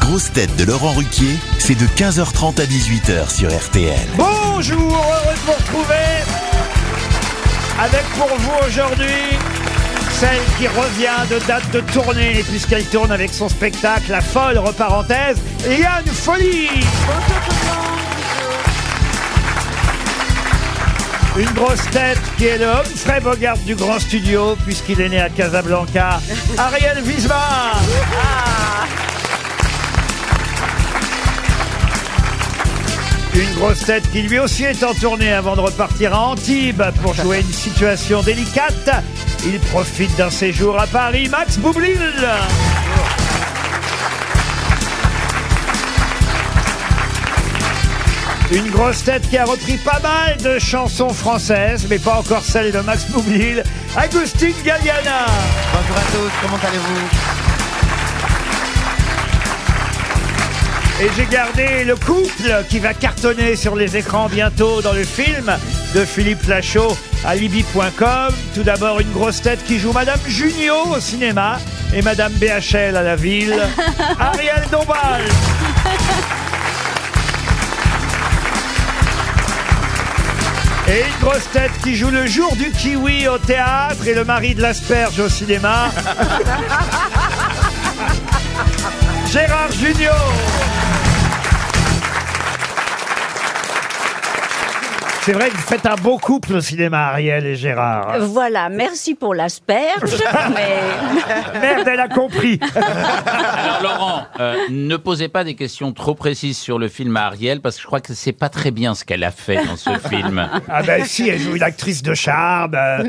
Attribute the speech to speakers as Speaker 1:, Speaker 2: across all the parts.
Speaker 1: grosses têtes de Laurent Ruquier, c'est de 15h30 à 18h sur RTL.
Speaker 2: Bonjour, heureux de vous retrouver avec pour vous aujourd'hui celle qui revient de date de tournée puisqu'elle tourne avec son spectacle La folle reparenthèse, Yann Folie. Une grosse tête qui est le Humphrey Bogart du grand studio puisqu'il est né à Casablanca, Ariel Wiesmann. Une grosse tête qui lui aussi est en tournée avant de repartir à Antibes pour jouer une situation délicate. Il profite d'un séjour à Paris, Max Boublil. Une grosse tête qui a repris pas mal de chansons françaises, mais pas encore celle de Max Boublil, Agustin Galliana.
Speaker 3: Bonjour à tous, comment allez-vous
Speaker 2: Et j'ai gardé le couple qui va cartonner sur les écrans bientôt dans le film de Philippe Lachaud à Libye.com. Tout d'abord, une grosse tête qui joue Madame Junio au cinéma et Madame BHL à la ville, Ariel Dombal. Et une grosse tête qui joue le jour du kiwi au théâtre et le mari de l'asperge au cinéma, Gérard Junior. C'est vrai que vous faites un beau couple au cinéma, Ariel et
Speaker 4: Euh,
Speaker 2: Gérard.
Speaker 5: Ah.
Speaker 4: Voilà, merci pour l'asperge, mais
Speaker 2: Merde, elle a compris.
Speaker 5: Alors Laurent, euh, ne posez pas des questions trop précises sur le film à Ariel parce que je crois que c'est pas très bien ce qu'elle a fait dans ce film.
Speaker 2: Ah ben si, elle joue une actrice de charme. euh,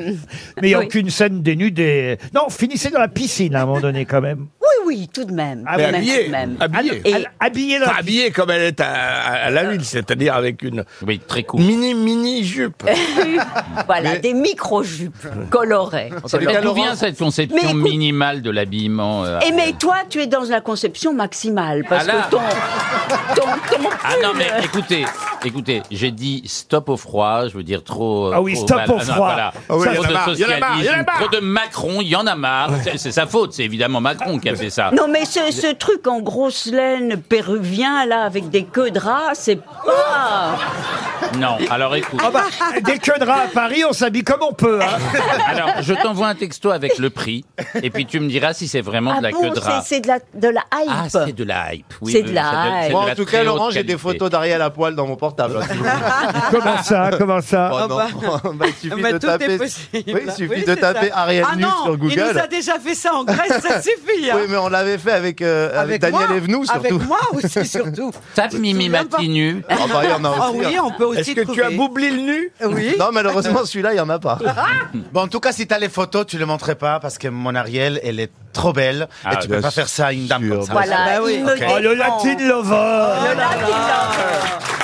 Speaker 2: mais il n'y a
Speaker 4: Oui.
Speaker 2: aucune scène dénudée. Non, finissez dans la piscine à un moment donné quand même.
Speaker 4: oui, oui, tout de même.
Speaker 2: Ah,
Speaker 4: tout
Speaker 2: mais
Speaker 4: de même,
Speaker 6: habillée,
Speaker 4: tout de même.
Speaker 6: habillée.
Speaker 4: Et
Speaker 2: Elle- Habillée dans
Speaker 6: Enfin,
Speaker 2: la piscine.
Speaker 6: habillée comme elle est à, à- à la ville, c'est-à-dire avec une
Speaker 5: Oui, très cool.
Speaker 6: mini mini jupe.
Speaker 4: voilà,
Speaker 6: Mais-
Speaker 4: des micro-jupes colorées.
Speaker 5: Mais d'où vient cette
Speaker 4: Mais
Speaker 5: conception
Speaker 4: écoute-
Speaker 5: minimale de l'habillement euh,
Speaker 4: Et Eh, mais toi, tu es dans la conception maximale, parce
Speaker 5: Ah là.
Speaker 4: que ton, ton, ton
Speaker 5: Ah non, mais
Speaker 4: pull-
Speaker 5: écoutez, écoutez, j'ai dit stop au froid, je veux dire trop. euh,
Speaker 2: Ah oui,
Speaker 5: trop
Speaker 2: stop au
Speaker 5: ah non,
Speaker 2: froid.
Speaker 5: voilà.
Speaker 6: Ah oui,
Speaker 5: trop
Speaker 6: il y en a
Speaker 5: de
Speaker 6: marre, il y en a marre, il y en a
Speaker 5: socialisme,
Speaker 6: marre.
Speaker 5: trop de Macron, il y en a marre. C'est- C'est sa faute, c'est évidemment Macron qui a fait ça.
Speaker 4: Non, mais ce, ce truc en grosse laine péruvien, là, avec des queues de rats, c'est pas...
Speaker 5: Non, alors écoute.
Speaker 2: Ah bah, dès que drap à Paris, on s'habille comme on peut. hein.
Speaker 5: Alors, je t'envoie un texto avec le prix, et puis tu me diras si c'est vraiment de la
Speaker 4: ah
Speaker 5: queue
Speaker 4: bon,
Speaker 5: de
Speaker 4: c'est
Speaker 5: rat.
Speaker 4: c'est de la, de la hype.
Speaker 5: Ah, c'est de la hype. Oui,
Speaker 4: C'est de
Speaker 5: oui,
Speaker 4: la hype.
Speaker 5: c'est
Speaker 4: Moi,
Speaker 5: de
Speaker 3: Moi, en
Speaker 5: la
Speaker 3: tout
Speaker 5: très
Speaker 3: cas, Laurent,
Speaker 5: haute
Speaker 3: j'ai des
Speaker 5: qualité.
Speaker 3: photos d'Ariel à poil dans mon portable. hein,
Speaker 2: comment ça Comment ça
Speaker 3: Oh, non. Bah, il suffit
Speaker 7: Mais
Speaker 3: de
Speaker 7: tout
Speaker 3: taper,
Speaker 7: est possible.
Speaker 3: Oui, il suffit
Speaker 7: Oui,
Speaker 3: de
Speaker 7: c'est ça.
Speaker 3: taper Ariel
Speaker 7: Ah
Speaker 3: nu
Speaker 7: non,
Speaker 3: sur
Speaker 7: il nous
Speaker 3: Google.
Speaker 7: a déjà fait ça en Grèce, ça suffit. hein.
Speaker 3: Oui, mais on l'avait fait avec, euh, avec, Daniel
Speaker 7: moi,
Speaker 3: Evenou, surtout.
Speaker 7: Avec moi aussi, surtout.
Speaker 5: Tape Mimi
Speaker 7: souviens pas
Speaker 5: Matinu.
Speaker 3: Ah, bah, il y en a aussi.
Speaker 7: Ah oui, on peut aussi
Speaker 6: Est-ce que tu as
Speaker 7: trouver.
Speaker 6: boublé le nu
Speaker 7: Oui.
Speaker 3: Non, malheureusement, celui-là, il n'y en a pas.
Speaker 8: Hmm. Bon, en tout cas, si t'as les photos, tu les montrais pas parce que mon Ariel, elle est trop belle
Speaker 5: Ah,
Speaker 8: et tu peux
Speaker 3: bien
Speaker 8: pas faire ça à une dame
Speaker 3: sûr,
Speaker 8: comme ça.
Speaker 4: Voilà,
Speaker 9: Ah,
Speaker 7: bah oui,
Speaker 4: il me
Speaker 8: ok.
Speaker 4: défend.
Speaker 2: Oh, le Latin Lover
Speaker 4: Le Latin Lover.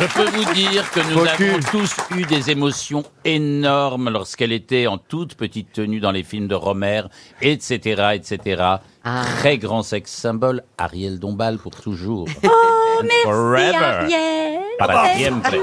Speaker 5: Je peux vous dire que nous
Speaker 3: Recule.
Speaker 5: avons tous eu des émotions énormes lorsqu'elle était en toute petite tenue dans les films de Romer, etc., etc.
Speaker 4: Ah.
Speaker 5: Très grand sexe symbole, Ariel Dombal pour toujours. Oh,
Speaker 4: Et
Speaker 5: Forever.
Speaker 4: Ariel.
Speaker 5: Para siempre.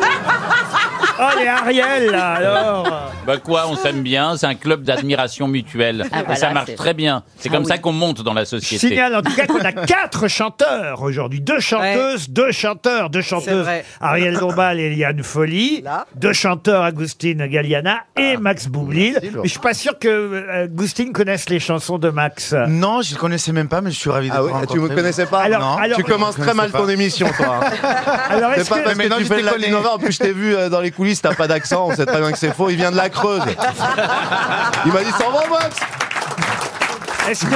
Speaker 2: Oh, les Ariel, là, alors
Speaker 5: Bah quoi, on s'aime bien, c'est un club d'admiration mutuelle.
Speaker 4: Ah,
Speaker 5: Et
Speaker 4: voilà,
Speaker 5: ça marche
Speaker 4: c'est- Ah
Speaker 5: très bien. C'est comme
Speaker 4: oui.
Speaker 5: ça qu'on monte dans la
Speaker 2: Je
Speaker 5: société.
Speaker 2: signale en tout cas qu'on a quatre chanteurs aujourd'hui. Deux chanteuses, deux chanteurs, deux chanteuses.
Speaker 7: vrai.
Speaker 2: Ariel Dombal et Eliane Folly.
Speaker 7: Là.
Speaker 2: Deux chanteurs, Agustin Galliana et Max Boublil.
Speaker 3: Ah. Laurent.
Speaker 2: Mais je suis pas sûr que euh, Agustin connaisse les chansons de Max.
Speaker 8: Non, je le connaissais même pas, mais je suis ravi de
Speaker 3: Ah oui,
Speaker 8: te
Speaker 3: tu ne
Speaker 8: rencontrer.
Speaker 3: connaissais pas
Speaker 2: Alors-
Speaker 8: Non.
Speaker 2: alors-
Speaker 3: Tu commences très mal
Speaker 8: pas.
Speaker 3: ton émission, toi. hein.
Speaker 2: Alors
Speaker 3: C'est
Speaker 2: est-ce
Speaker 3: pas parce
Speaker 2: que...
Speaker 8: mais non,
Speaker 3: que tu
Speaker 8: je
Speaker 3: fais
Speaker 8: te
Speaker 3: le
Speaker 8: connais.
Speaker 3: Latinova. En plus, je t'ai vu euh, dans les coulisses, t'as pas d'accent. On sait très bien que c'est faux. Il vient de la Creuse. Il m'a dit, s'en va, Max
Speaker 2: Est-ce que...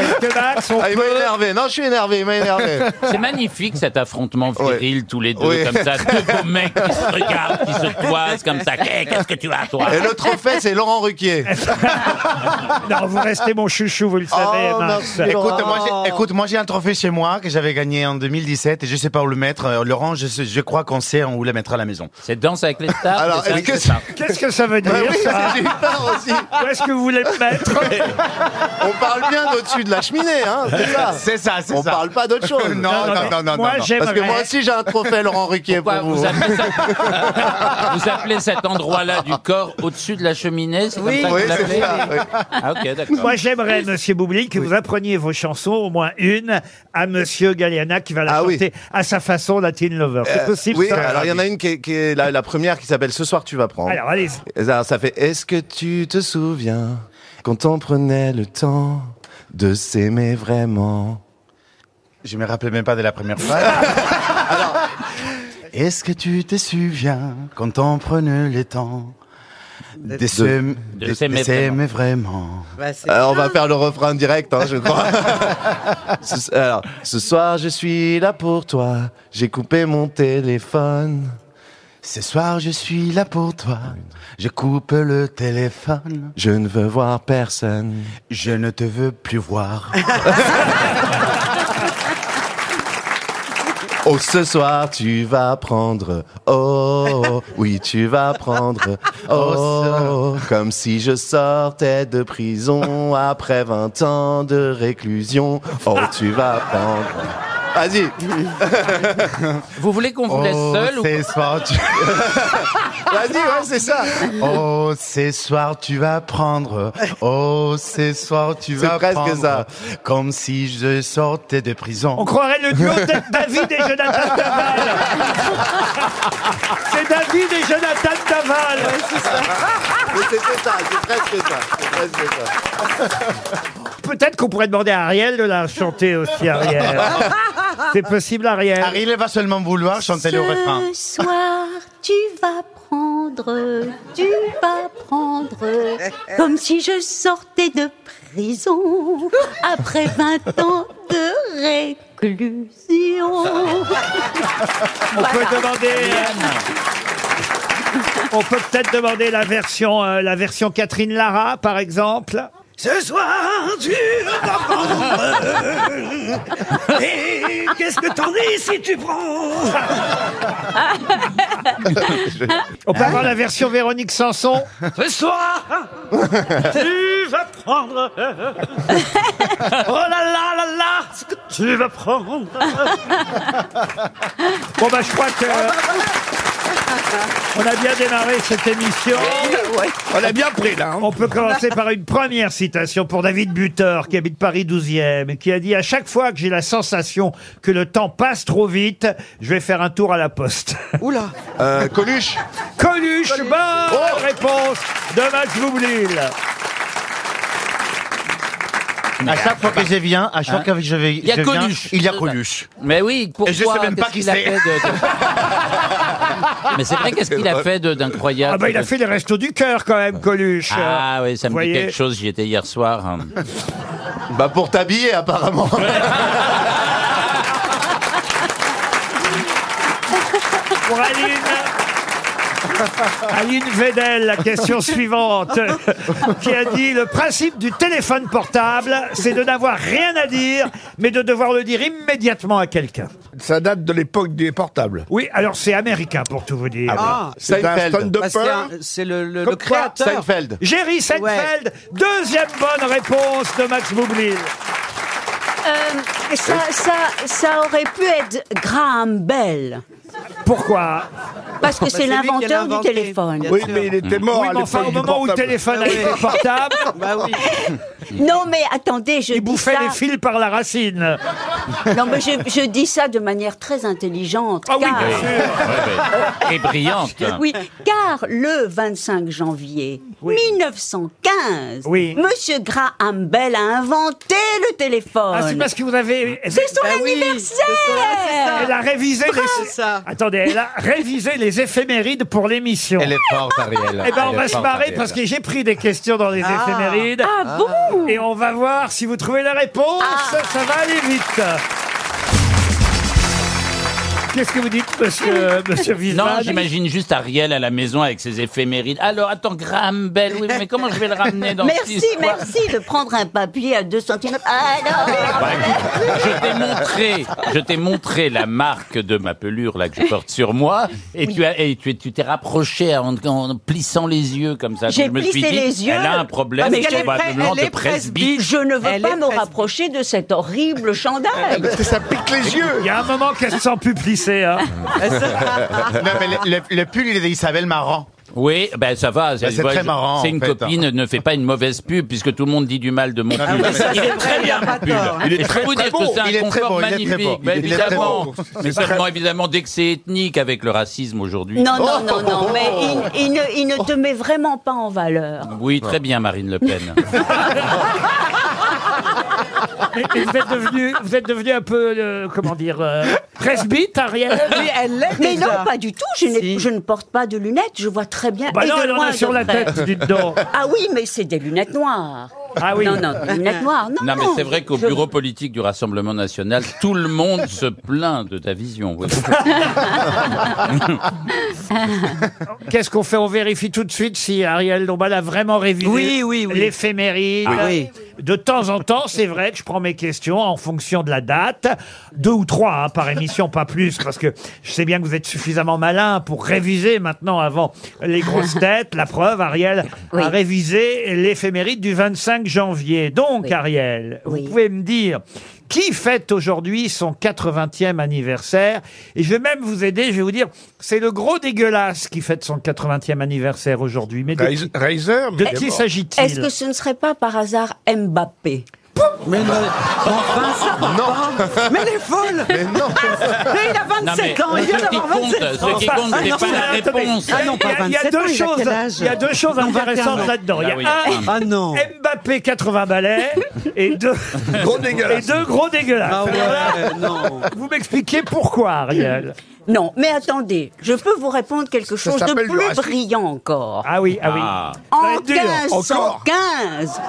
Speaker 2: Est-ce que Max, on
Speaker 3: Ah, il m'a
Speaker 2: peut-
Speaker 3: énervé. Non, je suis énervé. Il m'a énervé.
Speaker 5: C'est magnifique cet affrontement viril tous les deux
Speaker 3: Oui.
Speaker 5: comme ça, deux beaux mecs qui se regardent, qui se toisent comme ça. Hey, Qu'est-ce que tu as toi
Speaker 3: Et le trophée, c'est Laurent Ruquier.
Speaker 2: Oh, Non, vous restez mon chouchou, vous le savez,
Speaker 3: Oh,
Speaker 2: Max.
Speaker 3: merci.
Speaker 8: Écoute, moi,
Speaker 4: Oh.
Speaker 8: j'ai- écoute, moi j'ai un trophée chez moi que j'avais gagné en 2017 et je sais pas où le mettre. Euh, Laurent, je, sais- je crois qu'on sait où le mettre à la maison.
Speaker 5: C'est danse avec les stars.
Speaker 3: Alors,
Speaker 5: c'est ça,
Speaker 3: est-ce que
Speaker 5: c'est
Speaker 3: c'est-
Speaker 5: ça.
Speaker 2: Qu'est-ce que
Speaker 9: Bah
Speaker 2: ça veut dire,
Speaker 3: Ah oui,
Speaker 2: ça
Speaker 3: j'ai eu peur aussi.
Speaker 2: Où est-ce que vous voulez me mettre
Speaker 3: On parle bien d'au-dessus
Speaker 9: de la cheminée, hein, c'est ça.
Speaker 8: C'est ça, c'est
Speaker 9: On
Speaker 8: ça.
Speaker 9: parle pas d'autre chose.
Speaker 8: Non, non, non,
Speaker 2: mais
Speaker 8: non, non, non.
Speaker 2: moi,
Speaker 9: Parce que
Speaker 2: j'aimerais-
Speaker 9: moi aussi j'ai un trophée Laurent Ruquier pour
Speaker 5: Pourquoi
Speaker 9: vous.
Speaker 5: vous, appelez ça- vous appelez cet endroit-là du corps au-dessus de la cheminée C'est
Speaker 7: Oui.
Speaker 5: comme ça que
Speaker 9: Oui,
Speaker 5: vous
Speaker 9: c'est
Speaker 5: l'appelez
Speaker 9: ça. oui.
Speaker 5: Ah, ok, d'accord.
Speaker 2: Moi, j'aimerais, Monsieur Boublil, que vous appreniez vos chansons, au moins une, à Monsieur Galliana, qui va la
Speaker 9: Ah oui.
Speaker 2: chanter à sa façon, Latin Lover. C'est
Speaker 9: Euh,
Speaker 2: possible,
Speaker 9: Oui,
Speaker 2: ça
Speaker 9: alors il y en a une qui est, qui est la, la première qui s'appelle Ce soir tu vas prendre.
Speaker 2: Alors, allez
Speaker 9: Et ça, ça fait Est-ce que tu te souviens quand on prenait le temps de s'aimer vraiment
Speaker 8: Je me rappelais même pas de la première phrase. Est-ce que tu te souviens quand on prenait le temps de, se-
Speaker 5: de
Speaker 8: de- de
Speaker 5: s'aimer
Speaker 8: s'aimer vraiment.
Speaker 7: Bah, c'est-
Speaker 9: Alors, Euh, on va faire le refrain direct, hein, je crois. ce, alors, ce soir, je suis là pour toi. J'ai coupé mon téléphone.
Speaker 8: Ce soir, je suis là pour toi. Je coupe le téléphone.
Speaker 9: Je ne veux voir personne.
Speaker 8: Je ne te veux plus voir.
Speaker 9: Oh, ce soir, tu vas prendre. Oh, oh, oui, tu vas prendre. Oh, comme si je sortais de prison après 20 ans de réclusion. Oh, tu vas prendre. Vas-y. Oh.
Speaker 5: Vous voulez qu'on vous laisse seul ou
Speaker 8: ce soir, tu...
Speaker 9: Vas-y, ouais, c'est ça.
Speaker 8: Oh, ce soir tu vas prendre. Oh, ce soir tu
Speaker 9: C'est
Speaker 8: vas
Speaker 9: presque
Speaker 8: prendre.
Speaker 9: ça.
Speaker 8: Comme si je sortais de prison.
Speaker 2: On croirait le duo de David et Jonathan Daval. C'est David et Jonathan Daval.
Speaker 9: Mais C'était ça, c'est presque ça. C'est presque ça.
Speaker 2: Peut-être qu'on pourrait demander à Ariel de la chanter aussi, Ariel. C'est possible, Ariel.
Speaker 8: Harry, il va seulement vouloir chanter le refrain.
Speaker 10: Ce soir, tu vas prendre, tu vas prendre, comme si je sortais de prison après 20 ans de réclusion.
Speaker 2: On peut demander. euh, on peut peut-être demander la version, euh, la version Catherine Lara, par exemple.
Speaker 11: Ce soir, tu vas prendre. Et qu'est-ce que t'en dis si tu prends
Speaker 2: On peut avoir la version Véronique Sanson.
Speaker 11: Ce soir, tu vas prendre. Oh là là là là, ce que tu vas prendre.
Speaker 2: Bon, bah, je crois que.
Speaker 11: Oh,
Speaker 2: On a bien démarré cette émission.
Speaker 11: On a bien pris là. hein.
Speaker 2: On peut commencer par une première citation pour David Buter, qui habite Paris 12e, et qui a dit À chaque fois que j'ai la sensation que le temps passe trop vite, je vais faire un tour à la poste.
Speaker 7: Oula.
Speaker 9: Euh, Coluche Oh.
Speaker 2: Coluche, bonne réponse de Max Boublil.
Speaker 8: À chaque fois que je viens, à chaque fois que je vais,
Speaker 5: Il y a
Speaker 8: je viens,
Speaker 5: Coluche.
Speaker 8: il y a Coluche.
Speaker 5: Mais oui, pourquoi
Speaker 8: Et je sais même pas
Speaker 5: Qu'est-ce qu'il
Speaker 8: qui
Speaker 5: a
Speaker 8: c'est.
Speaker 5: fait de- de- Mais c'est vrai, qu'est-ce qu'il a fait de- d'incroyable
Speaker 2: Ah bah il a fait les restos du cœur quand même, Coluche.
Speaker 5: Ah oui, ça me
Speaker 2: Vous
Speaker 5: dit
Speaker 2: voyez
Speaker 5: quelque chose, j'y étais hier soir. hein.
Speaker 9: Bah pour t'habiller apparemment.
Speaker 2: Pour Aline. Aline Vedel, la question suivante, qui a dit le principe du téléphone portable, c'est de n'avoir rien à dire, mais de devoir le dire immédiatement à quelqu'un.
Speaker 11: Ça date de l'époque des portables.
Speaker 2: Oui, alors c'est américain pour tout vous dire.
Speaker 7: Ah,
Speaker 11: C'est un
Speaker 9: Seinfeld.
Speaker 11: stand-upper.
Speaker 7: bah, c'est un- c'est le, le- le
Speaker 2: Comme quoi,
Speaker 7: créateur.
Speaker 9: Seinfeld.
Speaker 2: Jerry Seinfeld, deuxième bonne réponse de Max Boublil.
Speaker 4: Euh, ça, ça, ça aurait pu être Graham Bell,
Speaker 2: Pourquoi
Speaker 4: parce
Speaker 2: Bah,
Speaker 4: que c'est
Speaker 7: c'est lui qui
Speaker 4: l'inventeur
Speaker 7: l'a
Speaker 4: du
Speaker 7: inventé.
Speaker 4: téléphone.
Speaker 7: Bien
Speaker 11: Oui,
Speaker 7: sûr.
Speaker 11: mais il était mort
Speaker 2: Mmh. Oui,
Speaker 11: à
Speaker 2: mais enfin,
Speaker 11: l'époque
Speaker 2: au
Speaker 11: du
Speaker 2: moment où le
Speaker 11: portable.
Speaker 2: téléphone
Speaker 7: Ah oui.
Speaker 2: avait portable,
Speaker 7: Bah oui.
Speaker 4: Non, mais attendez, je
Speaker 2: il
Speaker 4: dis
Speaker 2: bouffait
Speaker 4: ça.
Speaker 2: les fils par la racine.
Speaker 4: Non, mais je, je dis ça de manière très intelligente.
Speaker 2: Ah oui,
Speaker 4: car,
Speaker 2: bien sûr.
Speaker 5: Et brillante.
Speaker 4: Eh
Speaker 5: hein.
Speaker 4: Oui, car le 25 janvier
Speaker 2: Oui.
Speaker 4: 1915,
Speaker 2: Oui.
Speaker 4: Monsieur Graham Bell a inventé le téléphone.
Speaker 2: Ah, c'est parce que vous avez.
Speaker 4: C'est son
Speaker 7: Bah oui,
Speaker 4: anniversaire.
Speaker 7: c'est ça, c'est ça.
Speaker 2: Elle a révisé les.
Speaker 7: ça.
Speaker 2: Attendez, elle a révisé les éphémérides pour l'émission.
Speaker 8: est forte, Ariel.
Speaker 2: Eh ben, on va se marrer parce que j'ai pris des questions dans les
Speaker 7: Ah. Ah.
Speaker 2: éphémérides.
Speaker 4: Ah bon
Speaker 2: Et on va voir si vous trouvez la réponse. Ça va aller vite. Qu'est-ce que vous dites, monsieur, monsieur Wiesmann
Speaker 5: Non, j'imagine juste Ariel à la maison avec ses éphémérides. Alors, attends, Graham Bell, oui, mais comment je vais le ramener dans cette
Speaker 12: Merci,
Speaker 5: histoire
Speaker 12: merci de prendre un papier à 2 cm.
Speaker 4: Ah,
Speaker 12: Alors,
Speaker 4: Bah,
Speaker 5: Je t'ai montré, je t'ai montré la marque de ma pelure là que je porte sur moi, et tu as, et tu es- tu t'es rapproché en, en plissant les yeux comme ça.
Speaker 4: J'ai
Speaker 5: Donc, je me
Speaker 4: plissé
Speaker 5: suis dit,
Speaker 4: les yeux.
Speaker 5: Elle a un problème,
Speaker 4: Parce qu'elle est
Speaker 5: probablement
Speaker 4: près- elle
Speaker 5: de
Speaker 4: est
Speaker 5: presbyte.
Speaker 4: Je ne veux
Speaker 5: Elle
Speaker 4: pas
Speaker 5: est
Speaker 4: me rapprocher de cet horrible chandail.
Speaker 8: Parce que ça pique les yeux.
Speaker 2: Il y a un moment qu'elle se sent plus plissée. Hein.
Speaker 8: Non, mais le, le- le pull, il est d'Isabelle Marant.
Speaker 5: Oui, ben ça va. ça
Speaker 8: c'est
Speaker 5: se voit,
Speaker 8: très
Speaker 5: je-
Speaker 8: marrant,
Speaker 5: C'est
Speaker 8: en
Speaker 5: une
Speaker 8: fait. Ah
Speaker 5: copine, ne fait pas une mauvaise pub puisque tout le monde dit du mal de mon pub. Il est très bien mon pub.
Speaker 8: Il est
Speaker 5: Et je peux
Speaker 8: très,
Speaker 5: vous
Speaker 8: très
Speaker 5: dire
Speaker 8: beau,
Speaker 5: que c'est
Speaker 8: il est
Speaker 5: un
Speaker 8: très
Speaker 5: confort
Speaker 8: beau, il est très
Speaker 5: magnifique.
Speaker 8: beau,
Speaker 5: mais
Speaker 8: il est très
Speaker 5: évidemment,
Speaker 8: beau.
Speaker 5: mais seulement évidemment dès que c'est ethnique avec le racisme aujourd'hui.
Speaker 4: Non, non, non, non, mais il, il ne, il ne te met vraiment pas en valeur.
Speaker 5: Oui, très bien, Marine Le Pen.
Speaker 2: Et- et vous êtes devenu, vous êtes devenu un peu, euh, comment dire, euh, presbyte, Ariel
Speaker 7: Mais elle l'est
Speaker 4: Mais
Speaker 7: déjà.
Speaker 4: non, pas du tout, je, n'ai-
Speaker 7: Si.
Speaker 4: je ne porte pas de lunettes, je vois très bien.
Speaker 2: Bah
Speaker 4: et
Speaker 2: non,
Speaker 4: de
Speaker 2: elle en
Speaker 4: loin,
Speaker 2: a sur
Speaker 4: de
Speaker 2: la
Speaker 4: près.
Speaker 2: tête, dites donc.
Speaker 4: Ah oui, mais c'est des lunettes noires.
Speaker 2: Ah oui.
Speaker 4: Non, non, des lunettes noires. Non,
Speaker 5: Non, mais c'est vrai qu'au
Speaker 4: je-
Speaker 5: bureau politique du Rassemblement national, tout le monde se plaint de ta vision. oui.
Speaker 2: Qu'est-ce qu'on fait On vérifie tout de suite si Ariel Dombal a vraiment révisé
Speaker 7: Oui, oui, oui.
Speaker 2: l'éphéméride.
Speaker 7: Ah oui.
Speaker 2: De temps en temps, c'est vrai que je prends mes questions en fonction de la date. Deux ou trois hein, par émission, pas plus, parce que je sais bien que vous êtes suffisamment malin pour réviser maintenant avant les grosses têtes. La preuve, Ariel a révisé l'éphéméride du 25 janvier. Donc, Ariel,
Speaker 4: Oui.
Speaker 2: vous pouvez me dire qui fête aujourd'hui son 80e anniversaire. Et je vais même vous aider, je vais vous dire, c'est le gros dégueulasse qui fête son 80e anniversaire aujourd'hui. Mais de, qui-
Speaker 13: Riser,
Speaker 2: de qui
Speaker 4: Est-ce que
Speaker 2: s'agit-il
Speaker 4: ce ne serait pas par hasard Mbappé
Speaker 7: Mais
Speaker 5: Ah bah.
Speaker 7: non. Enfin, ça va pas. Mais elle est folle. Mais non. il a
Speaker 5: Non, mais
Speaker 7: 27 ans. Il vient
Speaker 5: ce qui
Speaker 7: d'avoir
Speaker 5: compte,
Speaker 7: 27 ans.
Speaker 5: ce qui compte,
Speaker 7: Ah, non,
Speaker 5: c'est pas la
Speaker 2: attendez.
Speaker 5: réponse.
Speaker 7: Ah non, pas
Speaker 2: Il y a- il y a
Speaker 7: 27
Speaker 2: deux
Speaker 7: ans, il a
Speaker 2: choses-
Speaker 7: quel âge
Speaker 2: Il y a deux choses
Speaker 7: 21
Speaker 2: intéressantes
Speaker 7: ans.
Speaker 2: là-dedans. Il y
Speaker 5: Ah oui, il y a
Speaker 2: a un,
Speaker 7: Ah
Speaker 5: un.
Speaker 7: non.
Speaker 2: Mbappé 80 balais et deux gros dégueulasses. Et deux gros dégueulasses.
Speaker 7: Ah
Speaker 2: Alors là,
Speaker 7: ouais, non.
Speaker 2: vous m'expliquez pourquoi, Ariel
Speaker 4: Non, mais attendez, je peux vous répondre quelque chose de
Speaker 13: s'appelle du
Speaker 4: plus
Speaker 13: racisme.
Speaker 4: brillant encore.
Speaker 2: Ah oui, ah oui.
Speaker 5: Ah.
Speaker 2: Ça va
Speaker 4: En
Speaker 2: être dur.
Speaker 4: 1515,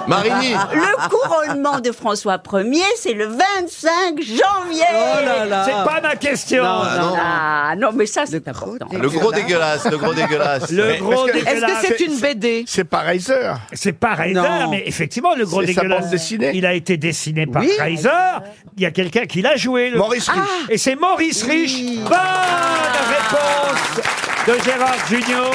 Speaker 3: Marigny
Speaker 4: le couronnement de François Ier, c'est le 25 janvier.
Speaker 7: Oh là là.
Speaker 2: C'est pas ma question.
Speaker 7: Non, non.
Speaker 4: Ah non, mais ça c'est important.
Speaker 3: Le gros dégueulasse, le gros dégueulasse.
Speaker 2: Le gros
Speaker 13: parce que-
Speaker 7: Est-ce que
Speaker 2: dégueulasse.
Speaker 7: c'est une BD
Speaker 13: C'est pas Riser.
Speaker 2: C'est pas Reiser,
Speaker 7: Non.
Speaker 2: mais effectivement, le gros
Speaker 13: C'est sa
Speaker 2: dégueulasse.
Speaker 13: bande dessinée.
Speaker 2: Il a été dessiné par
Speaker 7: Oui.
Speaker 2: Reiser. Il y a quelqu'un qui l'a joué. le- Ah
Speaker 13: Maurice Rich.
Speaker 2: Et c'est Maurice Rich. Bonne réponse de Gérard Junior.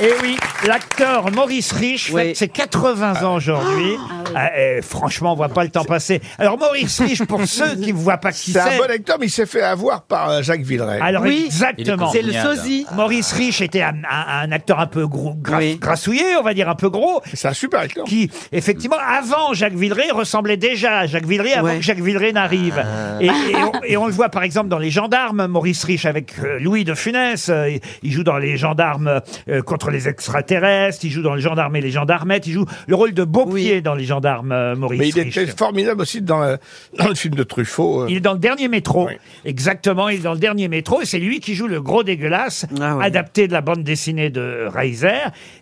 Speaker 2: Et oui, l'acteur Maurice Rich
Speaker 7: Oui.
Speaker 2: fête ses 80 ans aujourd'hui.
Speaker 13: Ah.
Speaker 2: Euh, euh, franchement, on voit pas le temps passer. Alors Maurice Rich, pour ceux qui ne voient pas qui
Speaker 13: C'est un
Speaker 2: c'est,
Speaker 13: bon acteur, mais il s'est fait avoir par euh, Jacques Villeray.
Speaker 2: alors
Speaker 7: Oui.
Speaker 2: exactement.
Speaker 7: C'est le
Speaker 5: Génial.
Speaker 7: sosie.
Speaker 2: Maurice Rich était un, un- un acteur un peu gros, gras-
Speaker 7: Oui.
Speaker 2: grassouillet, on va dire un peu gros,
Speaker 13: C'est un super acteur.
Speaker 2: qui, effectivement, avant Jacques Villeray, ressemblait déjà à Jacques Villeray avant
Speaker 7: Ouais. Ah.
Speaker 2: que Jacques Villeray n'arrive. Et, et on, et on le voit, par exemple, dans Les Gendarmes, Maurice Rich avec euh, Louis de Funès. euh, il- il joue dans Les Gendarmes euh, contre les extraterrestres. Il joue dans Les Gendarmes et les Gendarmettes. Il joue le rôle de Beaupier dans Les Gendarmes, euh, Maurice
Speaker 13: Mais il
Speaker 2: Rich.
Speaker 13: était formidable aussi dans, euh, dans le film de Truffaut. euh.
Speaker 2: Il est dans le dernier métro.
Speaker 13: Oui.
Speaker 2: Exactement, il est dans le dernier métro et c'est lui qui joue le gros dégueulasse,
Speaker 7: Ah ouais.
Speaker 2: adapté de la bande dessinée de Reiser.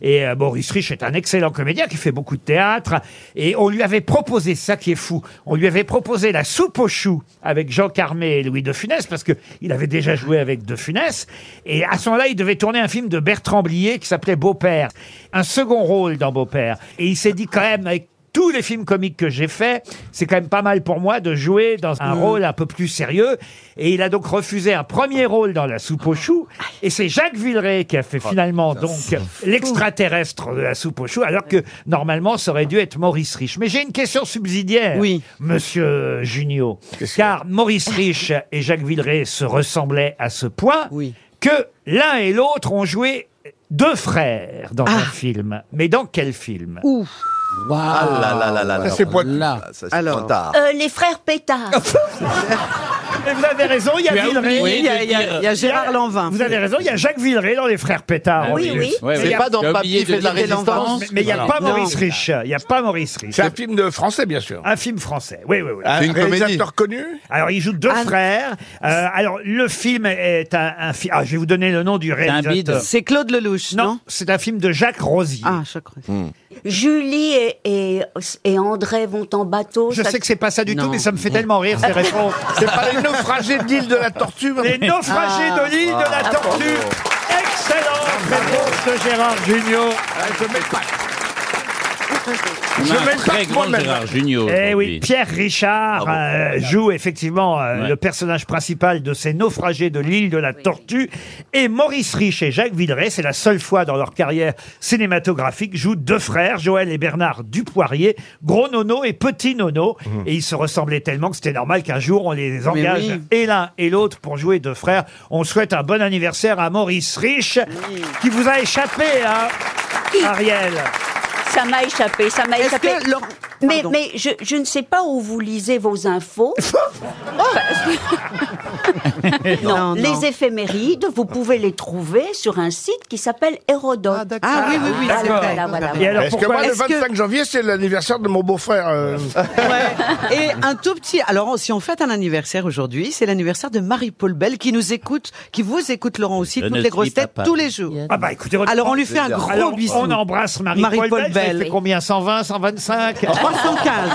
Speaker 2: Et euh, Maurice Rich est un excellent comédien qui fait beaucoup de théâtre. Et on lui avait proposé, c'est ça qui est fou, on lui avait proposé la soupe aux choux avec Jean Carmé et Louis de Funès parce que il avait déjà joué avec de Funès. Et à ce moment-là, il devait tourner un film de Bertrand Blier qui s'appelait Beau-Père. Un second rôle dans Beau-Père. Et il s'est dit quand même avec tous les films comiques que j'ai faits, c'est quand même pas mal pour moi de jouer dans
Speaker 7: Mm.
Speaker 2: un rôle un peu plus sérieux. Et il a donc refusé un premier rôle dans La soupe aux choux. Et c'est Jacques Villeray qui a
Speaker 7: Oh,
Speaker 2: fait finalement donc l'extraterrestre de La soupe aux choux, alors que normalement ça aurait dû être Maurice Rich. Mais j'ai une question subsidiaire,
Speaker 7: Oui.
Speaker 2: monsieur Junio. Car Maurice Rich et Jacques Villeray se ressemblaient à ce point
Speaker 7: Oui.
Speaker 2: que l'un et l'autre ont joué deux frères dans
Speaker 7: Ah.
Speaker 2: un film. Mais dans quel film
Speaker 3: Ah là là là là là.
Speaker 13: Ça, c'est poitou.
Speaker 3: Ah, ça, c'est
Speaker 7: Alors.
Speaker 3: trop tard.
Speaker 4: Euh, les frères Pétard.
Speaker 2: Ah, Mais vous avez raison, il y a
Speaker 5: Tu as
Speaker 2: Villeray.
Speaker 5: oublié
Speaker 7: Il y a,
Speaker 5: de
Speaker 7: il y a-
Speaker 5: dire-
Speaker 7: il y a
Speaker 2: Il y
Speaker 7: Gérard
Speaker 2: a- Ah
Speaker 7: Lanvin.
Speaker 2: Vous avez raison, il y a Jacques Villeray dans Les Frères Pétard.
Speaker 4: Oui, oui.
Speaker 5: Ouais,
Speaker 3: C'est
Speaker 5: ouais.
Speaker 3: pas dans
Speaker 5: T'as oublié
Speaker 3: Papy
Speaker 5: de
Speaker 3: fait de la
Speaker 5: dire
Speaker 3: résistance
Speaker 2: Mais il n'y a
Speaker 5: Voilà.
Speaker 2: pas
Speaker 7: Non.
Speaker 2: Maurice Rich. Il n'y a pas Maurice Rich.
Speaker 13: C'est un film de français, bien sûr. Ah,
Speaker 2: Un film français. Oui, oui, oui.
Speaker 13: Un
Speaker 3: C'est une comédie.
Speaker 13: réalisateur connu.
Speaker 2: Alors, il joue deux
Speaker 7: Ah.
Speaker 2: frères. Euh, alors, le film est un, un film. Ah, je vais vous donner le nom du
Speaker 5: un
Speaker 2: réalisateur.
Speaker 5: bide.
Speaker 7: C'est Claude Lelouch, non,
Speaker 2: Non, c'est un film de Jacques Rosier.
Speaker 5: Hum.
Speaker 7: Ah, je crois.
Speaker 14: Julie et, et, et André vont en bateau.
Speaker 2: Je sais que c'est pas ça du tout, mais ça me fait tellement rire ces réponses.
Speaker 13: C'est pas les naufragés de l'île de la Tortue Ah,
Speaker 2: Les naufragés de l'île de la Tortue. Excellente réponse de Gérard Junior.
Speaker 13: Je mets pas.
Speaker 5: On a un très grand
Speaker 2: moi-même.
Speaker 5: Gérard Jugnot
Speaker 2: Eh oui,
Speaker 5: aujourd'hui.
Speaker 2: Pierre Richard euh, joue effectivement euh, le personnage principal de ces naufragés de l'île de la Tortue. Et Maurice Rich et Jacques Villeray, c'est la seule fois dans leur carrière cinématographique, jouent deux frères, Joël et Bernard Dupoirier, gros nono et petit nono. Et ils se ressemblaient tellement que c'était normal qu'un jour on les engage
Speaker 7: oui.
Speaker 2: et l'un et l'autre pour jouer deux frères. On souhaite un bon anniversaire à Maurice Rich, qui vous a échappé, hein, Ariel.
Speaker 4: Ça m'a échappé, ça m'a échappé. Mais, mais je, je ne sais pas où vous lisez vos infos. non,
Speaker 7: Non, non.
Speaker 4: les éphémérides, vous pouvez les trouver sur un site qui s'appelle Hérodote.
Speaker 7: Ah oui, oui, oui,
Speaker 4: Voilà,
Speaker 7: c'est vrai.
Speaker 4: voilà, voilà,
Speaker 2: Et alors,
Speaker 13: Parce que
Speaker 2: pourquoi-
Speaker 13: moi, le
Speaker 2: est-ce que-
Speaker 13: 25 janvier, c'est l'anniversaire de mon beau-frère. euh.
Speaker 7: Et un tout petit. Alors, si on fête un anniversaire aujourd'hui, c'est l'anniversaire de Marie-Paul Bell qui nous écoute, qui vous écoute, Laurent aussi,
Speaker 5: Je ne
Speaker 7: toutes les grosses
Speaker 5: suis pas
Speaker 7: têtes,
Speaker 5: pas-
Speaker 7: tous les jours.
Speaker 2: Ah bah écoutez,
Speaker 7: Alors, on lui fait un
Speaker 2: Alors,
Speaker 7: gros bisou.
Speaker 2: On embrasse Marie-Paul
Speaker 7: Marie-Paul
Speaker 2: Bell. Elle
Speaker 7: Bell. Oh,
Speaker 2: fait combien 120, 125
Speaker 7: 315.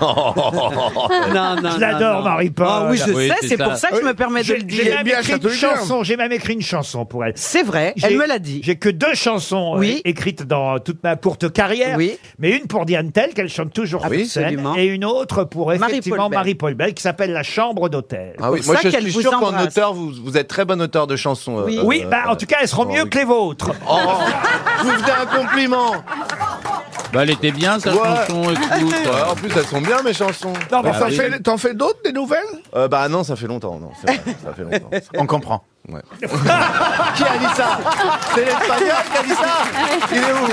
Speaker 7: oh, non, non.
Speaker 2: Je l'adore,
Speaker 7: non, non.
Speaker 2: Marie-Paul.
Speaker 7: Ah oui, je
Speaker 5: Oui,
Speaker 7: sais,
Speaker 5: c'est
Speaker 7: c'est
Speaker 5: ça.
Speaker 7: pour ça que je me permets de
Speaker 2: J'ai
Speaker 7: le
Speaker 2: j'ai
Speaker 7: dire.
Speaker 2: même
Speaker 13: bien
Speaker 2: écrit une
Speaker 13: chatouilleur.
Speaker 2: chanson. J'ai même écrit une chanson pour elle.
Speaker 7: C'est vrai,
Speaker 2: J'ai-
Speaker 7: elle me l'a dit.
Speaker 2: J'ai que deux chansons euh,
Speaker 7: Oui.
Speaker 2: écrites dans toute ma courte carrière,
Speaker 7: Oui. Ah
Speaker 2: mais une pour Diane Tell qu'elle chante toujours sur
Speaker 7: oui,
Speaker 2: scène,
Speaker 7: absolument.
Speaker 2: et une autre pour
Speaker 7: Marie-Paul
Speaker 2: effectivement
Speaker 7: Bell.
Speaker 2: Marie-Paul Bell qui s'appelle La Chambre d'hôtel.
Speaker 9: Ah oui,
Speaker 7: pour
Speaker 9: moi
Speaker 7: ça
Speaker 9: je
Speaker 7: qu'elle
Speaker 9: suis
Speaker 7: vous
Speaker 9: sûr qu'en
Speaker 7: embrasse.
Speaker 9: auteur, vous, vous êtes très bon auteur de chansons. euh,
Speaker 7: Oui.
Speaker 9: euh,
Speaker 2: oui, bah en tout cas, elles seront mieux
Speaker 9: oui.
Speaker 2: que les vôtres.
Speaker 9: Oh, vous me faites un compliment
Speaker 5: Bah, elle était bien, sa
Speaker 9: Ouais.
Speaker 5: chanson, écoute.
Speaker 9: Ouais, En plus, elles sont bien mes chansons. Bah,
Speaker 2: Non, mais
Speaker 13: Mais
Speaker 2: enfin,
Speaker 13: T'en fais, t'en fais d'autres, des nouvelles
Speaker 9: Euh, bah non, ça fait longtemps, non, c'est vrai, ça fait longtemps.
Speaker 8: On comprend.
Speaker 9: Ouais. qui a dit ça C'est l'espagnol qui a dit ça Il est où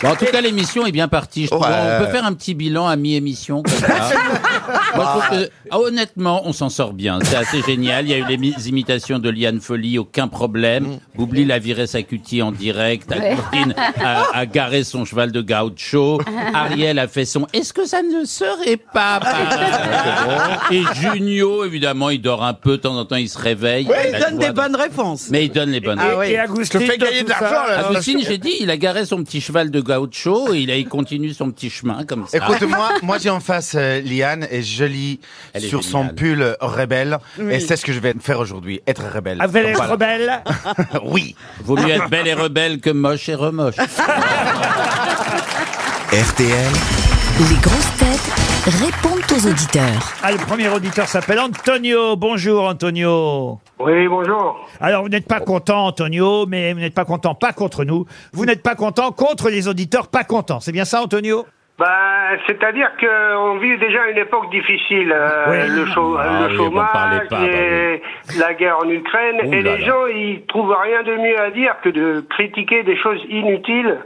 Speaker 5: Bon, en tout cas, l'émission est bien partie. je trouve.
Speaker 9: Ouais.
Speaker 8: Euh.
Speaker 5: On peut faire un petit bilan à mi-émission. comme ça. Moi,
Speaker 8: Bah.
Speaker 5: je trouve que- ah, honnêtement, on s'en sort bien. C'est assez génial. Il y a eu les mi- imitations de Liane Folly, aucun problème. Boubli la virait sa cutie en direct. Agustine a, a garé son cheval de gaucho. Ariel a fait son « Est-ce que ça ne serait
Speaker 7: Ah,
Speaker 5: pas mal ?» Et Junio, évidemment, il dort un peu. De temps en temps, il se réveille.
Speaker 7: Il
Speaker 5: La
Speaker 7: donne
Speaker 5: joie
Speaker 7: des
Speaker 5: de-
Speaker 7: bonnes réponses.
Speaker 5: Mais il donne les bonnes
Speaker 7: Ah oui.
Speaker 2: et
Speaker 13: Je
Speaker 2: Agustine,
Speaker 13: fais gagner
Speaker 2: tout
Speaker 13: de
Speaker 2: ça.
Speaker 13: l'argent, là.
Speaker 5: Agustine, j'ai dit, il a garé son petit cheval de gaucho et il, a, il continue son petit chemin comme ça.
Speaker 8: Écoute-moi, moi j'ai en face euh, Liane et je lis
Speaker 5: Elle est
Speaker 8: sur son
Speaker 5: géniale.
Speaker 8: pull euh, rebelle et c'est ce que je vais faire aujourd'hui, être rebelle.
Speaker 2: Ah, Vous allez être
Speaker 8: Voilà.
Speaker 2: rebelle.
Speaker 9: Ah
Speaker 8: Oui.
Speaker 5: Vaut mieux être belle et rebelle que moche et remoche.
Speaker 1: RTL,
Speaker 15: Les grosses têtes répondent aux auditeurs.
Speaker 2: Ah, le premier auditeur s'appelle Antonio. Bonjour, Antonio.
Speaker 16: Oui, bonjour.
Speaker 2: Alors, vous n'êtes pas content, Antonio, mais vous n'êtes pas content pas contre nous. Vous n'êtes pas content contre les auditeurs pas contents. C'est bien ça, Antonio
Speaker 16: Bah, c'est-à-dire qu'on vit déjà une époque difficile. euh,
Speaker 2: Oui.
Speaker 16: Le, chau-
Speaker 5: Ah
Speaker 16: le
Speaker 5: oui, vous en parlez
Speaker 16: chômage,
Speaker 5: pas, bah
Speaker 16: les- la guerre en Ukraine,
Speaker 5: Ouh
Speaker 16: et
Speaker 5: là
Speaker 16: les
Speaker 5: là.
Speaker 16: gens, ils trouvent rien de mieux à dire que de critiquer des choses inutiles.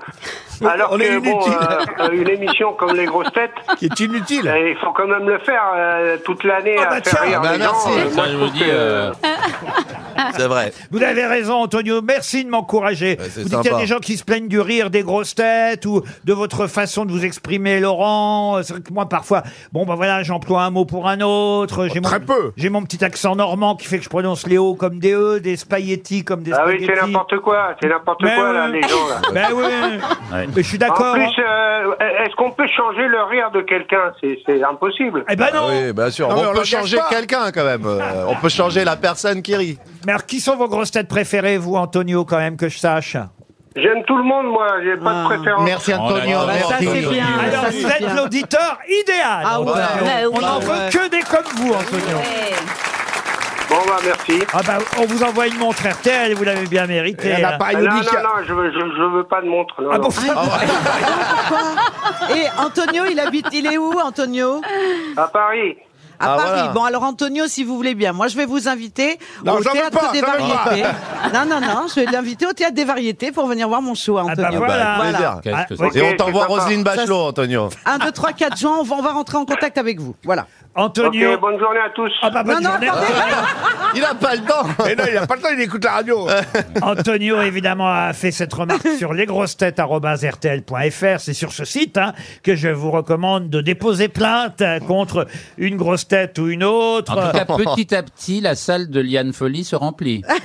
Speaker 16: Alors
Speaker 13: On est
Speaker 16: que, bon,
Speaker 13: inutile.
Speaker 16: euh, une émission comme Les Grosses Têtes,
Speaker 13: Qui est inutile.
Speaker 16: euh, il faut quand même le faire euh, toute l'année
Speaker 2: Ah,
Speaker 16: à
Speaker 2: bah,
Speaker 16: faire
Speaker 2: tiens,
Speaker 16: rire
Speaker 9: bah,
Speaker 16: les
Speaker 9: merci.
Speaker 16: gens. Euh,
Speaker 5: Ça,
Speaker 16: moi,
Speaker 5: je
Speaker 16: je
Speaker 5: vous
Speaker 16: trouve
Speaker 5: dis,
Speaker 16: que-
Speaker 5: euh,
Speaker 9: C'est vrai.
Speaker 2: Vous avez raison, Antonio. Merci de m'encourager.
Speaker 9: Bah, c'est
Speaker 2: vous dites qu'il y a
Speaker 9: sympa.
Speaker 2: des gens qui se plaignent du rire des grosses têtes ou de votre façon de vous exprimer, Laurent. Euh, C'est vrai que moi, parfois, bon, ben voilà, j'emploie un mot pour un autre. J'ai
Speaker 13: très
Speaker 2: mon,
Speaker 13: peu.
Speaker 2: J'ai mon petit accent normand qui fait que je prononce les O comme des E, des spaghettis comme des
Speaker 16: Ah oui,
Speaker 2: spaghettis.
Speaker 16: c'est n'importe quoi, c'est n'importe
Speaker 2: Mais
Speaker 16: quoi, là,
Speaker 2: oui.
Speaker 16: les gens, là.
Speaker 2: Ben oui.
Speaker 5: Ouais.
Speaker 2: Mais je suis
Speaker 16: En
Speaker 2: d'accord.
Speaker 16: plus, euh, est-ce qu'on peut changer le rire de quelqu'un C'est c'est impossible.
Speaker 2: Eh ben non.
Speaker 9: Oui, bien sûr.
Speaker 13: Non, mais
Speaker 9: on,
Speaker 13: on
Speaker 9: peut
Speaker 13: le gâche
Speaker 9: changer
Speaker 13: pas.
Speaker 9: quelqu'un quand même. Euh, on peut changer la personne qui rit.
Speaker 2: Mais alors, qui sont vos grosses têtes préférées, vous, Antonio, quand même, que je sache
Speaker 16: J'aime tout le monde, moi, j'ai pas de préférence.
Speaker 8: Merci Antonio.
Speaker 5: Oh là là,
Speaker 8: merci.
Speaker 7: Ça, c'est
Speaker 5: Antonio.
Speaker 7: bien.
Speaker 2: Alors,
Speaker 7: ça,
Speaker 2: vous
Speaker 7: c'est
Speaker 2: êtes
Speaker 7: bien.
Speaker 2: l'auditeur idéal
Speaker 7: Ah ouais.
Speaker 2: Antonio.
Speaker 7: Ouais,
Speaker 2: On
Speaker 7: ouais,
Speaker 2: n'en
Speaker 7: ouais.
Speaker 2: veut que des comme vous, Antonio.
Speaker 16: Bon, bah, merci.
Speaker 2: Ah bah, on vous envoie une montre RTL, vous l'avez bien mérité.
Speaker 13: Elle
Speaker 2: hein.
Speaker 13: n'a pas
Speaker 16: Non,
Speaker 13: une
Speaker 16: non,
Speaker 13: lica-
Speaker 16: non, je veux, je, je veux pas de montre. non,
Speaker 2: Ah bon,
Speaker 16: non.
Speaker 7: Et Antonio, il habite, il est où, Antonio
Speaker 16: À Paris.
Speaker 7: À
Speaker 9: Ah,
Speaker 7: Paris.
Speaker 9: voilà.
Speaker 7: Bon, alors Antonio, si vous voulez bien, moi je vais vous inviter
Speaker 13: Non,
Speaker 7: au
Speaker 13: j'en veux
Speaker 7: théâtre
Speaker 13: pas,
Speaker 7: des
Speaker 13: j'en veux pas.
Speaker 7: variétés. Non, non, non, je vais l'inviter au théâtre des variétés pour venir voir mon show, à
Speaker 2: Ah bah
Speaker 7: Antonio.
Speaker 2: voilà.
Speaker 9: Avec plaisir.
Speaker 5: Qu'est-ce que
Speaker 2: Ah,
Speaker 5: c'est
Speaker 9: Et
Speaker 16: Ok,
Speaker 9: on t'envoie
Speaker 16: c'est sympa.
Speaker 9: Roselyne Bachelot, Antonio.
Speaker 7: 1, 2, 3, 4 juin, on va, on va rentrer en contact avec vous. Voilà.
Speaker 2: Antonio.
Speaker 17: Ok, bonne journée à tous.
Speaker 2: Ah bah, bonne Non, non, journée. attendez.
Speaker 13: Il n'a pas le temps. Et non, il n'a pas le temps, il écoute la radio.
Speaker 2: Antonio, évidemment, a fait cette remarque sur lesgrossetêtes.rtl.fr. C'est sur ce site hein, que je vous recommande de déposer plainte euh, contre une grosse tête ou une autre.
Speaker 5: En
Speaker 7: Ah,
Speaker 5: tout cas, petit à petit, la salle de Liane Folly se remplit.
Speaker 2: Ah,
Speaker 7: Ce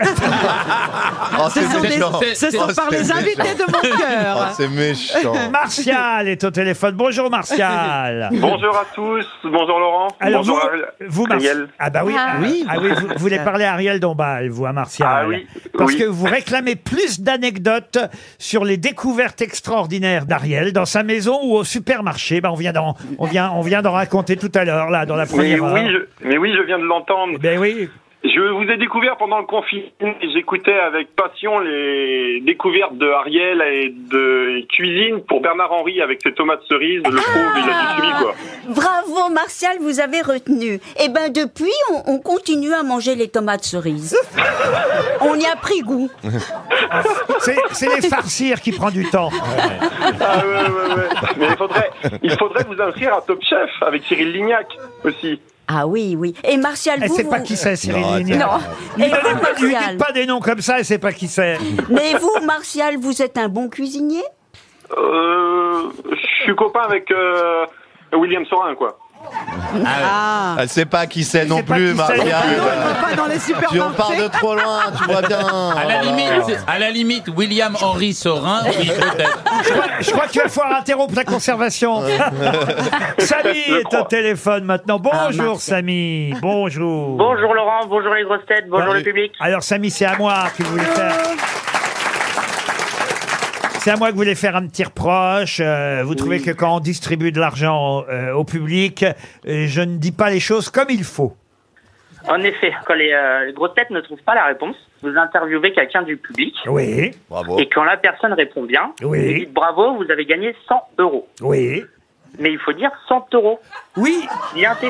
Speaker 7: Ah, c'est sont des- méchant. ce sont Oh, par c'est les invités méchant. de mon cœur. Oh, c'est méchant.
Speaker 2: Martial est au téléphone. Bonjour, Martial.
Speaker 17: Bonjour à tous, bonjour Laurent.
Speaker 2: Alors
Speaker 17: bonjour
Speaker 2: vous,
Speaker 17: Ariel.
Speaker 2: vous Mar-
Speaker 17: Ariel.
Speaker 2: ah bah oui,
Speaker 17: Ah.
Speaker 2: ah,
Speaker 17: Oui.
Speaker 2: ah oui, vous, vous voulez parler à Ariel Dombal, vous à Martial,
Speaker 17: Ah oui,
Speaker 2: parce
Speaker 17: oui.
Speaker 2: que vous réclamez plus d'anecdotes sur les découvertes extraordinaires d'Ariel dans sa maison ou au supermarché. Bah on vient d'en, on vient, on vient d'en raconter tout à l'heure là dans la
Speaker 17: Mais
Speaker 2: première heure.
Speaker 17: oui, je, mais oui, je viens de l'entendre.
Speaker 2: Ben oui.
Speaker 17: Je vous ai découvert pendant le confinement. et J'écoutais avec passion les découvertes de Ariel et de cuisine pour Bernard Henry avec ses tomates cerises. Le pauvre, il a du suivi, quoi.
Speaker 4: Bravo Martial, vous avez retenu. Eh ben depuis, on, on continue à manger les tomates cerises. on y a pris goût.
Speaker 2: C'est, c'est les farcir qui prend du temps.
Speaker 17: Ah ouais, ouais, ouais. Mais il faudrait, il faudrait vous inscrire à Top Chef avec Cyril Lignac aussi.
Speaker 4: Ah oui, oui. Et Martial,
Speaker 2: Elle
Speaker 4: vous...
Speaker 2: sait pas
Speaker 4: vous-
Speaker 2: qui Eh, c'est, Cyril Lignac.
Speaker 4: Non.
Speaker 2: Lui
Speaker 4: Et vous,
Speaker 2: donnez pas- lui
Speaker 4: Martial.
Speaker 2: dites pas des noms comme ça, elle sait pas qui c'est.
Speaker 4: Mais vous, Martial, vous êtes un bon cuisinier
Speaker 17: Euh, je suis copain avec euh, William Sorin, quoi.
Speaker 7: Ah.
Speaker 9: Elle sait pas qui c'est non plus, Maria.
Speaker 7: Pas dans les
Speaker 9: Puis on part
Speaker 7: supermarchés.
Speaker 9: de trop loin, tu vois bien. Oh
Speaker 5: À la limite, à la limite William Henry Saurin, oui, peut-être.
Speaker 2: Je crois qu'il va falloir interrompre la conservation. Samy
Speaker 5: Je
Speaker 2: est au
Speaker 5: crois. Ah,
Speaker 2: téléphone maintenant. Bonjour Samy, bonjour.
Speaker 18: Bonjour Laurent, bonjour les grosses têtes, bonjour le public.
Speaker 2: Alors Samy, c'est à moi que vous voulez faire. C'est à moi que vous voulez faire un petit reproche. Euh, vous trouvez que quand on distribue de l'argent euh, au public, euh, je ne dis pas les choses comme il faut.
Speaker 18: En effet, quand les, euh, les grosses têtes ne trouvent pas la réponse, vous interviewez quelqu'un du public.
Speaker 2: Oui. Bravo.
Speaker 18: Et quand la personne répond bien,
Speaker 2: Oui.
Speaker 18: vous dites bravo, vous avez gagné 100 euros.
Speaker 2: Oui.
Speaker 18: Mais il faut dire 100 euros.
Speaker 2: Oui.
Speaker 18: Bien fait.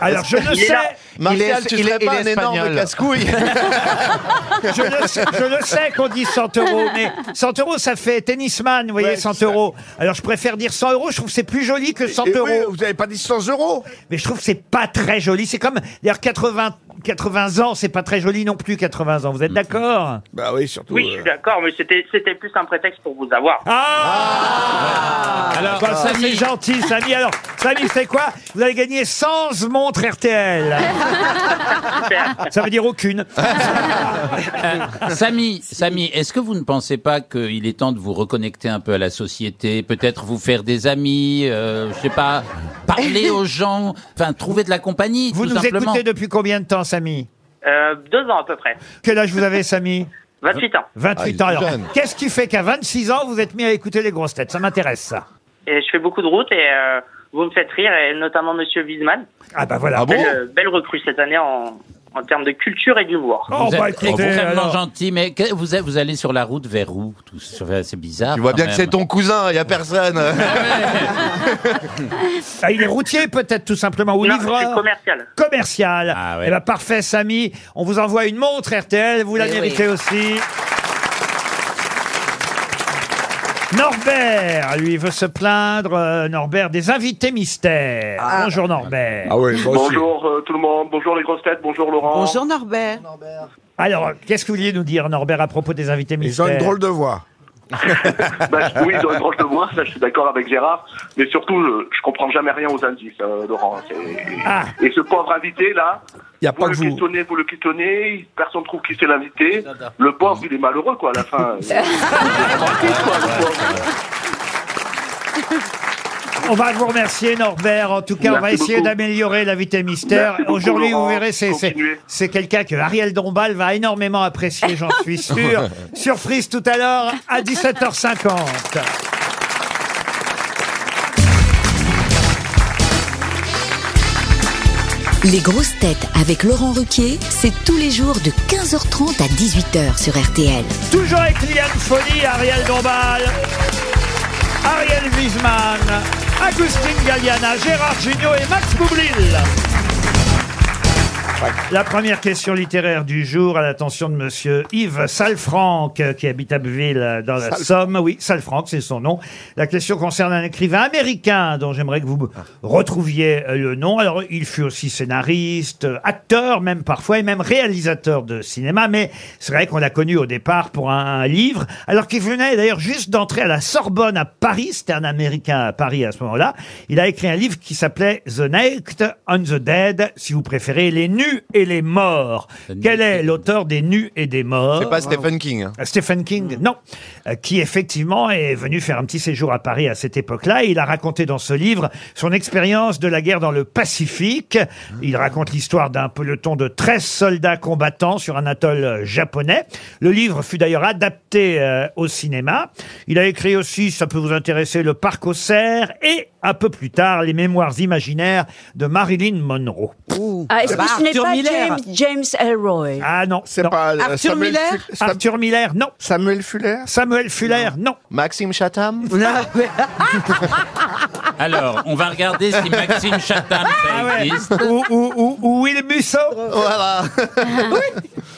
Speaker 2: Alors je ne
Speaker 18: Il est
Speaker 2: sais.
Speaker 18: là.
Speaker 9: Ah Martial, tu serais pas un énorme casse-couille
Speaker 2: je, le sais, je le sais qu'on dit 100 euros, mais 100 euros, ça fait tennisman, vous voyez, 100 euros. Alors, je préfère dire 100 euros, je trouve que c'est plus joli que 100 euros. vous n'avez pas dit 100 euros Mais je trouve que c'est pas très joli. C'est comme, d'ailleurs, 80, 80 ans, c'est pas très joli non plus, 80 ans. Vous êtes d'accord
Speaker 13: Bah oui, surtout.
Speaker 18: Oui, je suis d'accord, mais c'était c'était plus un prétexte pour vous avoir.
Speaker 2: Ah,
Speaker 9: Ah.
Speaker 2: Alors, Bah, ça, c'est gentil, Samy. Alors, Samy, c'est quoi Vous allez gagner 100 montres RTL. ça veut dire aucune.
Speaker 5: Euh, Samy, Samy, est-ce que vous ne pensez pas qu'il est temps de vous reconnecter un peu à la société, peut-être vous faire des amis, euh, je sais pas, parler aux gens, enfin trouver de la compagnie,
Speaker 2: Vous
Speaker 5: tout
Speaker 2: nous
Speaker 5: simplement.
Speaker 2: écoutez depuis combien de temps, Samy
Speaker 18: Euh, deux ans à peu près.
Speaker 2: Quel âge vous avez, Samy
Speaker 18: 28 ans.
Speaker 2: 28 ans. Alors, qu'est-ce qui fait qu'à 26 ans, vous êtes mis à écouter les grosses têtes Ça m'intéresse, ça.
Speaker 18: Et je fais beaucoup de routes et euh, vous me faites rire, et notamment Monsieur Wiesmann.
Speaker 2: Ah bah voilà.
Speaker 18: belle, euh, belle recrue cette année en, en termes de culture et d'humour.
Speaker 7: Oh,
Speaker 2: Oh,
Speaker 5: Vous
Speaker 2: bah
Speaker 7: bah,
Speaker 5: êtes extrêmement gentil, mais que- vous, êtes- vous allez sur la route vers où Tout- C'est bizarre.
Speaker 9: Tu vois
Speaker 5: quand
Speaker 9: bien que
Speaker 5: même.
Speaker 9: c'est ton cousin, il y a personne.
Speaker 2: Ah, il est routier, peut-être, tout simplement, ou
Speaker 18: Non,
Speaker 2: livreur.
Speaker 18: je suis commercial.
Speaker 2: Commercial.
Speaker 13: Ah,
Speaker 2: Eh ben, parfait, Samy. On vous envoie une montre RTL. Vous la
Speaker 18: Eh oui.
Speaker 2: méritez aussi. Norbert, lui, veut se plaindre, euh, Norbert, des invités mystères. Bonjour Norbert.
Speaker 13: Ah
Speaker 17: bonjour euh, tout le monde, bonjour les grosses têtes, bonjour Laurent.
Speaker 7: Bonjour Norbert.
Speaker 2: Alors, qu'est-ce que vous vouliez nous dire, Norbert, à propos des invités
Speaker 13: Ils ont
Speaker 2: mystères
Speaker 13: une drôle de voix.
Speaker 17: Bah, je- oui, ils ont une drôle de moi, ça je suis d'accord avec Gérard, mais surtout je, je comprends jamais rien aux indices, euh, Laurent. C'est- Et ce pauvre invité là,
Speaker 13: Y a
Speaker 17: vous
Speaker 13: pas
Speaker 17: le
Speaker 13: que vous.
Speaker 17: questionnez, vous le questionnez, personne trouve qui c'est l'invité. Le pauvre il est malheureux quoi à la fin. Il est tranquille, quoi, le pauvre.
Speaker 2: On va vous remercier, Norbert. En tout cas, on va
Speaker 17: Merci
Speaker 2: essayer
Speaker 17: beaucoup.
Speaker 2: d'améliorer l'invité mystère.
Speaker 17: Merci beaucoup,
Speaker 2: Aujourd'hui, vous
Speaker 17: Laurent.
Speaker 2: verrez, c'est, c'est, c'est quelqu'un que Ariel Dombal va énormément apprécier, j'en suis sûr. Surprise tout à l'heure à 17h50.
Speaker 19: Les grosses têtes avec Laurent Ruquier, c'est tous les jours de 15h30 à 18h sur RTL.
Speaker 2: Toujours avec Liane Folie, Ariel Dombal, Ariel Wiesman, Agustin Galliana, Gérard Junior et Max Boublil. La première question littéraire du jour à l'attention de monsieur Yves Salfranck, euh, qui habite Abbeville euh, dans la
Speaker 20: Salfranck.
Speaker 2: Somme. Oui, Salfranck, c'est son nom. La question concerne un écrivain américain dont j'aimerais que vous me retrouviez euh, le nom. Alors, il fut aussi scénariste, euh, acteur même parfois, et même réalisateur de cinéma, mais c'est vrai qu'on l'a connu au départ pour un, un livre, alors qu'il venait d'ailleurs juste d'entrer à la Sorbonne à Paris, c'était un Américain à Paris à ce moment-là. Il a écrit un livre qui s'appelait The Naked on the Dead, si vous préférez, Les Nus et les Morts. Quel est l'auteur des Nus et des Morts
Speaker 3: C'est pas Stephen King. hein. Mm.
Speaker 2: euh, Stephen King, non, Euh, qui effectivement est venu faire un petit séjour à Paris à cette époque-là. Et Il a raconté dans ce livre son expérience de la guerre dans le Pacifique.
Speaker 3: Mm.
Speaker 2: Il raconte l'histoire d'un peloton de 13 soldats combattants sur un atoll euh, japonais. Le livre fut d'ailleurs adapté euh, au cinéma. Il a écrit aussi, ça peut vous intéresser, Le Parc aux cerfs et un peu plus tard, Les Mémoires imaginaires de Marilyn Monroe.
Speaker 4: Ah, est-ce que ce n'est
Speaker 2: Arthur
Speaker 4: pas
Speaker 2: Miller.
Speaker 4: James, James Elroy
Speaker 2: Ah non, c'est
Speaker 5: euh,
Speaker 2: pas
Speaker 4: Arthur Euh, Samuel Miller Fu- Sam-
Speaker 2: Arthur Miller, non. Samuel Fuller Samuel Fuller, non. Maxime Chatham
Speaker 5: Alors, on va regarder si Maxime Chatham
Speaker 2: Ah
Speaker 5: ça existe.
Speaker 2: ou, ou, ou, ou Will Musso
Speaker 5: Voilà.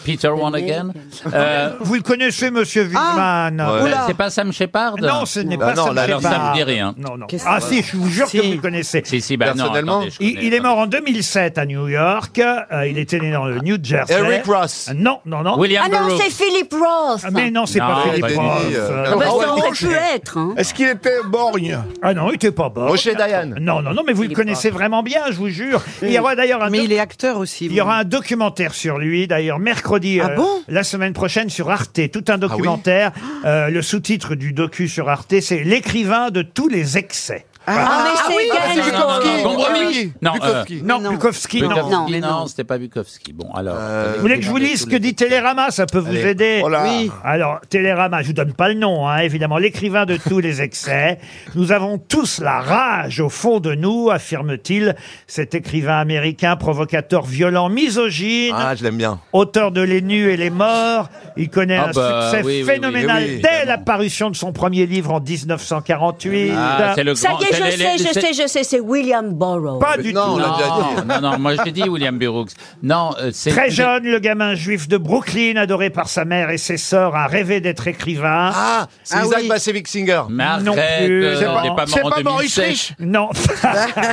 Speaker 5: Peter One Again. Euh,
Speaker 2: Vous le connaissez, monsieur Wiesmann
Speaker 5: Ouais. Oula. C'est pas Sam Shepard
Speaker 2: Non, ce n'est
Speaker 5: Ah
Speaker 2: pas
Speaker 5: non,
Speaker 2: Sam
Speaker 5: là,
Speaker 2: Shepard.
Speaker 5: alors ça me dit rien.
Speaker 2: Non, non.
Speaker 5: Qu'est-ce
Speaker 2: Ah
Speaker 5: que-
Speaker 2: si, je vous jure que vous le connaissez.
Speaker 5: Si, si, bah non, Personnellement attendez, je
Speaker 2: il, il est mort en 2007 à New York. Euh, il était né dans le New Jersey.
Speaker 3: Eric Ross.
Speaker 2: Non, non, non.
Speaker 12: ah non, c'est Philippe Roth.
Speaker 2: Ah, mais euh, non, c'est pas Philippe Roth.
Speaker 12: Ah bah, ça aurait pu être. hein.
Speaker 2: Est-ce qu'il était borgne Ah non, il était pas borgne.
Speaker 3: Rocher Dayan.
Speaker 2: Non, non, non, mais vous le connaissez vraiment bien, je vous jure. Il y aura d'ailleurs un. Mais il est acteur aussi. Il y aura un documentaire sur lui, d'ailleurs, mercredi. euh,
Speaker 7: Ah bon
Speaker 2: La semaine prochaine sur Arte, tout un documentaire. Euh, le sous-titre du docu sur Arte, c'est L'écrivain de tous les excès.
Speaker 5: Ah, mais c'est
Speaker 2: oui,
Speaker 5: Gaël.
Speaker 2: c'est
Speaker 5: Non, non, non,
Speaker 2: Bukowski.
Speaker 5: non, Gombrowicz.
Speaker 2: Oui.
Speaker 5: Non, euh,
Speaker 2: Bukowski. non, Bukowski, non. Euh,
Speaker 5: Bukowski, non, c'était pas Bukowski. Bon, alors.
Speaker 2: Vous voulez que je vous lise ce que dit Télérama Ça peut vous
Speaker 5: Allez.
Speaker 2: aider.
Speaker 5: Oh là. Oui.
Speaker 2: Alors, Télérama, je vous donne pas le nom, hein, évidemment. L'écrivain de tous les excès. Nous avons tous la rage au fond de nous, affirme-t-il. Cet écrivain américain, provocateur, violent, misogyne.
Speaker 3: Ah, je l'aime bien.
Speaker 2: Auteur de Les Nus et les Morts, il connaît
Speaker 3: Ah
Speaker 2: un
Speaker 3: bah,
Speaker 2: succès
Speaker 3: oui, oui, oui,
Speaker 2: phénoménal
Speaker 3: oui, oui,
Speaker 2: dès la parution de son premier livre en 1948.
Speaker 5: Ah, c'est le
Speaker 4: Ça y est,
Speaker 5: c'est
Speaker 4: je
Speaker 5: les- les-
Speaker 4: sais, je
Speaker 5: c'est-
Speaker 4: sais, je sais, c'est William Burroughs.
Speaker 2: Pas du
Speaker 5: Non,
Speaker 2: tout.
Speaker 5: non,
Speaker 2: Non.
Speaker 5: Oh, non, non, moi j'ai dit William Burroughs. Non, euh, c'est
Speaker 2: Très jeune, le gamin juif de Brooklyn, adoré par sa mère et ses sœurs, a rêvé d'être écrivain. Ah,
Speaker 3: c'est Isaac Bassevic Singer.
Speaker 2: Non
Speaker 5: arrête,
Speaker 2: plus.
Speaker 5: euh, C'est pas- il est pas c'est mort en pas Maurice 2007. Rich
Speaker 2: Non.
Speaker 3: Bah,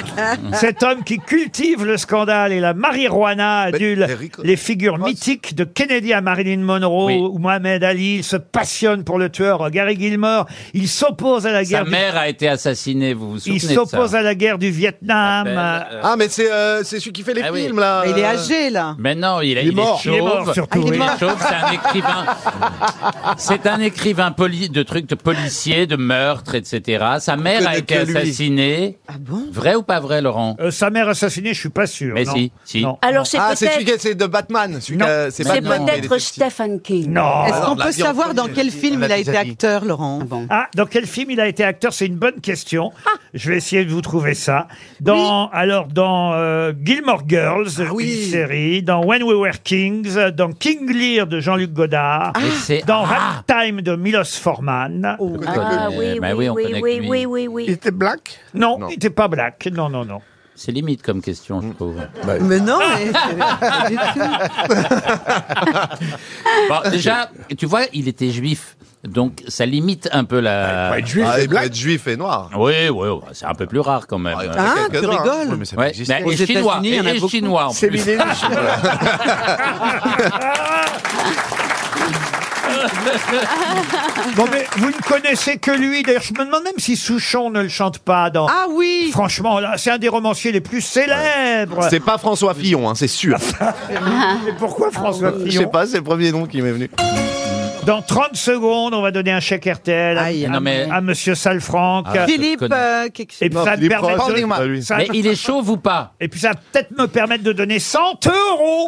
Speaker 2: Cet homme qui cultive le scandale et la marijuana adule les figures mythiques de Kennedy à Marilyn Monroe ou Mohamed Ali. Il se passionne pour le tueur Gary Gilmore. Il s'oppose à la
Speaker 5: Sa
Speaker 2: guerre. du-
Speaker 5: mère a été assassinée, vous vous souvenez
Speaker 2: Il
Speaker 5: de ça
Speaker 2: s'oppose à la guerre du
Speaker 5: Ah,
Speaker 2: Vietnam.
Speaker 5: ben, euh, Ah
Speaker 3: Ah, mais c'est euh, c'est celui qui fait les films, là. euh,
Speaker 7: là.
Speaker 5: Mais non, il,
Speaker 3: Il est mort.
Speaker 5: chauve.
Speaker 3: Il est mort, surtout,
Speaker 5: il est
Speaker 3: oui.
Speaker 5: chauve, c'est un écrivain. c'est un écrivain poli- de trucs de policiers, de meurtres, etc. Sa mère a
Speaker 2: connaît
Speaker 5: été
Speaker 2: que lui.
Speaker 5: assassinée.
Speaker 7: Ah
Speaker 5: Vrai ou pas vrai, Laurent
Speaker 2: Euh, sa mère assassinée, je suis pas sûr.
Speaker 5: Mais
Speaker 2: non.
Speaker 5: si, si.
Speaker 2: Non.
Speaker 4: Alors, c'est
Speaker 3: Ah, c'est
Speaker 4: peut-être-
Speaker 3: celui qui est- c'est de Batman. Celui
Speaker 2: Non.
Speaker 3: qui a- euh, C'est
Speaker 4: C'est
Speaker 3: Batman. qui a
Speaker 4: peut-être
Speaker 3: été-
Speaker 4: Stephen King.
Speaker 3: Non.
Speaker 7: Est-ce
Speaker 3: Alors,
Speaker 7: qu'on
Speaker 3: la
Speaker 7: peut
Speaker 3: viande
Speaker 7: savoir dans quel film il a été acteur, Laurent Ah.
Speaker 2: Ah, dans quel film il a été acteur C'est une bonne question. Je vais essayer de vous trouver ça. Dans alors dans euh, Gilmore Girls,
Speaker 7: Ah
Speaker 2: une série, dans When We Were Kings, dans King Lear de Jean-Luc
Speaker 7: Ah.
Speaker 2: Godard, dans
Speaker 5: ah.
Speaker 2: Ragtime de Milos Forman.
Speaker 7: Oh.
Speaker 4: Ah oui,
Speaker 5: Bah oui,
Speaker 4: oui,
Speaker 5: on
Speaker 4: oui,
Speaker 5: connaît
Speaker 4: oui,
Speaker 5: que lui.
Speaker 4: oui, oui, oui.
Speaker 2: était black non, il n'était pas black. Non, non, Ah. non.
Speaker 5: C'est limite comme question, je trouve.
Speaker 7: Mais non, mais...
Speaker 5: Bon, déjà, tu vois, il était juif. Donc, ça limite un peu la.
Speaker 3: Ah, Il doit être juif et noir.
Speaker 5: Oui, oui, oui, c'est un peu plus rare quand même.
Speaker 3: en a Ah, quelques-uns, tu hein. rigoles
Speaker 5: Ouais,
Speaker 3: Oui,
Speaker 5: mais
Speaker 3: mais ça peut exister. Aux
Speaker 5: Bah, et chinois,
Speaker 3: États-Unis, il
Speaker 5: et,
Speaker 3: y en a
Speaker 5: et
Speaker 3: beaucoup.
Speaker 5: chinois en
Speaker 3: C'est
Speaker 5: plus.
Speaker 3: Millet les Chinois.
Speaker 2: Bon, mais vous ne connaissez que lui. D'ailleurs, je me demande même si Souchon ne le chante pas dans.
Speaker 7: Ah oui
Speaker 2: Franchement, là, c'est un des romanciers les plus célèbres.
Speaker 3: C'est pas François Fillon, hein, c'est sûr.
Speaker 2: Mais pourquoi François
Speaker 3: Euh, Je sais
Speaker 2: Fillon
Speaker 3: pas, c'est le premier nom qui m'est venu.
Speaker 2: Dans 30 secondes, on va donner un chèque RTL à,
Speaker 5: non, mais-
Speaker 2: à Monsieur Salfranck.
Speaker 5: Ah, Philippe, je connais. euh, quelque chose.
Speaker 2: Et puis
Speaker 5: Non,
Speaker 2: ça me
Speaker 5: Philippe
Speaker 2: permet
Speaker 5: Roth,
Speaker 2: de-
Speaker 5: pas lui. Mais il est chauve ou pas
Speaker 2: Et puis ça va peut-être me permettre de donner 100 euros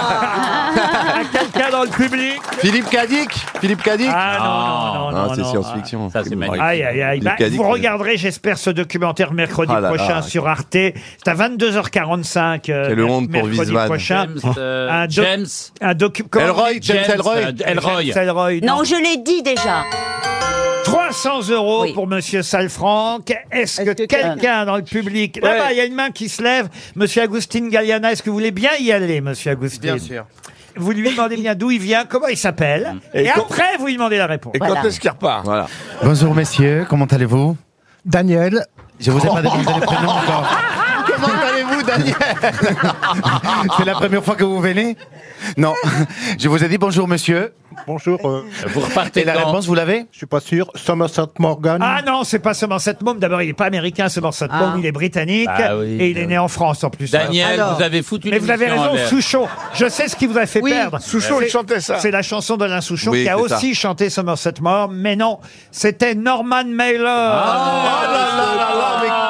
Speaker 2: à quelqu'un dans le public.
Speaker 3: Philippe Cadic Philippe Cadic
Speaker 2: Ah non, non, non, non,
Speaker 3: c'est
Speaker 2: non. Ah,
Speaker 3: science-fiction.
Speaker 5: Ça, c'est magnifique.
Speaker 2: Aïe, aïe, aïe. Bah, vous regarderez, j'espère, ce documentaire mercredi
Speaker 3: Ah là là.
Speaker 2: prochain sur Arte. C'est à 22h45. euh,
Speaker 3: Quelle honte pour
Speaker 2: mercredi
Speaker 3: Wiesmann.
Speaker 2: prochain.
Speaker 5: James, euh,
Speaker 2: un doc-
Speaker 5: James. euh,
Speaker 2: Un docu- comment
Speaker 3: Elroy,
Speaker 2: on dit
Speaker 3: James Elroy.
Speaker 2: James Elroy,
Speaker 4: Non, je l'ai dit déjà.
Speaker 2: 300 euros pour Monsieur Salfranc. Est-ce que, quelqu'un dans le public... Là-bas, il y a une main qui se lève. Monsieur Agustin Galliana, est-ce que vous voulez bien y aller, Monsieur Agustin
Speaker 13: Bien sûr.
Speaker 2: Vous lui demandez bien d'où il vient, comment il s'appelle, et,
Speaker 13: Et quand-
Speaker 2: après, vous lui demandez la réponse.
Speaker 13: Et quand est-ce qu'il repart
Speaker 8: Bonjour messieurs, comment allez-vous Daniel. Je vous ai pas demandé le prénom encore.
Speaker 3: Comment allez-vous, Daniel
Speaker 8: C'est la première fois que vous venez Non. Je vous ai dit bonjour monsieur.
Speaker 20: Bonjour.
Speaker 8: Vous repartez Et la quand réponse, vous l'avez
Speaker 20: Je suis pas sûr. Somerset Morgan.
Speaker 2: Ah non, c'est pas Somerset Maugham. D'abord, il n'est pas américain, Somerset
Speaker 20: Ah.
Speaker 2: Maugham, il est britannique.
Speaker 5: Ah oui,
Speaker 2: et il
Speaker 5: bah
Speaker 2: est né en France, en plus.
Speaker 5: Daniel,
Speaker 2: Alors-
Speaker 5: vous avez foutu
Speaker 2: Mais
Speaker 5: une
Speaker 2: vous avez
Speaker 5: mission en
Speaker 2: raison,
Speaker 5: l'air.
Speaker 2: Souchon. Je sais ce qui vous a fait
Speaker 5: Oui.
Speaker 2: perdre.
Speaker 5: Souchon,
Speaker 2: C'est-
Speaker 5: il chantait ça.
Speaker 2: C'est la chanson d'Alain Souchon
Speaker 5: Oui,
Speaker 2: qui a
Speaker 5: c'est ça.
Speaker 2: aussi chanté Somerset Maugham. Mais non, c'était Norman Mailer.
Speaker 5: Ah.
Speaker 3: Oh
Speaker 2: Norman Mailer.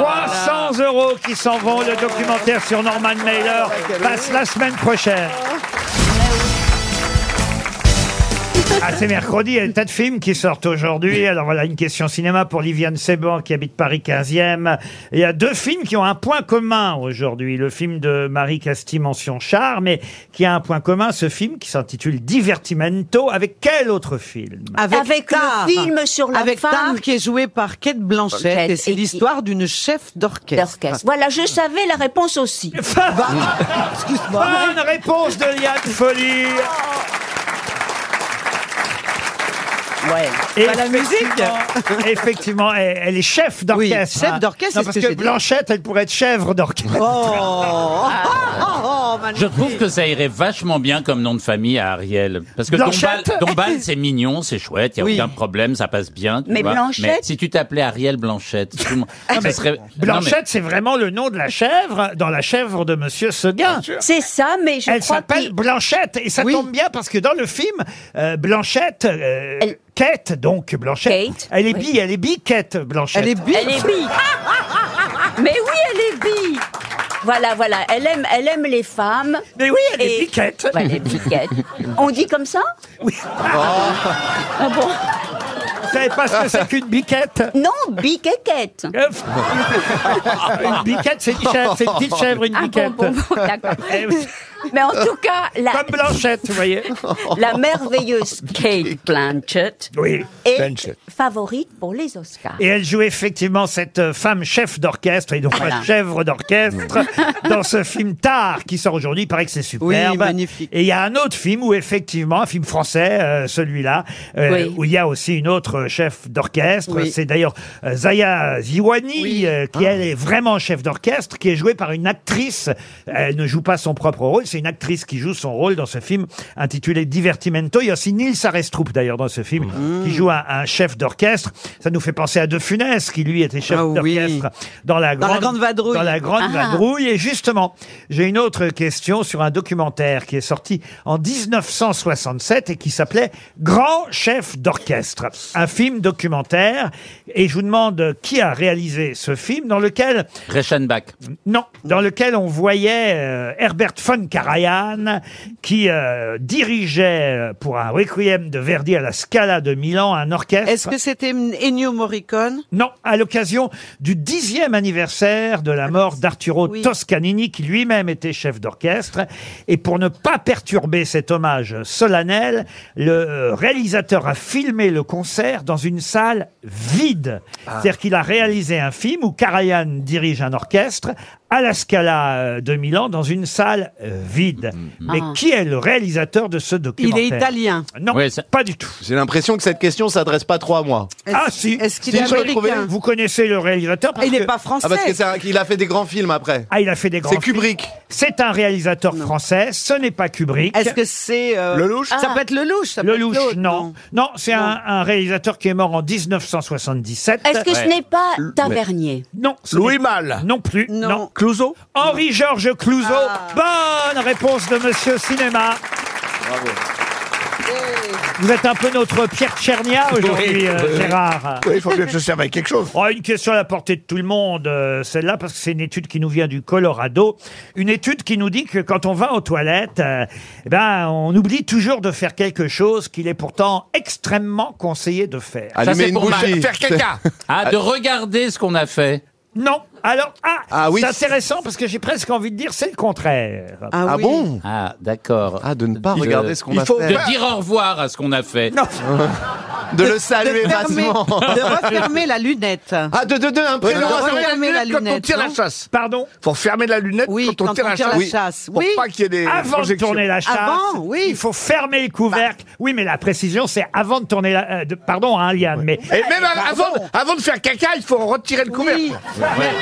Speaker 2: 300 euros qui s'en vont. Le documentaire sur Norman Mailer passe la semaine prochaine. Ah, c'est mercredi, il y a des tas de films qui sortent aujourd'hui. Alors voilà, une question cinéma pour Liviane Seban qui habite Paris 15e. Il y a deux films qui ont un point commun aujourd'hui. Le film de Marie Casti, mention charme, mais qui a un point commun, ce film qui s'intitule Divertimento. Avec quel autre film
Speaker 12: Avec le film sur la
Speaker 7: Avec
Speaker 12: femme.
Speaker 7: Tar, qui est joué par Kate Blanchett.
Speaker 12: Blanchett,
Speaker 7: Et c'est
Speaker 12: et qui-
Speaker 7: l'histoire d'une chef d'orchestre. Bah,
Speaker 12: Voilà, je savais la réponse aussi. Bah,
Speaker 7: Excuse-moi.
Speaker 2: Bonne réponse de Liane Folie. Ouais.
Speaker 7: Pas la
Speaker 2: musique. Effectivement, elle, elle est chef d'orchestre.
Speaker 7: Oui, chef d'orchestre, c'est
Speaker 2: Non,
Speaker 7: ce
Speaker 2: parce
Speaker 7: que
Speaker 2: que,
Speaker 7: j'ai dit.
Speaker 2: Blanchette, elle pourrait être chèvre d'orchestre.
Speaker 7: Oh,
Speaker 5: Je trouve que ça irait vachement bien comme nom de famille à Ariel. Parce que Dombal,
Speaker 2: Blanchette
Speaker 5: Dombal, c'est mignon, c'est chouette, il n'y a
Speaker 2: Oui.
Speaker 5: aucun problème, ça passe bien. tu
Speaker 2: Mais
Speaker 5: vois.
Speaker 2: Blanchette
Speaker 5: Mais si tu t'appelais Ariel Blanchette, tout le monde-
Speaker 3: Ah,
Speaker 5: ça serait- Non, mais-
Speaker 2: Blanchette, c'est vraiment le nom de la chèvre dans la chèvre de Monsieur Seguin.
Speaker 12: C'est ça, mais je
Speaker 2: Elle
Speaker 12: crois
Speaker 2: s'appelle Blanchette et ça tombe bien parce que dans le film, euh, Blanchette, euh, Kate donc Blanchette, elle est bi, elle est bi Kate Blanchette.
Speaker 12: Elle est bi. Elle est bi. Mais oui, elle est bi. Voilà, voilà. Elle aime, elle aime les femmes.
Speaker 2: Mais oui, elle est
Speaker 12: Et-
Speaker 2: biquette.
Speaker 12: Ouais, elle est biquette. On dit comme ça
Speaker 2: Oui. Oh.
Speaker 12: Ah bon
Speaker 2: Vous savez pas ce que c'est qu'une biquette
Speaker 12: Non, biquette.
Speaker 2: une biquette, c'est une chèvre, c'est une petite chèvre, une
Speaker 12: Ah bon,
Speaker 2: biquette. Eh
Speaker 12: bon, bon, d'accord. Mais en tout cas, la,
Speaker 2: Comme Blanchette, vous voyez.
Speaker 12: la merveilleuse Kate Blanchett
Speaker 2: Oui.
Speaker 12: est
Speaker 2: Blanchett.
Speaker 12: favorite pour les Oscars.
Speaker 2: Et elle joue effectivement cette euh, femme chef d'orchestre, et donc
Speaker 12: Voilà.
Speaker 2: pas chèvre d'orchestre, dans ce film Tard qui sort aujourd'hui. Il paraît que c'est superbe.
Speaker 7: Oui, magnifique.
Speaker 2: Et il y a un autre film où effectivement, un film français, euh, celui-là, euh,
Speaker 7: Oui.
Speaker 2: où il y a aussi une autre euh, chef d'orchestre.
Speaker 7: Oui.
Speaker 2: C'est d'ailleurs euh, Zaya Ziwani, euh, qui elle est vraiment chef d'orchestre, qui est jouée par une actrice. Elle ne joue pas son propre rôle, c'est une actrice qui joue son rôle dans ce film intitulé Divertimento. Il y a aussi Nils Arestrup d'ailleurs dans ce film,
Speaker 7: Ah.
Speaker 2: qui joue un, un chef d'orchestre. Ça nous fait penser à De Funès, qui lui était chef
Speaker 7: Ah oui.
Speaker 2: d'orchestre dans la
Speaker 7: Dans
Speaker 2: grande,
Speaker 7: la Grande Vadrouille.
Speaker 2: dans la grande
Speaker 7: Ah.
Speaker 2: vadrouille. Et justement, j'ai une autre question sur un documentaire qui est sorti en 1967 et qui s'appelait Grand chef d'orchestre. Un film documentaire. Et je vous demande qui a réalisé ce film dans lequel
Speaker 5: Reichenbach.
Speaker 2: non, dans lequel on voyait euh, Herbert von Karajan qui euh, dirigeait euh, pour un requiem de Verdi à la Scala de Milan un orchestre.
Speaker 7: Est-ce que c'était Ennio Morricone
Speaker 2: Non, à l'occasion du dixième anniversaire de la mort d'Arturo Toscanini, qui lui-même était chef d'orchestre. Et pour ne pas perturber cet hommage solennel, le euh, réalisateur a filmé le concert dans une salle vide.
Speaker 7: Ah.
Speaker 2: C'est-à-dire qu'il a réalisé un film où Karajan dirige un orchestre à la Scala euh, de Milan dans une salle euh, vide. Mais
Speaker 7: Ah.
Speaker 2: qui est le réalisateur de ce documentaire
Speaker 7: italien.
Speaker 2: Non, pas du tout.
Speaker 3: J'ai l'impression que cette question s'adresse pas trop à moi.
Speaker 2: Ah si,
Speaker 7: est-ce qu'il est
Speaker 2: je le trouvais-
Speaker 7: américain
Speaker 2: Vous connaissez le réalisateur parce
Speaker 7: Il n'est
Speaker 2: que-
Speaker 7: pas français.
Speaker 3: Ah, parce que c'est un- qu'il a fait des grands films après.
Speaker 2: Ah, il a fait des grands
Speaker 3: C'est Kubrick.
Speaker 2: films. C'est un réalisateur français, ce n'est pas Kubrick.
Speaker 7: Est-ce que c'est euh,
Speaker 2: Lelouch
Speaker 7: Ça
Speaker 2: Ah.
Speaker 7: peut être Lelouch. Ça peut
Speaker 2: Lelouch,
Speaker 7: être l'autre,
Speaker 2: non. Non, c'est un, un réalisateur qui est mort en 1977.
Speaker 12: Est-ce que ce n'est pas Tavernier
Speaker 2: Non. ce n'est-
Speaker 12: Louis
Speaker 2: Malle Non plus. Non. Clouseau Henri-Georges Clouseau.
Speaker 7: Ah.
Speaker 2: Bonne réponse de Monsieur Cinéma. Vous êtes un peu notre Pierre Tchernia aujourd'hui,
Speaker 13: Oui,
Speaker 2: euh,
Speaker 13: oui, oui.
Speaker 2: Gérard.
Speaker 13: Oui, il faut bien que je serve avec quelque chose.
Speaker 2: Oh, une question à la portée de tout le monde, euh, celle-là, parce que c'est une étude qui nous vient du Colorado. Une étude qui nous dit que quand on va aux toilettes, euh, eh ben, on oublie toujours de faire quelque chose qu'il est pourtant extrêmement conseillé de faire.
Speaker 5: Ça, c'est pour ma-
Speaker 2: caca.
Speaker 13: Ah,
Speaker 5: Ah, de regarder ce qu'on a fait.
Speaker 2: Non. Alors, ah,
Speaker 5: Ah oui.
Speaker 2: c'est intéressant parce que j'ai presque envie de dire c'est le contraire.
Speaker 5: Ah Ah oui. bon Ah, d'accord.
Speaker 2: Ah, de ne
Speaker 5: De- il faut De dire au revoir à ce qu'on a fait.
Speaker 7: De- de fermer- De refermer la lunette.
Speaker 13: Ah, de, de, de, un
Speaker 7: prénom,
Speaker 13: de
Speaker 7: un prénom.
Speaker 13: refermer la lunette quand on tire
Speaker 7: non
Speaker 13: la chasse.
Speaker 2: Pardon
Speaker 13: Faut fermer la lunette quand, on tire la chasse. Pour pas qu'il y ait des
Speaker 2: Avant de
Speaker 13: projections.
Speaker 2: tourner la chasse, il faut fermer le couvercle.
Speaker 7: Bah.
Speaker 2: Oui, mais la précision, c'est avant de tourner la... euh, de- Pardon, hein, Liane, mais...
Speaker 13: Et même avant, avant de faire caca, il faut retirer le couvercle.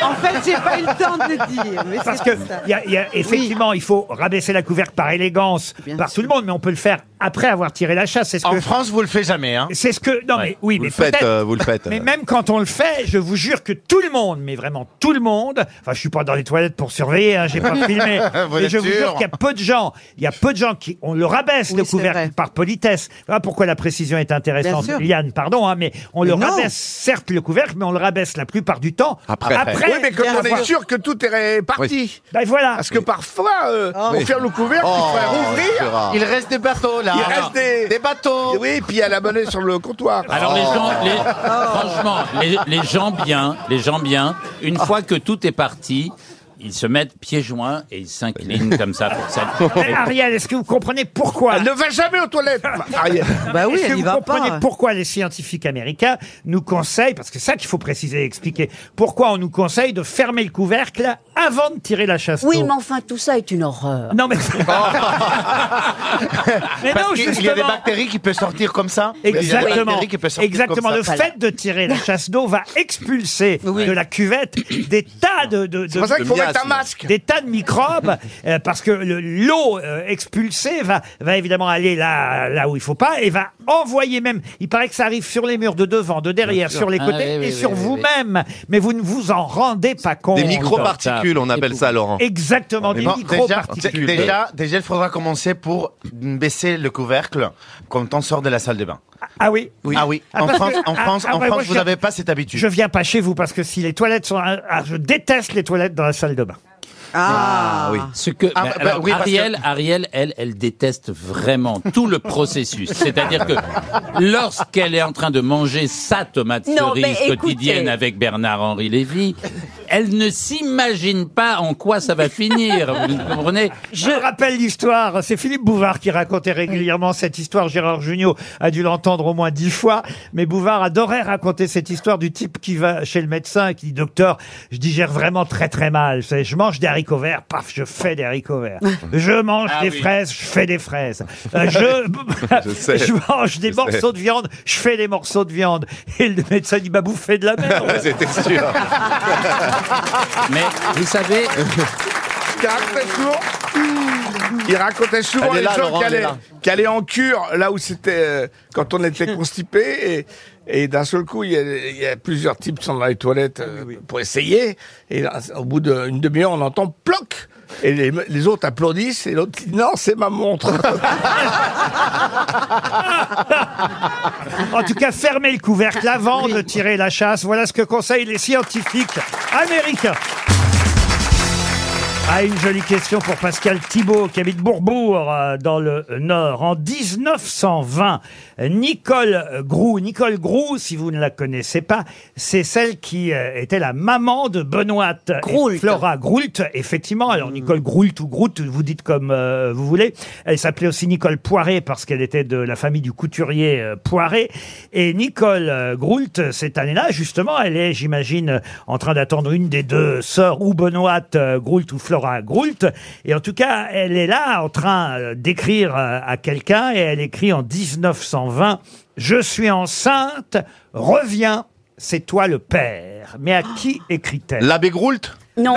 Speaker 7: En fait, j'ai pas eu le temps de le dire. mais
Speaker 2: Parce que,
Speaker 7: c'est ça.
Speaker 2: il y a- il y a- effectivement, il faut rabaisser la couvercle par élégance, par tout le monde, mais on peut le faire après avoir tiré la chasse. En
Speaker 8: France, vous le faites jamais, hein
Speaker 2: C'est ce que. Non, mais oui,
Speaker 8: Vous
Speaker 2: mais
Speaker 8: le faites,
Speaker 2: peut-être-
Speaker 8: euh, vous le faites,
Speaker 2: Mais
Speaker 8: euh.
Speaker 2: même quand on le fait, je vous jure que tout le monde, mais vraiment tout le monde, enfin, je suis pas dans les toilettes pour surveiller, hein, j'ai pas filmé,
Speaker 8: Vous
Speaker 2: mais
Speaker 8: êtes
Speaker 2: je vous
Speaker 8: sûr
Speaker 2: jure qu'il y a peu de gens, il y a peu de gens qui, on le rabaisse le couvercle par politesse. Voilà pourquoi la précision est intéressante,
Speaker 8: Bien sûr.
Speaker 2: Liane, pardon, hein, mais on le
Speaker 8: Mais non.
Speaker 2: rabaisse, certes, le couvercle, mais on le rabaisse la plupart du temps. Après,
Speaker 13: oui, mais quand on est sûr que tout est réparti.
Speaker 2: Oui. Ben voilà.
Speaker 13: Parce que parfois, euh,
Speaker 2: Oui.
Speaker 13: pour faire le couvercle,
Speaker 2: Oh,
Speaker 13: il faut rouvrir.
Speaker 5: Gérard. Il reste
Speaker 13: des bateaux,
Speaker 5: là.
Speaker 13: Il reste des, bateaux. Oui, puis il y a la monnaie sur le comptoir.
Speaker 5: Alors les gens, les- franchement, les, les gens bien, les gens bien, une fois que tout est parti, ils se mettent pieds joints et ils s'inclinent comme ça. Pour ça.
Speaker 2: Mais Ariel, est-ce que vous comprenez pourquoi
Speaker 13: Elle ne va jamais aux toilettes, Ariel.
Speaker 2: Bah oui, Est-ce que vous comprenez pourquoi les scientifiques américains nous conseillent, parce que c'est ça qu'il faut préciser et expliquer, pourquoi on nous conseille de fermer le couvercle avant de tirer la chasse
Speaker 4: Oui,
Speaker 2: d'eau
Speaker 4: mais enfin, tout ça est une horreur.
Speaker 2: Non, mais.
Speaker 13: Oh.
Speaker 2: Mais
Speaker 8: Parce
Speaker 2: non,
Speaker 8: qu'il- il y a des
Speaker 2: justement.
Speaker 8: bactéries qui peuvent sortir comme ça. Il y a des
Speaker 2: Exactement.
Speaker 8: bactéries qui peuvent sortir
Speaker 2: Exactement.
Speaker 8: comme
Speaker 2: Le
Speaker 8: ça.
Speaker 2: fait de tirer la chasse d'eau va expulser de la cuvette des tas de. de, de-
Speaker 13: pour ça qu'il faut
Speaker 2: de
Speaker 13: mettre un
Speaker 2: miasmes.
Speaker 13: masque.
Speaker 2: Des tas de microbes, euh, parce que le- l'eau euh, expulsée va, va évidemment aller là, là où il faut pas et va envoyer même. Il paraît que ça arrive sur les murs de devant, de
Speaker 8: Bien
Speaker 2: derrière,
Speaker 8: sûr.
Speaker 2: sur les
Speaker 8: Ah,
Speaker 2: côtés
Speaker 8: oui, oui,
Speaker 2: et
Speaker 8: oui,
Speaker 2: sur
Speaker 8: oui, oui.
Speaker 2: vous-même. Mais vous ne vous en rendez pas compte.
Speaker 8: Des microparticules, on appelle ça, Laurent.
Speaker 2: Exactement, des
Speaker 8: Bon, déjà,
Speaker 2: microparticules.
Speaker 8: déjà, déjà, il faudra commencer pour baisser le couvercle quand on sort de la salle de bain.
Speaker 2: Ah oui,
Speaker 8: Ah oui.
Speaker 2: Ah,
Speaker 8: en
Speaker 2: parce
Speaker 8: France,
Speaker 2: que-
Speaker 8: en
Speaker 2: ah,
Speaker 8: France,
Speaker 2: ah,
Speaker 8: en
Speaker 2: bah, moi,
Speaker 8: France
Speaker 2: je
Speaker 8: vous
Speaker 2: viens-
Speaker 8: n'avez pas cette habitude.
Speaker 2: Je viens pas chez vous parce que si les toilettes sont, ah, je déteste les toilettes dans la salle de bain. Ah,
Speaker 5: oui. Ce que
Speaker 2: Ah,
Speaker 5: mais
Speaker 2: bah,
Speaker 5: alors,
Speaker 2: bah, oui, parce
Speaker 5: Ariel,
Speaker 2: que-
Speaker 5: Ariel, elle, elle déteste vraiment tout le processus. C'est-à-dire que lorsqu'elle est en train de manger sa tomate
Speaker 4: Non, mais
Speaker 5: cerise quotidienne
Speaker 4: écoutez.
Speaker 5: avec Bernard Henri Lévy, elle ne s'imagine pas en quoi ça va finir. Vous comprenez
Speaker 2: Je rappelle l'histoire. C'est Philippe Bouvard qui racontait régulièrement cette histoire. Gérard Jugnot a dû l'entendre au moins dix fois. Mais Bouvard adorait raconter cette histoire du type qui va chez le médecin et qui dit Docteur, je digère vraiment très très mal. Vous savez, je mange des haricots verts, paf, je fais des haricots verts. Je mange
Speaker 8: Ah
Speaker 2: des
Speaker 8: oui.
Speaker 2: fraises, je fais des fraises. Euh, je...
Speaker 8: Je sais.
Speaker 2: je mange des
Speaker 8: Je sais.
Speaker 2: morceaux de viande, je fais des morceaux de viande. Et le médecin dit Bah, vous faites de la merde.
Speaker 8: C'était sûr.
Speaker 13: Ah, Oh.
Speaker 5: Mais vous savez,
Speaker 13: Il racontait souvent
Speaker 8: Elle est
Speaker 13: les
Speaker 8: là,
Speaker 13: gens
Speaker 8: Laurent,
Speaker 13: qui
Speaker 8: elle est
Speaker 13: allaient,
Speaker 8: là.
Speaker 13: qui allaient en cure là où c'était euh, quand on était constipé et, et d'un seul coup il y, a, il y a plusieurs types qui sont dans les toilettes
Speaker 8: Ah
Speaker 13: euh, pour essayer et là, au bout d'une demi-heure on entend ploc et les, les autres applaudissent et l'autre dit non c'est ma montre.
Speaker 2: En tout cas, fermez le couvercle avant de tirer la chasse. Voilà ce que conseillent les scientifiques américains. Ah, une jolie question pour Pascal Thibault, qui habite Bourbourg, euh, dans le Nord. En 1920, Nicole Groux, Nicole Groux, si vous ne la connaissez pas, c'est celle qui euh, était la maman de Benoît et Flora Groult, effectivement. Alors, Nicole Groult ou Groult, vous dites comme euh, vous voulez. Elle s'appelait aussi Nicole Poiré parce qu'elle était de la famille du couturier euh, Poiré. Et Nicole euh, Groult, cette année-là, justement, elle est, j'imagine, euh, en train d'attendre une des deux sœurs, ou Benoît euh, Groult ou Flora Groult. Et en tout cas, elle est là en train euh, d'écrire euh, à quelqu'un et elle écrit en 1920 Je suis enceinte, reviens, c'est toi le père. Mais à qui écrit-elle L'abbé Groult
Speaker 4: Non.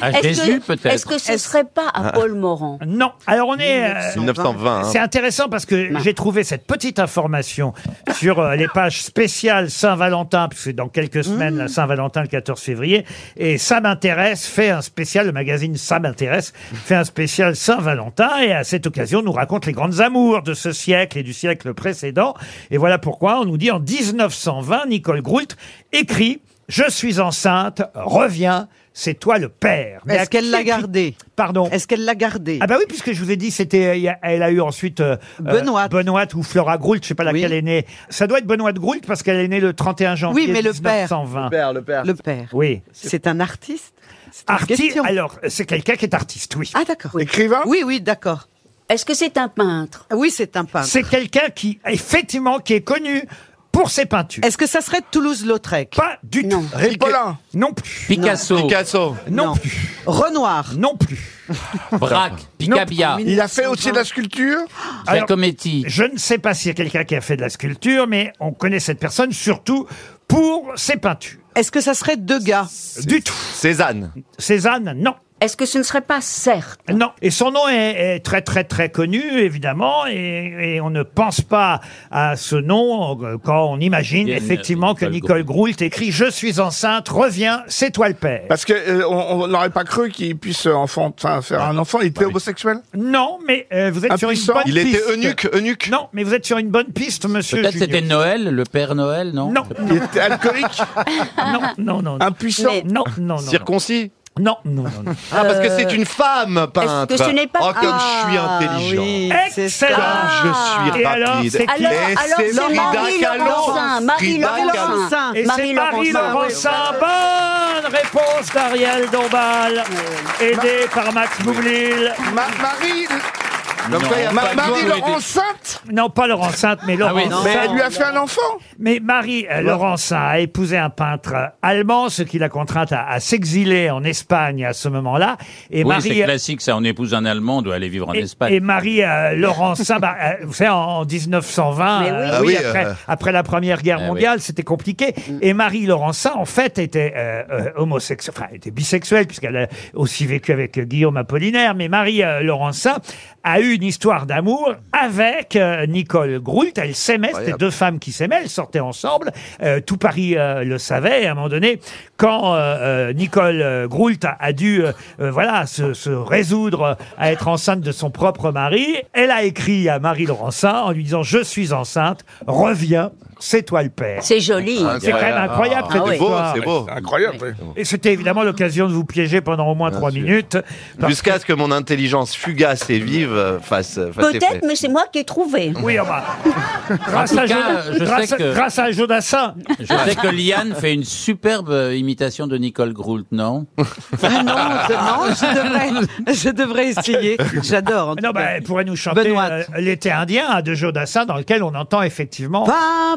Speaker 5: À
Speaker 4: Est-ce que-
Speaker 5: Jésus, peut-être.
Speaker 4: Est-ce que ce serait pas à
Speaker 5: Ah.
Speaker 4: Paul Morand
Speaker 2: Non. Alors on est. euh,
Speaker 4: 1920, hein.
Speaker 2: C'est intéressant parce que j'ai trouvé cette petite information sur euh, les pages spéciales Saint-Valentin, puisque c'est dans
Speaker 7: Mmh.
Speaker 2: quelques semaines la Saint-Valentin le 14 février. Et ça m'intéresse fait un spécial, le magazine Ça m'intéresse fait un spécial Saint-Valentin et à cette occasion nous raconte les grandes amours de ce siècle et du siècle précédent. Et voilà pourquoi on nous dit en 1920, Nicole Groult écrit Je suis enceinte, reviens, c'est toi le père. Mais
Speaker 7: Est-ce
Speaker 2: à
Speaker 7: qu'elle
Speaker 2: qui
Speaker 7: l'a
Speaker 2: écrit-
Speaker 7: gardé
Speaker 2: Pardon.
Speaker 7: Est-ce qu'elle l'a gardé
Speaker 2: Ah bah oui, puisque je vous ai dit, c'était, euh, il y a- elle a eu ensuite euh, euh,
Speaker 7: Benoît.
Speaker 2: Benoît ou Flora Groult, je sais pas laquelle est née. Ça doit être Benoît de Groult parce qu'elle est née le 31 janvier
Speaker 7: Oui, mais le père.
Speaker 2: 1920.
Speaker 7: Le père, le père. Le père.
Speaker 2: Oui.
Speaker 7: C'est un artiste
Speaker 2: Artiste. Alors, c'est quelqu'un qui est artiste, oui.
Speaker 7: Ah d'accord.
Speaker 13: Écrivain
Speaker 7: Oui, oui, d'accord.
Speaker 4: Est-ce que c'est un peintre
Speaker 7: Oui, c'est un peintre.
Speaker 2: C'est quelqu'un qui, effectivement, qui est connu pour ses peintures.
Speaker 7: Est-ce que ça serait Toulouse-Lautrec
Speaker 2: Pas du tout.
Speaker 13: Ripollin
Speaker 2: Non plus.
Speaker 5: Picasso.
Speaker 13: Picasso.
Speaker 2: Non,
Speaker 7: plus. Renoir.
Speaker 2: Non plus.
Speaker 5: Braque, Picabia.
Speaker 13: Il a fait aussi de la sculpture
Speaker 5: Giacometti.
Speaker 2: Je ne sais pas s'il y a quelqu'un qui a fait de la sculpture, mais on connaît cette personne surtout pour ses peintures.
Speaker 7: Est-ce que ça serait Degas
Speaker 2: Du tout.
Speaker 3: Cézanne.
Speaker 2: Cézanne, non.
Speaker 4: Est-ce que ce ne serait pas certes
Speaker 2: Non. Et son nom est, est très très très connu, évidemment, et, et on ne pense pas à ce nom euh, quand on imagine
Speaker 13: Il y a une-
Speaker 2: effectivement que Nicole Groult écrit Je suis enceinte, reviens, c'est toi le père.
Speaker 13: Parce que euh, on on n'aurait pas cru qu'il puisse euh, enfant, enfin, faire un enfant. Il était
Speaker 2: Ah
Speaker 13: homosexuel
Speaker 2: Bah Non, mais euh, vous êtes sur une
Speaker 13: Impuissant.
Speaker 2: bonne
Speaker 13: Il
Speaker 2: piste.
Speaker 13: était eunuque,
Speaker 2: eunuque. Non, mais vous êtes sur une bonne piste, monsieur.
Speaker 5: Peut-être
Speaker 2: Junior.
Speaker 5: c'était Noël, le père Noël, non
Speaker 2: Non.
Speaker 5: Il
Speaker 13: était alcoolique
Speaker 2: Non, non, non.
Speaker 13: Impuissant
Speaker 4: Mais-
Speaker 2: Non, non, non.
Speaker 3: Circoncis
Speaker 2: Non, non, non. non.
Speaker 3: Ah, parce que c'est une femme peintre.
Speaker 4: Euh, Est-ce que ce n'est pas
Speaker 3: Oh, comme je suis
Speaker 4: Ah,
Speaker 3: intelligent.
Speaker 4: oui, c'est ça.
Speaker 2: Excellent.
Speaker 3: Comme je
Speaker 2: Et
Speaker 3: suis rapide.
Speaker 2: alors, c'est qui
Speaker 4: Alors, alors,
Speaker 3: c'est
Speaker 4: c'est Marie
Speaker 3: Frida Kahlo.
Speaker 4: Laurentin, Marie
Speaker 3: Frida Kahlo.
Speaker 4: Laurentin,
Speaker 2: Et c'est Marie Laurencin. Bonne réponse d'Ariel Dombal, aidé par Max Boublil.
Speaker 13: Ma- Marie,
Speaker 3: Comme quoi, il y a
Speaker 13: Ma-
Speaker 3: pas
Speaker 13: Marie
Speaker 3: besoin de
Speaker 13: Laurent
Speaker 3: l'aider.
Speaker 13: Sainte
Speaker 2: Non, pas Laurent Sainte, mais
Speaker 5: Ah
Speaker 2: Laurent
Speaker 13: Ah Mais elle lui a fait un enfant
Speaker 2: Mais Marie euh, Laurencin a épousé un peintre euh, allemand, ce qui l'a contrainte à, à s'exiler en Espagne à ce moment-là. Et
Speaker 5: oui, c'est
Speaker 2: Marie.
Speaker 5: classique, ça. On épouse un Allemand, on doit aller vivre en
Speaker 2: et-
Speaker 5: Espagne.
Speaker 2: et Marie euh, Laurencin, bah, euh, vous savez, en, en 1920,
Speaker 5: Mais oui.
Speaker 2: euh,
Speaker 5: Ah oui,
Speaker 2: après,
Speaker 5: euh.
Speaker 2: après la Première Guerre
Speaker 5: Ah
Speaker 2: mondiale, c'était compliqué.
Speaker 5: Mm.
Speaker 2: Et Marie Laurencin, en fait, était euh, euh, homosexuelle, enfin, était bisexuelle, puisqu'elle a aussi vécu avec euh, Guillaume Apollinaire. Mais Marie euh, Laurencin a eu une histoire d'amour avec euh, Nicole Groult. Elle s'aimait, c'était deux femmes qui s'aimaient, elles sortaient ensemble. Euh, tout Paris euh, le savait. Et à un moment donné, quand euh, euh, Nicole euh, Groult a, a dû euh, euh, voilà, se, se résoudre à être enceinte de son propre mari, elle a écrit à Marie Laurencin en lui disant « Je suis enceinte, reviens, c'est Ah, toi le père ».
Speaker 4: C'est joli.
Speaker 13: Ah,
Speaker 2: C'est quand même incroyable cette histoire.
Speaker 13: Incroyable. oui.
Speaker 2: Et c'était évidemment l'occasion de vous piéger pendant au moins trois minutes. parce
Speaker 3: Jusqu'à ce que mon intelligence fugace et vive euh, fasse. fasse effet.
Speaker 4: Peut-être, mais c'est moi qui ai trouvé.
Speaker 2: Oui, enfin, grâce,
Speaker 5: En tout
Speaker 2: à
Speaker 5: cas,
Speaker 2: Jo-
Speaker 5: je sais
Speaker 2: grâce à-
Speaker 5: que-
Speaker 2: grâce à Jodassin.
Speaker 5: Je sais que Liane fait une superbe euh, imitation de Nicole Groult, non
Speaker 7: Ah non, je, non, je devrais, je devrais essayer. J'adore. en tout
Speaker 2: Non, bah,
Speaker 7: cas.
Speaker 2: elle pourrait nous chanter
Speaker 7: Benoît.
Speaker 2: euh, l'été indien hein, de Jodassin, dans lequel on entend effectivement.
Speaker 7: Ba,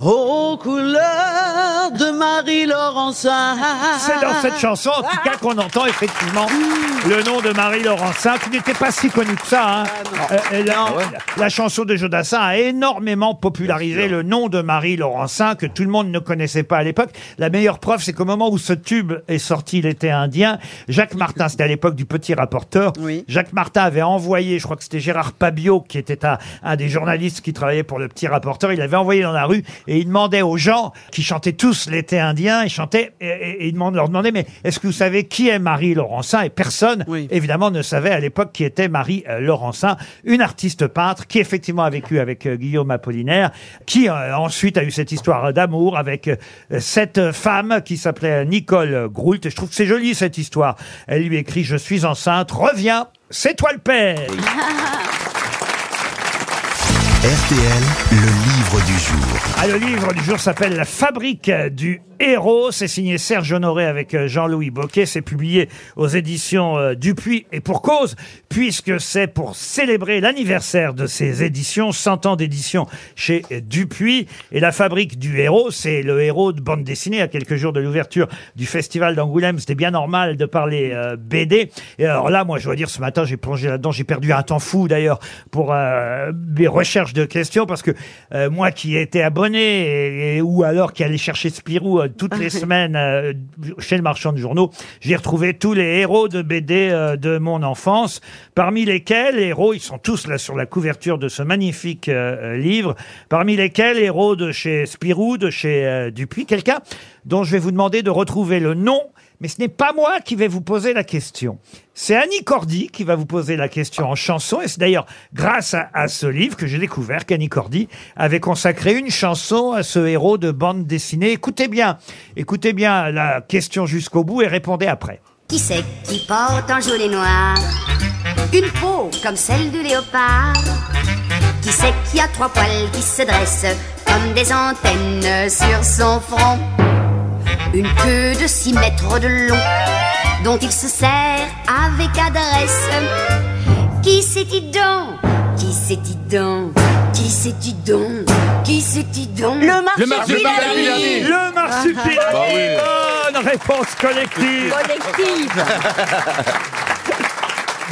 Speaker 7: aux couleurs de Marie-Laurencin.
Speaker 2: C'est dans cette chanson, en tout cas, qu'on entend effectivement le nom de Marie Laurencin, qui n'était pas si connue que ça. hein. Euh, euh, la, la chanson de Jodassin a énormément popularisé le nom de Marie Laurencin, que tout le monde ne connaissait pas à l'époque. La meilleure preuve, c'est qu'au moment où ce tube est sorti, l'été indien, Jacques Martin, c'était à l'époque du petit rapporteur, Jacques Martin avait envoyé, je crois que c'était Gérard Pabio, qui était un, un des journalistes qui travaillait pour le petit rapporteur, il avait envoyé dans la rue et il demandait aux gens qui chantaient tous l'été indien, ils chantaient et, et- et il demande- leur demandait mais est-ce que vous savez qui est Marie Laurencin Et personne, évidemment, ne savait à l'époque qui était Marie euh, Laurencin, une artiste peintre qui effectivement a vécu avec euh, Guillaume Apollinaire, qui euh, ensuite a eu cette histoire d'amour avec euh, cette euh, femme qui s'appelait Nicole Groult. Et je trouve que c'est joli cette histoire. Elle lui écrit Je suis enceinte, reviens, c'est toi le père.
Speaker 1: RTL, le livre du jour.
Speaker 2: Ah, le livre du jour s'appelle La fabrique du héros. C'est signé Serge Honoré avec euh, Jean-Louis Boquet. C'est publié aux éditions euh, Dupuis et pour cause, puisque c'est pour célébrer l'anniversaire de ces éditions, 100 ans d'édition chez euh, Dupuis. Et La fabrique du héros, c'est le héros de bande dessinée à quelques jours de l'ouverture du festival d'Angoulême. C'était bien normal de parler euh, BD. Et alors là, moi, je dois dire, ce matin, j'ai plongé là-dedans. J'ai perdu un temps fou d'ailleurs pour euh, mes recherches de questions parce que euh, moi qui étais abonné et, et- ou alors qui allait chercher Spirou euh, toutes les semaines euh, chez le marchand de journaux, j'ai retrouvé tous les héros de BD euh, de mon enfance, parmi lesquels, héros, ils sont tous là sur la couverture de ce magnifique euh, euh, livre, parmi lesquels, héros de chez Spirou, de chez euh, Dupuis, quelqu'un dont je vais vous demander de retrouver le nom, mais ce n'est pas moi qui vais vous poser la question. C'est Annie Cordy qui va vous poser la question en chanson. Et c'est d'ailleurs grâce à, à ce livre que j'ai découvert qu'Annie Cordy avait consacré une chanson à ce héros de bande dessinée. Écoutez bien, écoutez bien la question jusqu'au bout et répondez après.
Speaker 17: Qui c'est qui porte en jaune et noir Une peau comme celle du léopard Qui c'est qui a trois poils qui se dressent Comme des antennes sur son front Une queue de six mètres de long Dont il se sert avec adresse Qui c'est-il donc Qui c'est-il donc Qui c'est-il donc Qui c'est-il donc Le
Speaker 2: marsupilami Le
Speaker 4: Ah,
Speaker 2: marsupilami
Speaker 17: Bah oui.
Speaker 2: Bonne réponse collective
Speaker 17: Collective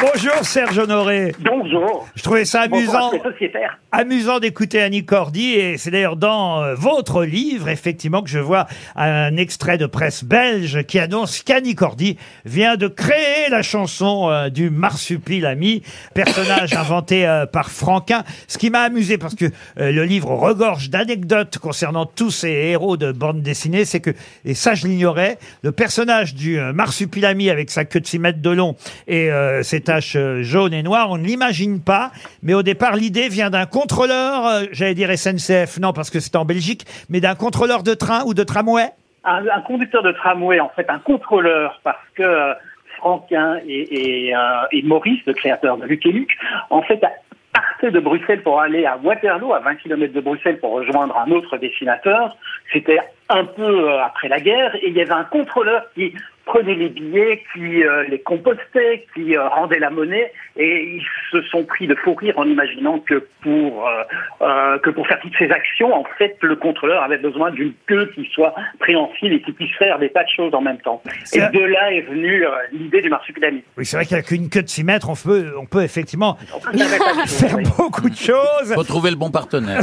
Speaker 2: Bonjour Serge Honoré
Speaker 21: Bonjour
Speaker 2: Je trouvais ça
Speaker 21: Bonjour,
Speaker 2: amusant.
Speaker 21: c'est sociétaire.
Speaker 2: Amusant d'écouter Annie Cordy et c'est d'ailleurs dans euh, votre livre effectivement que je vois un extrait de presse belge qui annonce qu'Annie Cordy vient de créer la chanson euh, du marsupilami, personnage inventé euh, par Franquin. Ce qui m'a amusé parce que euh, le livre regorge d'anecdotes concernant tous ces héros de bande dessinée, c'est que et ça je l'ignorais, le personnage du euh, marsupilami avec sa queue de 6 mètres de long et euh, ses taches euh, jaunes et noires, on ne l'imagine pas, mais au départ l'idée vient d'un contrôleur, euh, j'allais dire SNCF, non parce que c'est en Belgique, mais d'un contrôleur de train ou de tramway.
Speaker 21: Un, un conducteur de tramway, en fait, un contrôleur, parce que euh, Franquin et, et, euh, et Maurice, le créateur de Luc et Luc, en fait, partaient de Bruxelles pour aller à Waterloo, à 20 km de Bruxelles, pour rejoindre un autre dessinateur. C'était un peu euh, après la guerre, et il y avait un contrôleur qui prenait les billets, qui euh, les compostait, qui euh, rendait la monnaie, et ils se sont pris de fou rire en imaginant que pour euh, euh, que pour faire toutes ces actions, en fait, le contrôleur avait besoin d'une queue qui soit préhensile et qui puisse faire des tas de choses en même temps. Et
Speaker 2: C'est-
Speaker 21: de là est venue euh, l'idée du marsupilami.
Speaker 2: Oui, c'est vrai qu'avec une queue de 6 mètres, on peut, on peut effectivement
Speaker 21: faire pas de
Speaker 2: faire beaucoup de choses.
Speaker 5: Faut trouver le bon partenaire.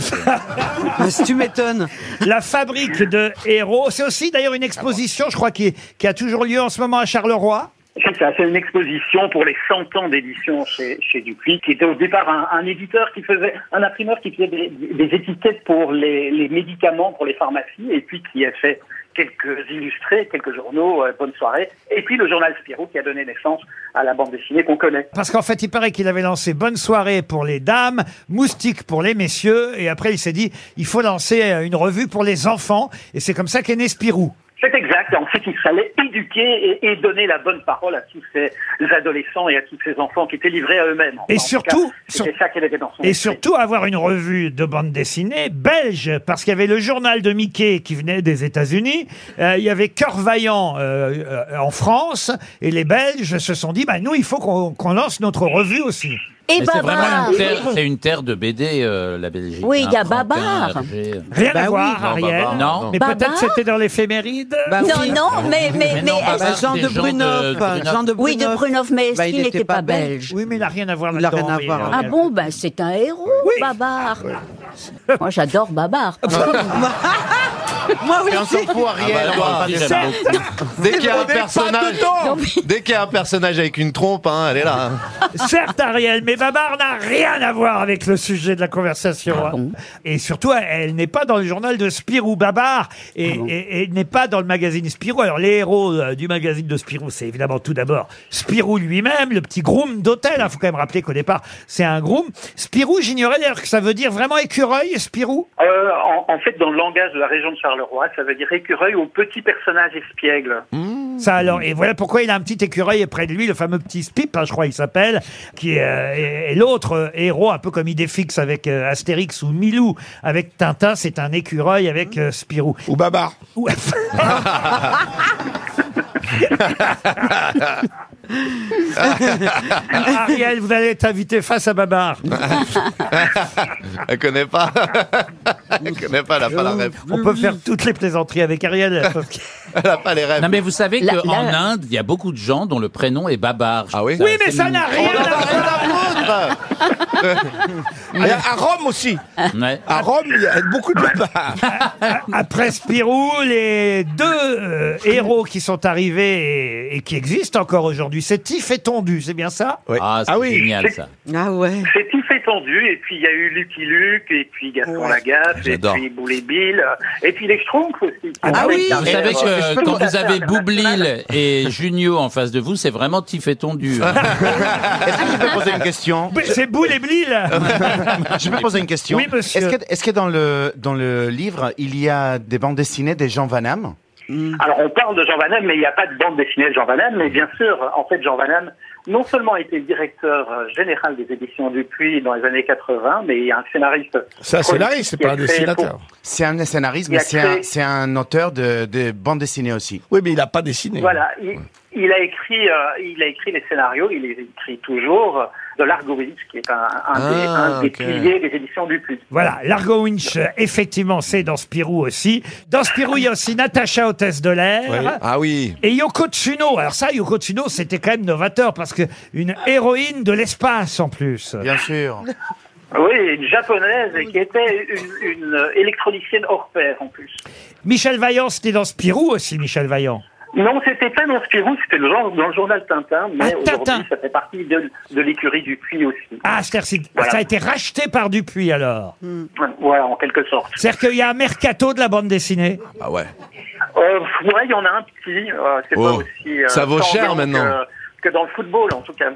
Speaker 2: tu m'étonnes. La fabrique de héros, c'est aussi d'ailleurs une exposition, je crois, qui, qui a toujours lieu en ce moment à Charleroi.
Speaker 21: C'est ça, c'est une exposition pour les 100 ans d'édition chez, chez Dupuis, qui était au départ un, un éditeur qui faisait, un imprimeur qui faisait des, des étiquettes pour les, les médicaments, pour les pharmacies, et puis qui a fait quelques illustrés, quelques journaux, euh, Bonne Soirée, et puis le journal Spirou qui a donné naissance à la bande dessinée qu'on connaît.
Speaker 2: Parce qu'en fait, il paraît qu'il avait lancé Bonne soirée pour les dames, Moustique pour les messieurs, et après il s'est dit, il faut lancer euh, une revue pour les enfants, et c'est comme ça qu'est né Spirou.
Speaker 21: C'est exact, en fait il fallait éduquer et, et donner la bonne parole à tous ces adolescents et à tous ces enfants qui étaient livrés à eux-mêmes.
Speaker 2: Et
Speaker 21: En tout
Speaker 2: surtout-
Speaker 21: cas, c'était ça qu'elle était dans son
Speaker 2: Et
Speaker 21: esprit.
Speaker 2: surtout avoir une revue de bande dessinée belge, parce qu'il y avait le journal de Mickey qui venait des États-Unis, euh, il y avait Cœur Vaillant euh, euh, en France, et les Belges se sont dit, bah nous, il faut qu'on qu'on lance notre revue aussi.
Speaker 4: Et
Speaker 5: Mais c'est vraiment
Speaker 4: Babar
Speaker 5: une terre, c'est une terre de BD, euh, la Belgique.
Speaker 4: Oui,
Speaker 5: hein,
Speaker 4: il y a
Speaker 5: Franquin,
Speaker 4: Babar.
Speaker 5: Hergé.
Speaker 2: Rien
Speaker 4: Bah
Speaker 2: à voir,
Speaker 5: Non,
Speaker 2: Ariel.
Speaker 5: Babar, Non,
Speaker 2: Mais
Speaker 4: Babar
Speaker 2: peut-être c'était dans l'éphéméride.
Speaker 4: Bah Non, oui. non, mais- mais- mais
Speaker 5: non,
Speaker 4: est-ce-
Speaker 5: Babar,
Speaker 4: Jean
Speaker 5: c'est
Speaker 4: de Brunoff, Jean de Oui, de Brunoff. Brunoff, mais est-ce
Speaker 5: Bah,
Speaker 4: qu'il n'était pas belge
Speaker 2: Oui, mais il n'a rien à voir
Speaker 4: Il a
Speaker 2: là-dedans,
Speaker 4: rien à
Speaker 2: oui, hein.
Speaker 4: voir. Ah
Speaker 2: Ariel.
Speaker 4: bon, ben c'est un héros, Babar.
Speaker 2: Ah,
Speaker 4: Moi j'adore Babar.
Speaker 2: bah,
Speaker 7: Moi oui.
Speaker 8: Et on s'en fout, Ariel.
Speaker 3: Ah bah,
Speaker 8: on parle
Speaker 3: moi,
Speaker 8: pas des
Speaker 3: j'aime
Speaker 8: femmes.
Speaker 3: Dès qu'il y a
Speaker 8: On
Speaker 3: un
Speaker 8: est pas
Speaker 3: personnage,
Speaker 8: dedans.
Speaker 3: dès qu'il y a un personnage avec une trompe, hein, elle est là. hein.
Speaker 2: Certes, Ariel, mais Babar n'a rien à voir avec le sujet de la conversation. hein. Et surtout, elle, elle n'est pas dans le journal de Spirou Babar et, et- et n'est pas dans le magazine Spirou. Alors, les héros euh, du magazine de Spirou, c'est évidemment tout d'abord Spirou lui-même, le petit groom d'hôtel. Il faut quand même rappeler qu'au départ, c'est un groom. Spirou, j'ignorais d'ailleurs que ça veut dire vraiment écureuil, Spirou.
Speaker 21: Euh, en, en fait, dans le langage de la région de Charleroi, ça veut dire écureuil ou petit personnage espiègle.
Speaker 5: Hmm.
Speaker 2: Ça alors, et voilà pourquoi il a un petit écureuil et près de lui, le fameux petit Spip, hein, je crois il s'appelle, qui euh, est, est l'autre euh, héros, un peu comme Idéfix avec euh, Astérix ou Milou avec Tintin, c'est un écureuil avec euh, Spirou. Ou Babar. Ariel, vous allez être invité face à Babar.
Speaker 3: Elle connaît pas. Elle connaît pas, elle a pas la rêve.
Speaker 2: On peut faire toutes les plaisanteries avec Ariel. sauf que-
Speaker 3: Elle a pas les rêves.
Speaker 5: Non, mais vous savez
Speaker 2: La-
Speaker 5: qu'en
Speaker 2: la-
Speaker 5: Inde, il y a beaucoup de gens dont le prénom est Babar. Ah
Speaker 2: Oui, mais ça n'a rien à voir.
Speaker 13: Ah, À Rome aussi. À Rome, il y a beaucoup de barbares.
Speaker 2: Après Spirou, les deux euh, héros qui sont arrivés et, et qui existent encore aujourd'hui, c'est Tiff et Tondu, c'est bien ça
Speaker 5: Ah, c'est génial ça.
Speaker 7: Ah ouais.
Speaker 21: C'est tout fait tendu, et puis il y a eu Lucky Luke, et puis Gaston
Speaker 5: Ouais.
Speaker 21: Lagaffe, et
Speaker 5: J'adore. Ah bah
Speaker 21: puis Boulet Bill, et puis les Schtroumpfs aussi.
Speaker 5: Vous savez que quand vous avez Boublil et Junio en face de vous, c'est vraiment Tiffeton dur.
Speaker 8: Est-ce que je peux poser une question
Speaker 2: Mais c'est boule et blil
Speaker 8: Je peux poser une question
Speaker 2: Oui, monsieur.
Speaker 8: Est-ce que, est-ce que dans, le, dans le livre, il y a des bandes dessinées des Jean Van Damme
Speaker 5: Hmm.
Speaker 21: Alors on parle de Jean Van Damme, mais il n'y a pas de bande dessinée de Jean Van Damme, mais bien sûr, en fait Jean Van Damme non seulement a été le directeur euh, général des éditions Dupuis dans les années 80, mais il y a un scénariste. prolifique qui a créé pour-
Speaker 8: C'est un scénariste,
Speaker 21: Il
Speaker 8: mais
Speaker 21: a
Speaker 8: c'est
Speaker 21: créé-
Speaker 8: un, c'est un auteur de, de bandes dessinées aussi.
Speaker 13: Oui, mais il n'a pas dessiné.
Speaker 21: Voilà, il, il a écrit, euh, il a écrit les scénarios, il les écrit toujours euh, de l'Argovitch, qui est un, un des,
Speaker 2: Ah,
Speaker 21: un des
Speaker 2: ok.
Speaker 21: piliers des éditions Dupuis.
Speaker 2: Voilà, Largo Winch, euh, effectivement, c'est dans Spirou aussi. Dans Spirou, il y a aussi Natacha Hôtesse de l'air.
Speaker 9: Oui. Ah oui.
Speaker 2: Et Yoko Tsuno. Alors ça, Yoko Tsuno, c'était quand même novateur parce que une héroïne de l'espace en plus.
Speaker 8: Bien sûr.
Speaker 21: Oui, une japonaise et qui était une, une euh, électronicienne hors pair en plus.
Speaker 2: Michel Vaillant, c'était dans Spirou aussi, Michel Vaillant.
Speaker 21: Non, c'était pas dans Spirou, c'était le genre dans le journal Tintin, mais aujourd'hui ça fait partie de, de l'écurie Dupuis aussi.
Speaker 2: Ah, c'est-à-dire c'est-
Speaker 21: Voilà.
Speaker 2: ça a été racheté par Dupuis alors.
Speaker 21: Hmm. Voilà, en quelque sorte.
Speaker 2: C'est-à-dire qu'il y a un mercato de la bande dessinée.
Speaker 9: Ah ouais.
Speaker 21: Euh, ouais, il y en a un petit. euh, c'est
Speaker 9: Oh,
Speaker 21: pas aussi. euh,
Speaker 9: ça vaut
Speaker 21: tendance
Speaker 9: cher, maintenant.
Speaker 21: Que, que dans le football, en tout cas.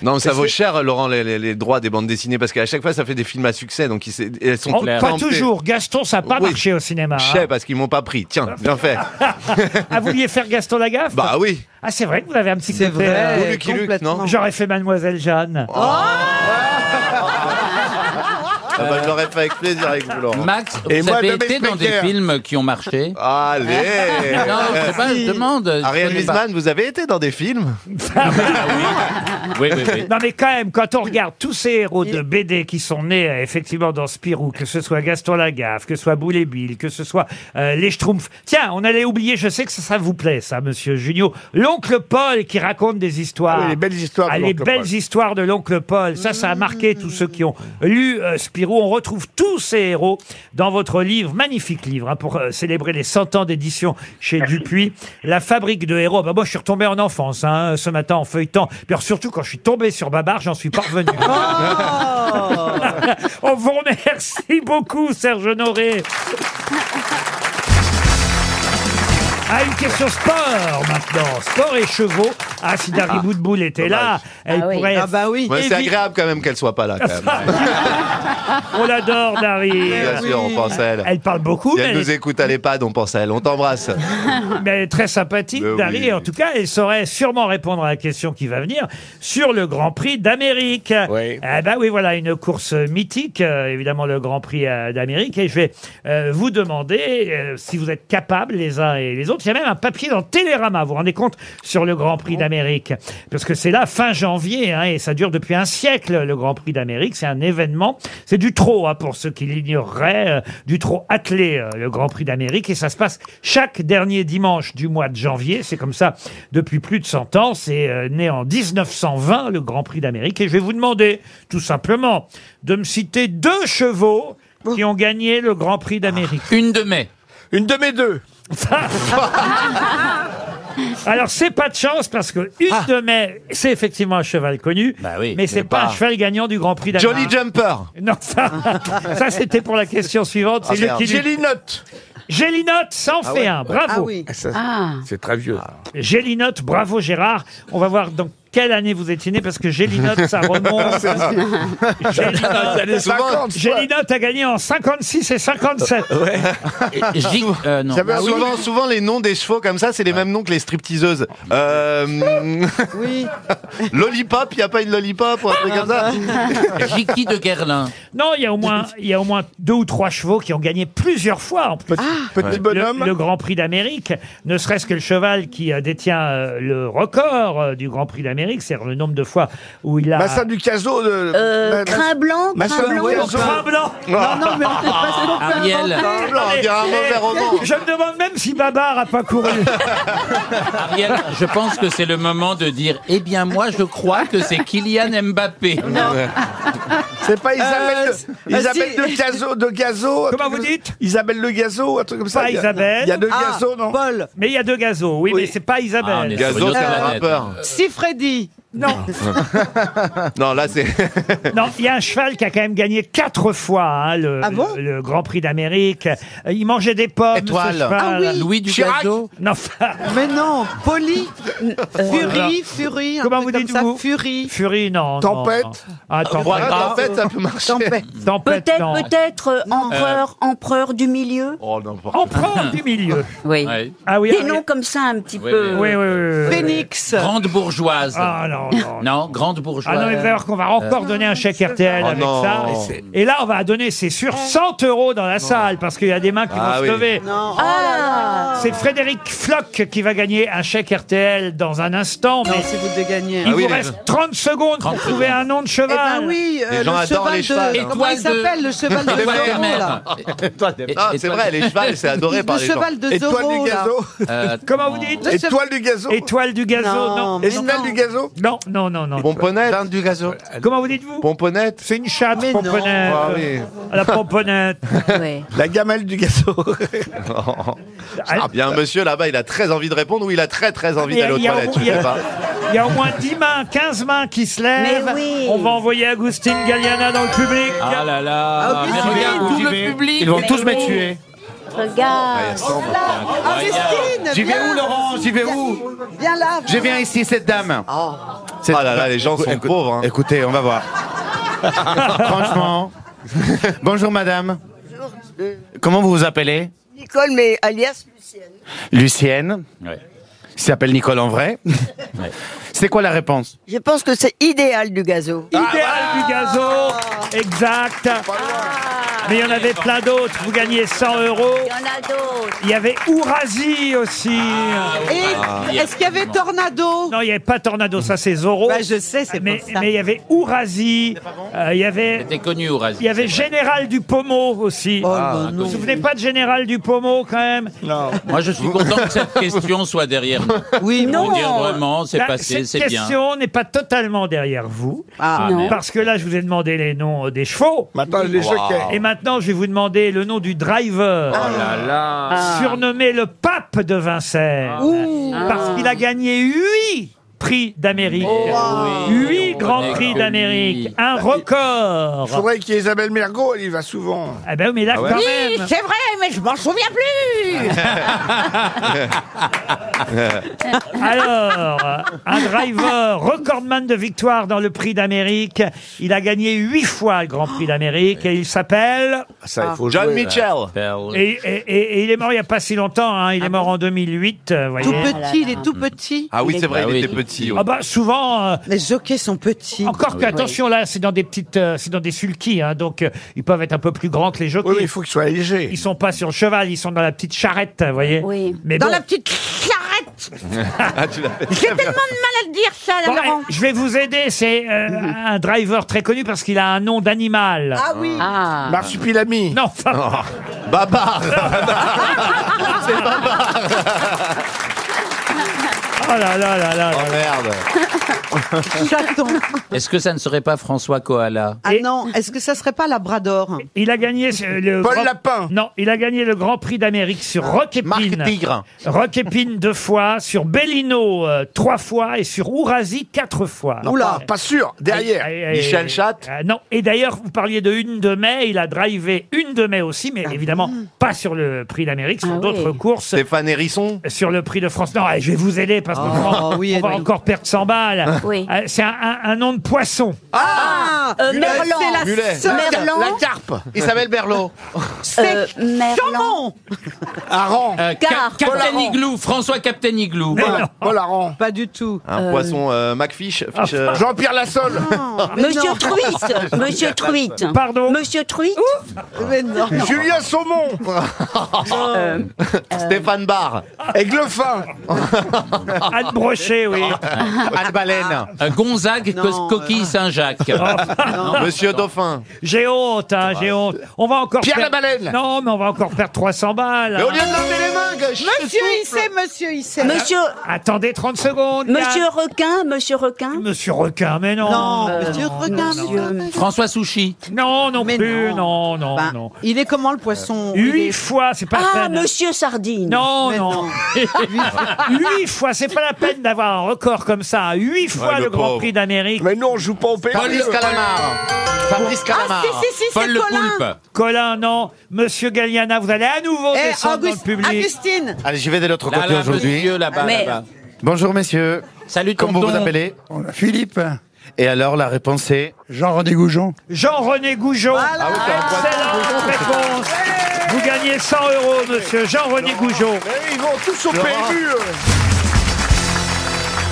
Speaker 9: Non, mais ça vaut cher, Laurent, les, les- les droits des bandes dessinées, parce qu'à chaque fois, ça fait des films à succès, donc ils, s'est- elles sont
Speaker 2: Oh,
Speaker 9: toutes
Speaker 2: pas
Speaker 9: plantées.
Speaker 2: toujours. Gaston, ça n'a pas
Speaker 9: Oui.
Speaker 2: marché au cinéma.
Speaker 9: Je
Speaker 2: hein.
Speaker 9: sais, parce qu'ils m'ont pas pris. Tiens, bien fait.
Speaker 2: Ah, vous vouliez faire Gaston Lagaffe
Speaker 9: Bah oui.
Speaker 2: Ah, c'est vrai que vous avez un petit
Speaker 9: C'est
Speaker 2: côté... euh,
Speaker 9: vrai, Ou Lucky Luke, complètement. non Oh.
Speaker 2: J'aurais fait Mademoiselle Jeanne.
Speaker 9: Ah bah,
Speaker 2: Euh.
Speaker 9: je l'aurais fait avec plaisir avec vous, Laurent.
Speaker 5: Max, vous avez été dans des films qui ont marché
Speaker 9: Allez
Speaker 5: Non, je sais pas, je demande. je
Speaker 9: Ariel
Speaker 5: connais pas.
Speaker 9: Wiesman, vous avez été dans des films
Speaker 5: Ah Oui, oui, oui.
Speaker 2: Non mais quand même, quand on regarde tous ces héros de BD qui sont nés euh, effectivement dans Spirou, que ce soit Gaston Lagaffe, que ce soit Boule et Bill, que ce soit euh, les Schtroumpfs. Tiens, on allait oublier, je sais que ça, ça vous plaît ça, monsieur Junio, l'oncle Paul qui raconte des histoires.
Speaker 13: Ah oui, les belles histoires de
Speaker 2: Ah, les
Speaker 13: l'oncle
Speaker 2: belles
Speaker 13: Paul.
Speaker 2: histoires de l'oncle Paul. Ça, ça a marqué tous ceux qui ont lu euh, Spirou. On retrouve tous ces héros dans votre livre, magnifique livre, hein, pour euh, célébrer les 100 ans d'édition chez Dupuis. La fabrique de héros. Bah, moi, je suis retombé en enfance hein, ce matin en feuilletant. Puis alors, surtout, quand je suis tombé sur Babar, j'en suis parvenu.
Speaker 13: Ah
Speaker 2: On vous remercie beaucoup, Serge Honoré. Ah, une question sport maintenant. Sport et chevaux. Ah, si Dari
Speaker 9: Ah,
Speaker 2: Boudboul était là,
Speaker 9: dommage.
Speaker 2: elle pourrait. Ah bah
Speaker 9: Ouais, C'est agréable quand même qu'elle soit pas là, quand même.
Speaker 2: On l'adore, Dari.
Speaker 9: Bien sûr, on pense à elle.
Speaker 2: Elle parle beaucoup,
Speaker 9: Si
Speaker 2: mais
Speaker 9: elle
Speaker 2: elle
Speaker 9: nous écoute à l'EHPAD, on pense à elle. On t'embrasse.
Speaker 2: Mais elle est très sympathique,
Speaker 9: Ben oui.
Speaker 2: Dari. En tout cas, elle saurait sûrement répondre à la question qui va venir sur le Grand Prix d'Amérique. Oui. Ah bah oui, voilà, une course mythique, euh, évidemment, le Grand Prix euh, d'Amérique. Et je vais euh, vous demander euh, si vous êtes capables, les uns et les autres. Il y a même un papier dans Télérama, vous vous rendez compte, sur le Grand
Speaker 9: Oh.
Speaker 2: Prix d'Amérique. Parce que c'est là, fin janvier, hein, et ça dure depuis un siècle, le Grand Prix d'Amérique. C'est un événement. C'est du trot, hein, pour ceux qui l'ignoreraient, euh, du trot attelé, euh, le Grand Prix d'Amérique. Et ça se passe chaque dernier dimanche du mois de janvier. C'est comme ça depuis plus de 100 ans. C'est euh, né en 1920, le Grand Prix d'Amérique. Et je vais vous demander, tout simplement, de me citer deux chevaux qui ont gagné le Grand Prix d'Amérique.
Speaker 5: Une de mai.
Speaker 13: Une de mes deux.
Speaker 2: Alors, c'est pas de chance parce que une
Speaker 13: Ah.
Speaker 2: de mai, c'est effectivement un cheval connu,
Speaker 13: Bah
Speaker 2: mais c'est
Speaker 9: mais
Speaker 2: pas,
Speaker 9: pas-
Speaker 2: un cheval gagnant du Grand Prix
Speaker 9: Jolly
Speaker 2: d'Amérique.
Speaker 9: Jumper.
Speaker 2: Non, ça, ça c'était pour la question suivante.
Speaker 13: Ah,
Speaker 2: C'est lui
Speaker 13: merde.
Speaker 2: qui
Speaker 13: Gélinotte.
Speaker 2: Gélinotte, ça en
Speaker 13: Ah
Speaker 2: fait
Speaker 13: ouais.
Speaker 2: un. Bravo.
Speaker 13: Ah oui. Ah, ça, c'est- Ah. C'est très vieux.
Speaker 2: Gélinotte, bravo Gérard. On va voir dans quelle année vous étiez né parce que Gélinotte, ça remonte.
Speaker 13: C'est ça. Dans les années 50,
Speaker 2: Gélinotte,
Speaker 13: ouais.
Speaker 2: Gélinotte a gagné en 56 et 57.
Speaker 5: Et J- euh, non.
Speaker 8: Bah
Speaker 9: J'avais
Speaker 5: Ah oui.
Speaker 9: souvent, souvent, les noms des chevaux comme ça, c'est les mêmes noms que les stripteaseuses. Euh...
Speaker 13: Ah,
Speaker 2: Ah.
Speaker 9: Oui. lollipop, il n'y a pas une lollipop ou un truc comme ça
Speaker 5: Jiki de Guerlain.
Speaker 2: Non, il y a au moins, il y a au moins deux ou trois chevaux qui ont gagné plusieurs fois. En petit,
Speaker 13: petit
Speaker 2: le-
Speaker 13: bonhomme.
Speaker 2: Le, Grand Prix d'Amérique, ne serait-ce que le cheval qui euh, détient euh, le record euh, du Grand Prix d'Amérique, c'est-à-dire le nombre de fois où il a.
Speaker 13: Massa du Caso de. Ma- ma- Massa du Caso.
Speaker 2: Crin blanc.
Speaker 13: Crin blanc, on dirait un mauvais roman.
Speaker 2: Je me demande même si Babar a pas couru.
Speaker 5: Ariel, je pense que c'est le moment de dire Eh bien, moi, je crois que c'est Kylian Mbappé.
Speaker 13: C'est pas Isabelle, de,
Speaker 5: euh,
Speaker 13: Isabelle
Speaker 5: si.
Speaker 13: de Gazo, de Gazo.
Speaker 2: ah, Comment vous dites
Speaker 13: Isabelle de Gazo, un truc comme ça.
Speaker 2: Pas
Speaker 13: Il y a-
Speaker 2: Isabelle.
Speaker 13: Il y a de
Speaker 2: Ah,
Speaker 13: Gazo, non
Speaker 7: Paul.
Speaker 2: Mais il y a deux gazos, oui, mais c'est pas
Speaker 9: Ah, on
Speaker 2: Isabelle.
Speaker 9: est sur une Gazo, autre c'est un planète. rappeur.
Speaker 7: Si Freddy.
Speaker 2: Non.
Speaker 9: non, là, c'est.
Speaker 2: Non, il y a un cheval qui a quand même gagné quatre fois hein, le,
Speaker 7: Ah
Speaker 2: le- le Grand Prix d'Amérique. Euh, Il mangeait des pommes.
Speaker 7: Étoile.
Speaker 2: ce cheval.
Speaker 7: Ah oui. Louis du Chirac. Gazo.
Speaker 2: Non.
Speaker 7: Mais non, Poli, Fury,
Speaker 2: Alors.
Speaker 7: Fury, un
Speaker 2: Comment vous
Speaker 7: truc comme
Speaker 2: dites
Speaker 7: ça,
Speaker 2: vous
Speaker 7: Fury.
Speaker 2: Fury, non. non,
Speaker 7: Tempête.
Speaker 2: non. Ah, tempête.
Speaker 7: Voilà, tempête, ça peut marcher. Tempête.
Speaker 2: Tempête, non.
Speaker 4: Peut-être, peut-être euh, empereur, empereur du milieu.
Speaker 9: Oh,
Speaker 2: Empereur du milieu.
Speaker 4: Oui.
Speaker 2: Ah oui.
Speaker 4: Des noms comme ça un petit peu.
Speaker 2: oui, oui, oui. Phoenix.
Speaker 5: euh, Grande bourgeoise.
Speaker 2: Ah non, non.
Speaker 5: grande bourgeoise.
Speaker 2: Ah non, mais alors qu'on va encore
Speaker 5: Euh,
Speaker 2: donner un chèque RTL
Speaker 5: Oh
Speaker 2: avec
Speaker 5: non.
Speaker 2: ça.
Speaker 5: Et c'est-
Speaker 2: Et là, on va donner, c'est sûr, 100 euros dans la salle parce qu'il y a des mains qui
Speaker 9: Ah
Speaker 2: vont
Speaker 9: oui.
Speaker 2: se lever.
Speaker 7: Ah.
Speaker 2: C'est Frédéric Floch qui va gagner un chèque RTL dans un instant.
Speaker 7: Non,
Speaker 2: mais
Speaker 7: c'est vous de gagner.
Speaker 9: Ah
Speaker 2: Il vous reste 30 secondes pour
Speaker 7: 30
Speaker 2: trouver
Speaker 7: secondes.
Speaker 2: un nom de
Speaker 7: Eh
Speaker 2: cheval.
Speaker 7: ben oui, euh, le cheval de... Comment il s'appelle, le cheval de
Speaker 9: Les
Speaker 7: Zorro,
Speaker 9: mères.
Speaker 7: là
Speaker 9: Ah, c'est vrai, les chevals, c'est adoré par les gens. Euh,
Speaker 2: Comment vous dites
Speaker 9: Le cheval-
Speaker 13: Étoile du Gazo.
Speaker 2: Euh, Étoile du Gazo, non.
Speaker 13: Esnelle du Gazo.
Speaker 2: Non, non, non, non.
Speaker 9: Pomponnette. du gazo.
Speaker 2: Comment vous dites-vous
Speaker 9: Pomponnette.
Speaker 2: C'est une chatte, pomponnette.
Speaker 9: Ah oui.
Speaker 2: La pomponnette.
Speaker 13: La gamelle du Gazo.
Speaker 9: Il y a un Ah, monsieur là-bas, il a très envie de répondre ou il a très très envie
Speaker 2: Il y a-
Speaker 9: d'aller aux
Speaker 2: il y a-
Speaker 9: toilettes, je
Speaker 2: il y a-
Speaker 9: sais pas.
Speaker 2: Il y a au moins 10 mains, 15 mains qui se lèvent. On va envoyer Agustin Galliana dans le public.
Speaker 5: Ah là là.
Speaker 2: Ah,
Speaker 5: mais
Speaker 2: oui,
Speaker 5: regarde,
Speaker 2: oui,
Speaker 5: tout le
Speaker 2: oui.
Speaker 5: public.
Speaker 2: Ils vont
Speaker 5: est
Speaker 2: tous me
Speaker 5: beau.
Speaker 2: tuer.
Speaker 4: Ah,
Speaker 12: Regarde.
Speaker 7: Christine,
Speaker 8: J'y vais
Speaker 7: viens.
Speaker 8: où, Laurent J'y vais où
Speaker 22: Ah,
Speaker 7: Viens là.
Speaker 8: Je viens ici, cette dame.
Speaker 9: Oh là là, les gens sont
Speaker 8: Écoute-
Speaker 9: pauvres. hein.
Speaker 8: Écoutez, on va voir. Franchement. Bonjour, madame. Comment vous vous appelez
Speaker 22: Nicole, mais alias Lucienne.
Speaker 8: Lucienne. Il s'appelle Nicole en vrai. C'est quoi la réponse
Speaker 22: Je pense que c'est idéal du gazo.
Speaker 2: Idéal du gazo, exact. Mais il y en avait plein d'autres. Vous gagnez 100 euros.
Speaker 4: Il y en a d'autres.
Speaker 2: Il y avait Ourasi aussi.
Speaker 7: Ah, Et
Speaker 2: Ah,
Speaker 7: est-ce qu'il y avait Tornado Bah,
Speaker 2: Non, il n'y avait pas Tornado, ça c'est Zorro.
Speaker 7: je sais, c'est
Speaker 2: mais,
Speaker 7: pour ça.
Speaker 2: Mais il y avait Ourasi. euh, Il y avait.
Speaker 5: C'était connu au
Speaker 2: Il y avait Général du Pommeau aussi.
Speaker 7: Oh,
Speaker 5: bah
Speaker 2: vous
Speaker 5: non.
Speaker 2: vous souvenez pas de Général du Pommeau quand même Ah, Non.
Speaker 5: Moi, je suis content que cette question soit derrière nous.
Speaker 2: Oui,
Speaker 5: Pour dire vraiment, c'est passé, c'est
Speaker 2: Cette
Speaker 5: bien.
Speaker 2: question n'est pas totalement derrière vous.
Speaker 5: Ah, non.
Speaker 2: Parce que là, je vous ai demandé les noms euh, des chevaux.
Speaker 13: Maintenant, les Wow. jockeys.
Speaker 2: Et maintenant, je vais vous demander le nom du driver. Ah.
Speaker 5: Oh là là. Ah.
Speaker 2: Surnommé le pape de Vincennes. Parce qu'il a gagné 8 prix d'Amérique.
Speaker 5: Oh,
Speaker 2: 8 grands prix d'Amérique.
Speaker 13: Bah,
Speaker 2: Un record.
Speaker 13: Il faudrait qu'il y ait Isabelle Mergo, elle y va souvent.
Speaker 2: Ah ben oui, mais là,
Speaker 13: Ah ouais.
Speaker 2: quand
Speaker 13: Oui,
Speaker 2: même.
Speaker 22: C'est vrai, mais je m'en souviens plus.
Speaker 2: Alors, un driver, recordman de victoire dans le prix d'Amérique. Il a gagné huit fois le Grand Prix d'Amérique et il s'appelle...
Speaker 13: Ça, il faut John jouer, là.
Speaker 2: Et, et- et- et il est mort il n'y a pas si longtemps, hein. il est mort en 2008. euh, voyez.
Speaker 7: Ah Tout petit, il est tout petit.
Speaker 9: Ah oui, c'est vrai, il était petit. oui.
Speaker 2: Ah bah souvent.
Speaker 7: Les jockeys sont petits.
Speaker 13: Ah
Speaker 2: Encore que, attention, là, c'est dans des petites, euh, c'est dans des sulky, hein, donc euh, ils peuvent être un peu plus grands que les jockeys. Oui, il
Speaker 13: faut qu'ils soient légers.
Speaker 2: Ils sont pas sur le cheval, ils sont dans la petite charrette, vous voyez. Oui. Mais
Speaker 22: Dans
Speaker 2: bon.
Speaker 22: la petite charrette.
Speaker 9: ah, tu l'as fait
Speaker 22: J'ai
Speaker 9: très
Speaker 22: tellement de
Speaker 9: bien.
Speaker 22: mal à le dire ça, là,
Speaker 2: Bon,
Speaker 22: Laurent.
Speaker 2: eh, je vais vous aider, c'est euh, un driver très connu parce qu'il a un nom d'animal.
Speaker 22: Mhm. Ah oui. Oh. Ah.
Speaker 13: Marsupilami.
Speaker 2: Non, enfin...
Speaker 9: Babar
Speaker 2: C'est Oh là là là là.
Speaker 9: Oh merde.
Speaker 7: Chaton.
Speaker 5: Est-ce que ça ne serait pas François Koala
Speaker 7: Ah non, est-ce que ça serait pas Labrador
Speaker 2: Il a gagné euh, le
Speaker 7: Paul
Speaker 2: Lapin. Non, il a gagné le Grand Prix d'Amérique sur
Speaker 13: Ah.
Speaker 2: Roquépine.
Speaker 7: Marc Tigre.
Speaker 2: Roquépine deux fois, sur Bellino euh, trois fois et sur Ourasi quatre fois. Ah,
Speaker 13: Non, Oula. pas- pas sûr, derrière. Michel Chatte.
Speaker 2: Euh, non, et d'ailleurs vous parliez de une de mai, il a drivé une de mai aussi,
Speaker 7: Ah
Speaker 2: mais évidemment pas sur le Prix d'Amérique, sur d'autres courses.
Speaker 9: Stéphane Hérisson
Speaker 2: Sur le Prix de France. Non, eh, je vais vous aider parce que
Speaker 7: Oh,
Speaker 2: vraiment,
Speaker 7: oui,
Speaker 2: on va
Speaker 7: aide-nous.
Speaker 2: encore perdre 100 balles.
Speaker 7: Oui.
Speaker 2: Euh, C'est un, un- un nom de poisson.
Speaker 7: Ah, Ah,
Speaker 4: Euh,
Speaker 7: Mulet.
Speaker 4: Merlan.
Speaker 7: C'est la
Speaker 4: Mulet.
Speaker 7: sœur-
Speaker 4: Merlan.
Speaker 7: la carpe. Isabelle Berlot.
Speaker 4: Euh, Merlan.
Speaker 13: Aran.
Speaker 4: Car.
Speaker 5: Captain
Speaker 4: Polaran.
Speaker 5: Igloo, Euh, François Captain Igloo.
Speaker 13: Paul Aran.
Speaker 7: Pas du tout.
Speaker 9: Un poisson euh, McFish. fish, euh,
Speaker 13: Jean-Pierre Lassalle.
Speaker 2: Ah.
Speaker 4: Monsieur Truitt. Monsieur Truitt.
Speaker 2: Pardon.
Speaker 4: Monsieur Truitt.
Speaker 7: Mais non.
Speaker 13: Julien Saumon.
Speaker 9: Stéphane Barr.
Speaker 13: Aiglefin.
Speaker 2: Anne Brochet, oui.
Speaker 9: Anne Baleine.
Speaker 5: Euh, Gonzague,
Speaker 2: Non,
Speaker 5: Cos- Coquille Saint-Jacques.
Speaker 2: Oh.
Speaker 9: Monsieur Dauphin.
Speaker 2: J'ai honte, hein, j'ai honte. On va encore
Speaker 9: Pierre
Speaker 2: perdre-
Speaker 9: Labalène.
Speaker 2: Non, mais on va encore perdre 300 balles.
Speaker 9: Mais au lieu
Speaker 2: hein.
Speaker 9: de laver les mains, gauche,
Speaker 7: Monsieur Isset, monsieur Isset.
Speaker 2: Attendez 30 secondes. là.
Speaker 4: Monsieur Requin. Monsieur Requin.
Speaker 2: Monsieur Requin, mais non.
Speaker 7: Non, monsieur Requin,
Speaker 5: François Souchy.
Speaker 2: Non, non
Speaker 7: Mais
Speaker 2: plus,
Speaker 7: non.
Speaker 2: non, non,
Speaker 7: Ben,
Speaker 2: non.
Speaker 7: Il est comment le poisson Il
Speaker 2: Huit
Speaker 7: est-
Speaker 2: fois, c'est pas la
Speaker 4: Ah,
Speaker 2: peine.
Speaker 4: Monsieur Sardine.
Speaker 2: Non,
Speaker 7: Mais
Speaker 2: non.
Speaker 7: non.
Speaker 2: Huit fois, c'est pas la peine d'avoir un record comme ça. Huit fois
Speaker 9: le
Speaker 2: le, Grand
Speaker 9: pauvre.
Speaker 2: Prix d'Amérique.
Speaker 13: Mais nous, on joue pas au pays.
Speaker 9: Fabrice Calamar. Fabrice
Speaker 7: Ah,
Speaker 9: Calamar.
Speaker 7: si, si, si, c'est
Speaker 5: Paul le
Speaker 7: Colin.
Speaker 5: Poulpe.
Speaker 2: Colin, non. Monsieur Galliana, vous allez à nouveau
Speaker 7: Eh,
Speaker 2: descendre
Speaker 7: Auguste-
Speaker 2: dans le public.
Speaker 7: Augustine.
Speaker 8: Allez, j'y vais de l'autre
Speaker 5: Là,
Speaker 8: côté
Speaker 5: là,
Speaker 8: aujourd'hui.
Speaker 5: monsieur,
Speaker 2: Ah,
Speaker 5: là-bas,
Speaker 4: Mais-
Speaker 5: là-bas.
Speaker 8: Bonjour messieurs.
Speaker 5: Salut,
Speaker 8: Comment vous
Speaker 5: tonton.
Speaker 8: vous appelez
Speaker 20: Philippe,
Speaker 8: Et alors la réponse est
Speaker 20: Jean-René Goujon.
Speaker 2: Jean-René Goujon.
Speaker 13: Ah
Speaker 2: Excellente réponse. Vous gagnez 100 euros, monsieur Jean-René Goujon.
Speaker 13: Eh, Ils vont tous au PMU. euh.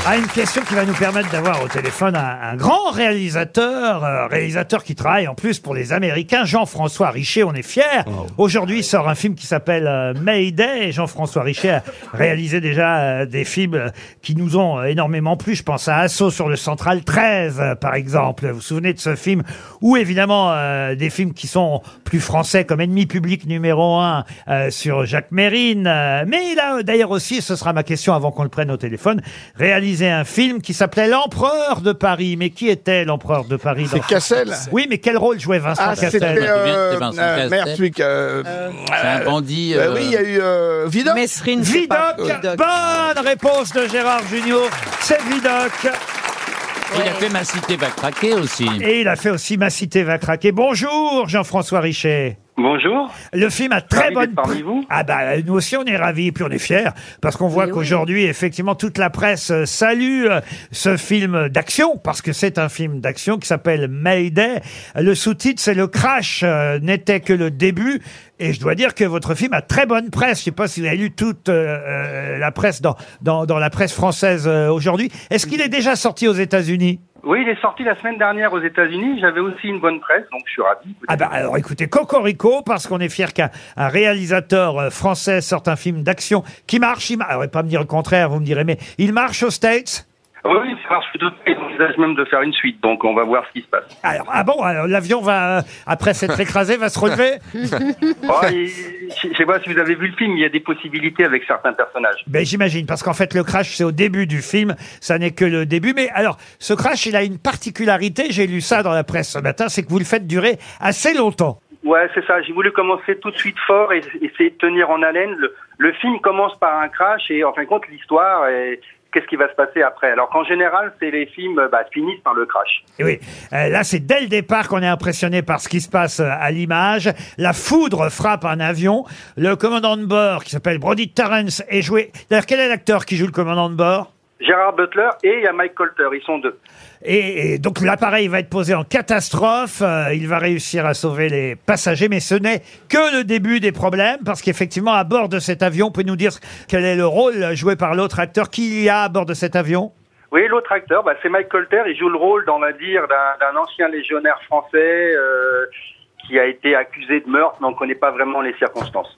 Speaker 2: à une question qui va nous permettre d'avoir au téléphone un, un grand réalisateur, euh, réalisateur qui travaille en plus pour les Américains, Jean-François Richer, on est fiers.
Speaker 13: Oh.
Speaker 2: Aujourd'hui il sort un film qui s'appelle euh, Mayday. Jean-François Richer a réalisé déjà euh, des films euh, qui nous ont euh, énormément plu. Je pense à Assaut sur le Central 13, euh, par exemple. Vous vous souvenez de ce film Ou évidemment euh, des films qui sont plus français comme Ennemi public numéro 1 sur Jacques Mérine. Euh, mais il a euh, d'ailleurs aussi, ce sera ma question avant qu'on le prenne au téléphone, réalisé un film qui s'appelait L'Empereur de Paris. Mais qui était l'Empereur de Paris dans-
Speaker 13: C'est Cassel.
Speaker 2: Oui, mais quel rôle jouait Vincent
Speaker 13: Ah, c'était.
Speaker 2: Cassel
Speaker 5: Eh
Speaker 13: Euh,
Speaker 5: ben, Vincent
Speaker 13: euh,
Speaker 5: Cassel.
Speaker 13: merde, celui que, euh,
Speaker 5: C'est un bandit.
Speaker 13: bah
Speaker 5: euh,
Speaker 13: oui, il y a eu euh, Vidal.
Speaker 7: Mesrine, c'est pas-
Speaker 2: Vidocq, bonne réponse de Gérard Junior. C'est Vidocq.
Speaker 5: Il a fait ma cité va craquer aussi.
Speaker 2: Et il a fait aussi Ma cité va craquer. Bonjour Jean-François Richer.
Speaker 23: Bonjour.
Speaker 2: Le film a très
Speaker 23: Ravi
Speaker 2: bonne
Speaker 23: d'être parmi vous.
Speaker 2: Ah bah nous aussi on est ravis et puis on est fiers parce qu'on voit qu'aujourd'hui effectivement toute la presse euh, salue euh, ce film d'action parce que c'est un film d'action qui s'appelle Mayday. Le sous-titre c'est le crash euh, n'était que le début et je dois dire que votre film a très bonne presse. Je sais pas si vous avez lu toute euh, euh, la presse dans, dans dans la presse française euh, aujourd'hui. Est-ce qu'il est déjà sorti aux États-Unis
Speaker 23: Oui, il est sorti la semaine dernière aux États-Unis. J'avais aussi une bonne presse, donc je suis ravi.
Speaker 2: Ah bah alors écoutez, Cocorico, parce qu'on est fier qu'un un réalisateur euh, français sorte un film d'action qui marche, il marche, alors pas me dire le contraire, vous me direz, mais il marche aux States
Speaker 23: Oui, oui, ça marche tout à fait. J'envisage même de faire une suite, donc on va voir ce qui se passe.
Speaker 2: alors, ah bon, alors l'avion va, euh, après s'être écrasé, va se relever
Speaker 23: Oh, et- je ne sais pas si vous avez vu le film, il y a des possibilités avec certains personnages.
Speaker 2: Ben j'imagine, parce qu'en fait le crash c'est au début du film, ça n'est que le début. Mais alors, ce crash il a une particularité, j'ai lu ça dans la presse ce matin, c'est que vous le faites durer assez longtemps.
Speaker 23: Ouais, c'est ça. J'ai voulu commencer tout de suite fort et et essayer de tenir en haleine. Le, le film commence par un crash et en fin de compte, l'histoire et qu'est-ce qui va se passer après. Alors qu'en général, c'est les films euh, bah, finissent par le crash.
Speaker 2: Et oui, euh, là c'est dès le départ qu'on est impressionné par ce qui se passe euh, à l'image. La foudre frappe un avion. Le commandant de bord, qui s'appelle Brody Terrence, est joué. D'ailleurs, quel est l'acteur qui joue le commandant de bord
Speaker 23: Gérard Butler et il y a Mike Colter, ils sont deux.
Speaker 2: et, et donc l'appareil va être posé en catastrophe. Euh, il va réussir à sauver les passagers, mais ce n'est que le début des problèmes parce qu'effectivement à bord de cet avion, pouvez nous dire quel est le rôle joué par l'autre acteur qu'il y a à bord de cet avion
Speaker 23: Oui, l'autre acteur, bah, c'est Mike Colter. Il joue le rôle, dans la dire, d'un d'un ancien légionnaire français euh, qui a été accusé de meurtre, mais on ne connaît pas vraiment les circonstances.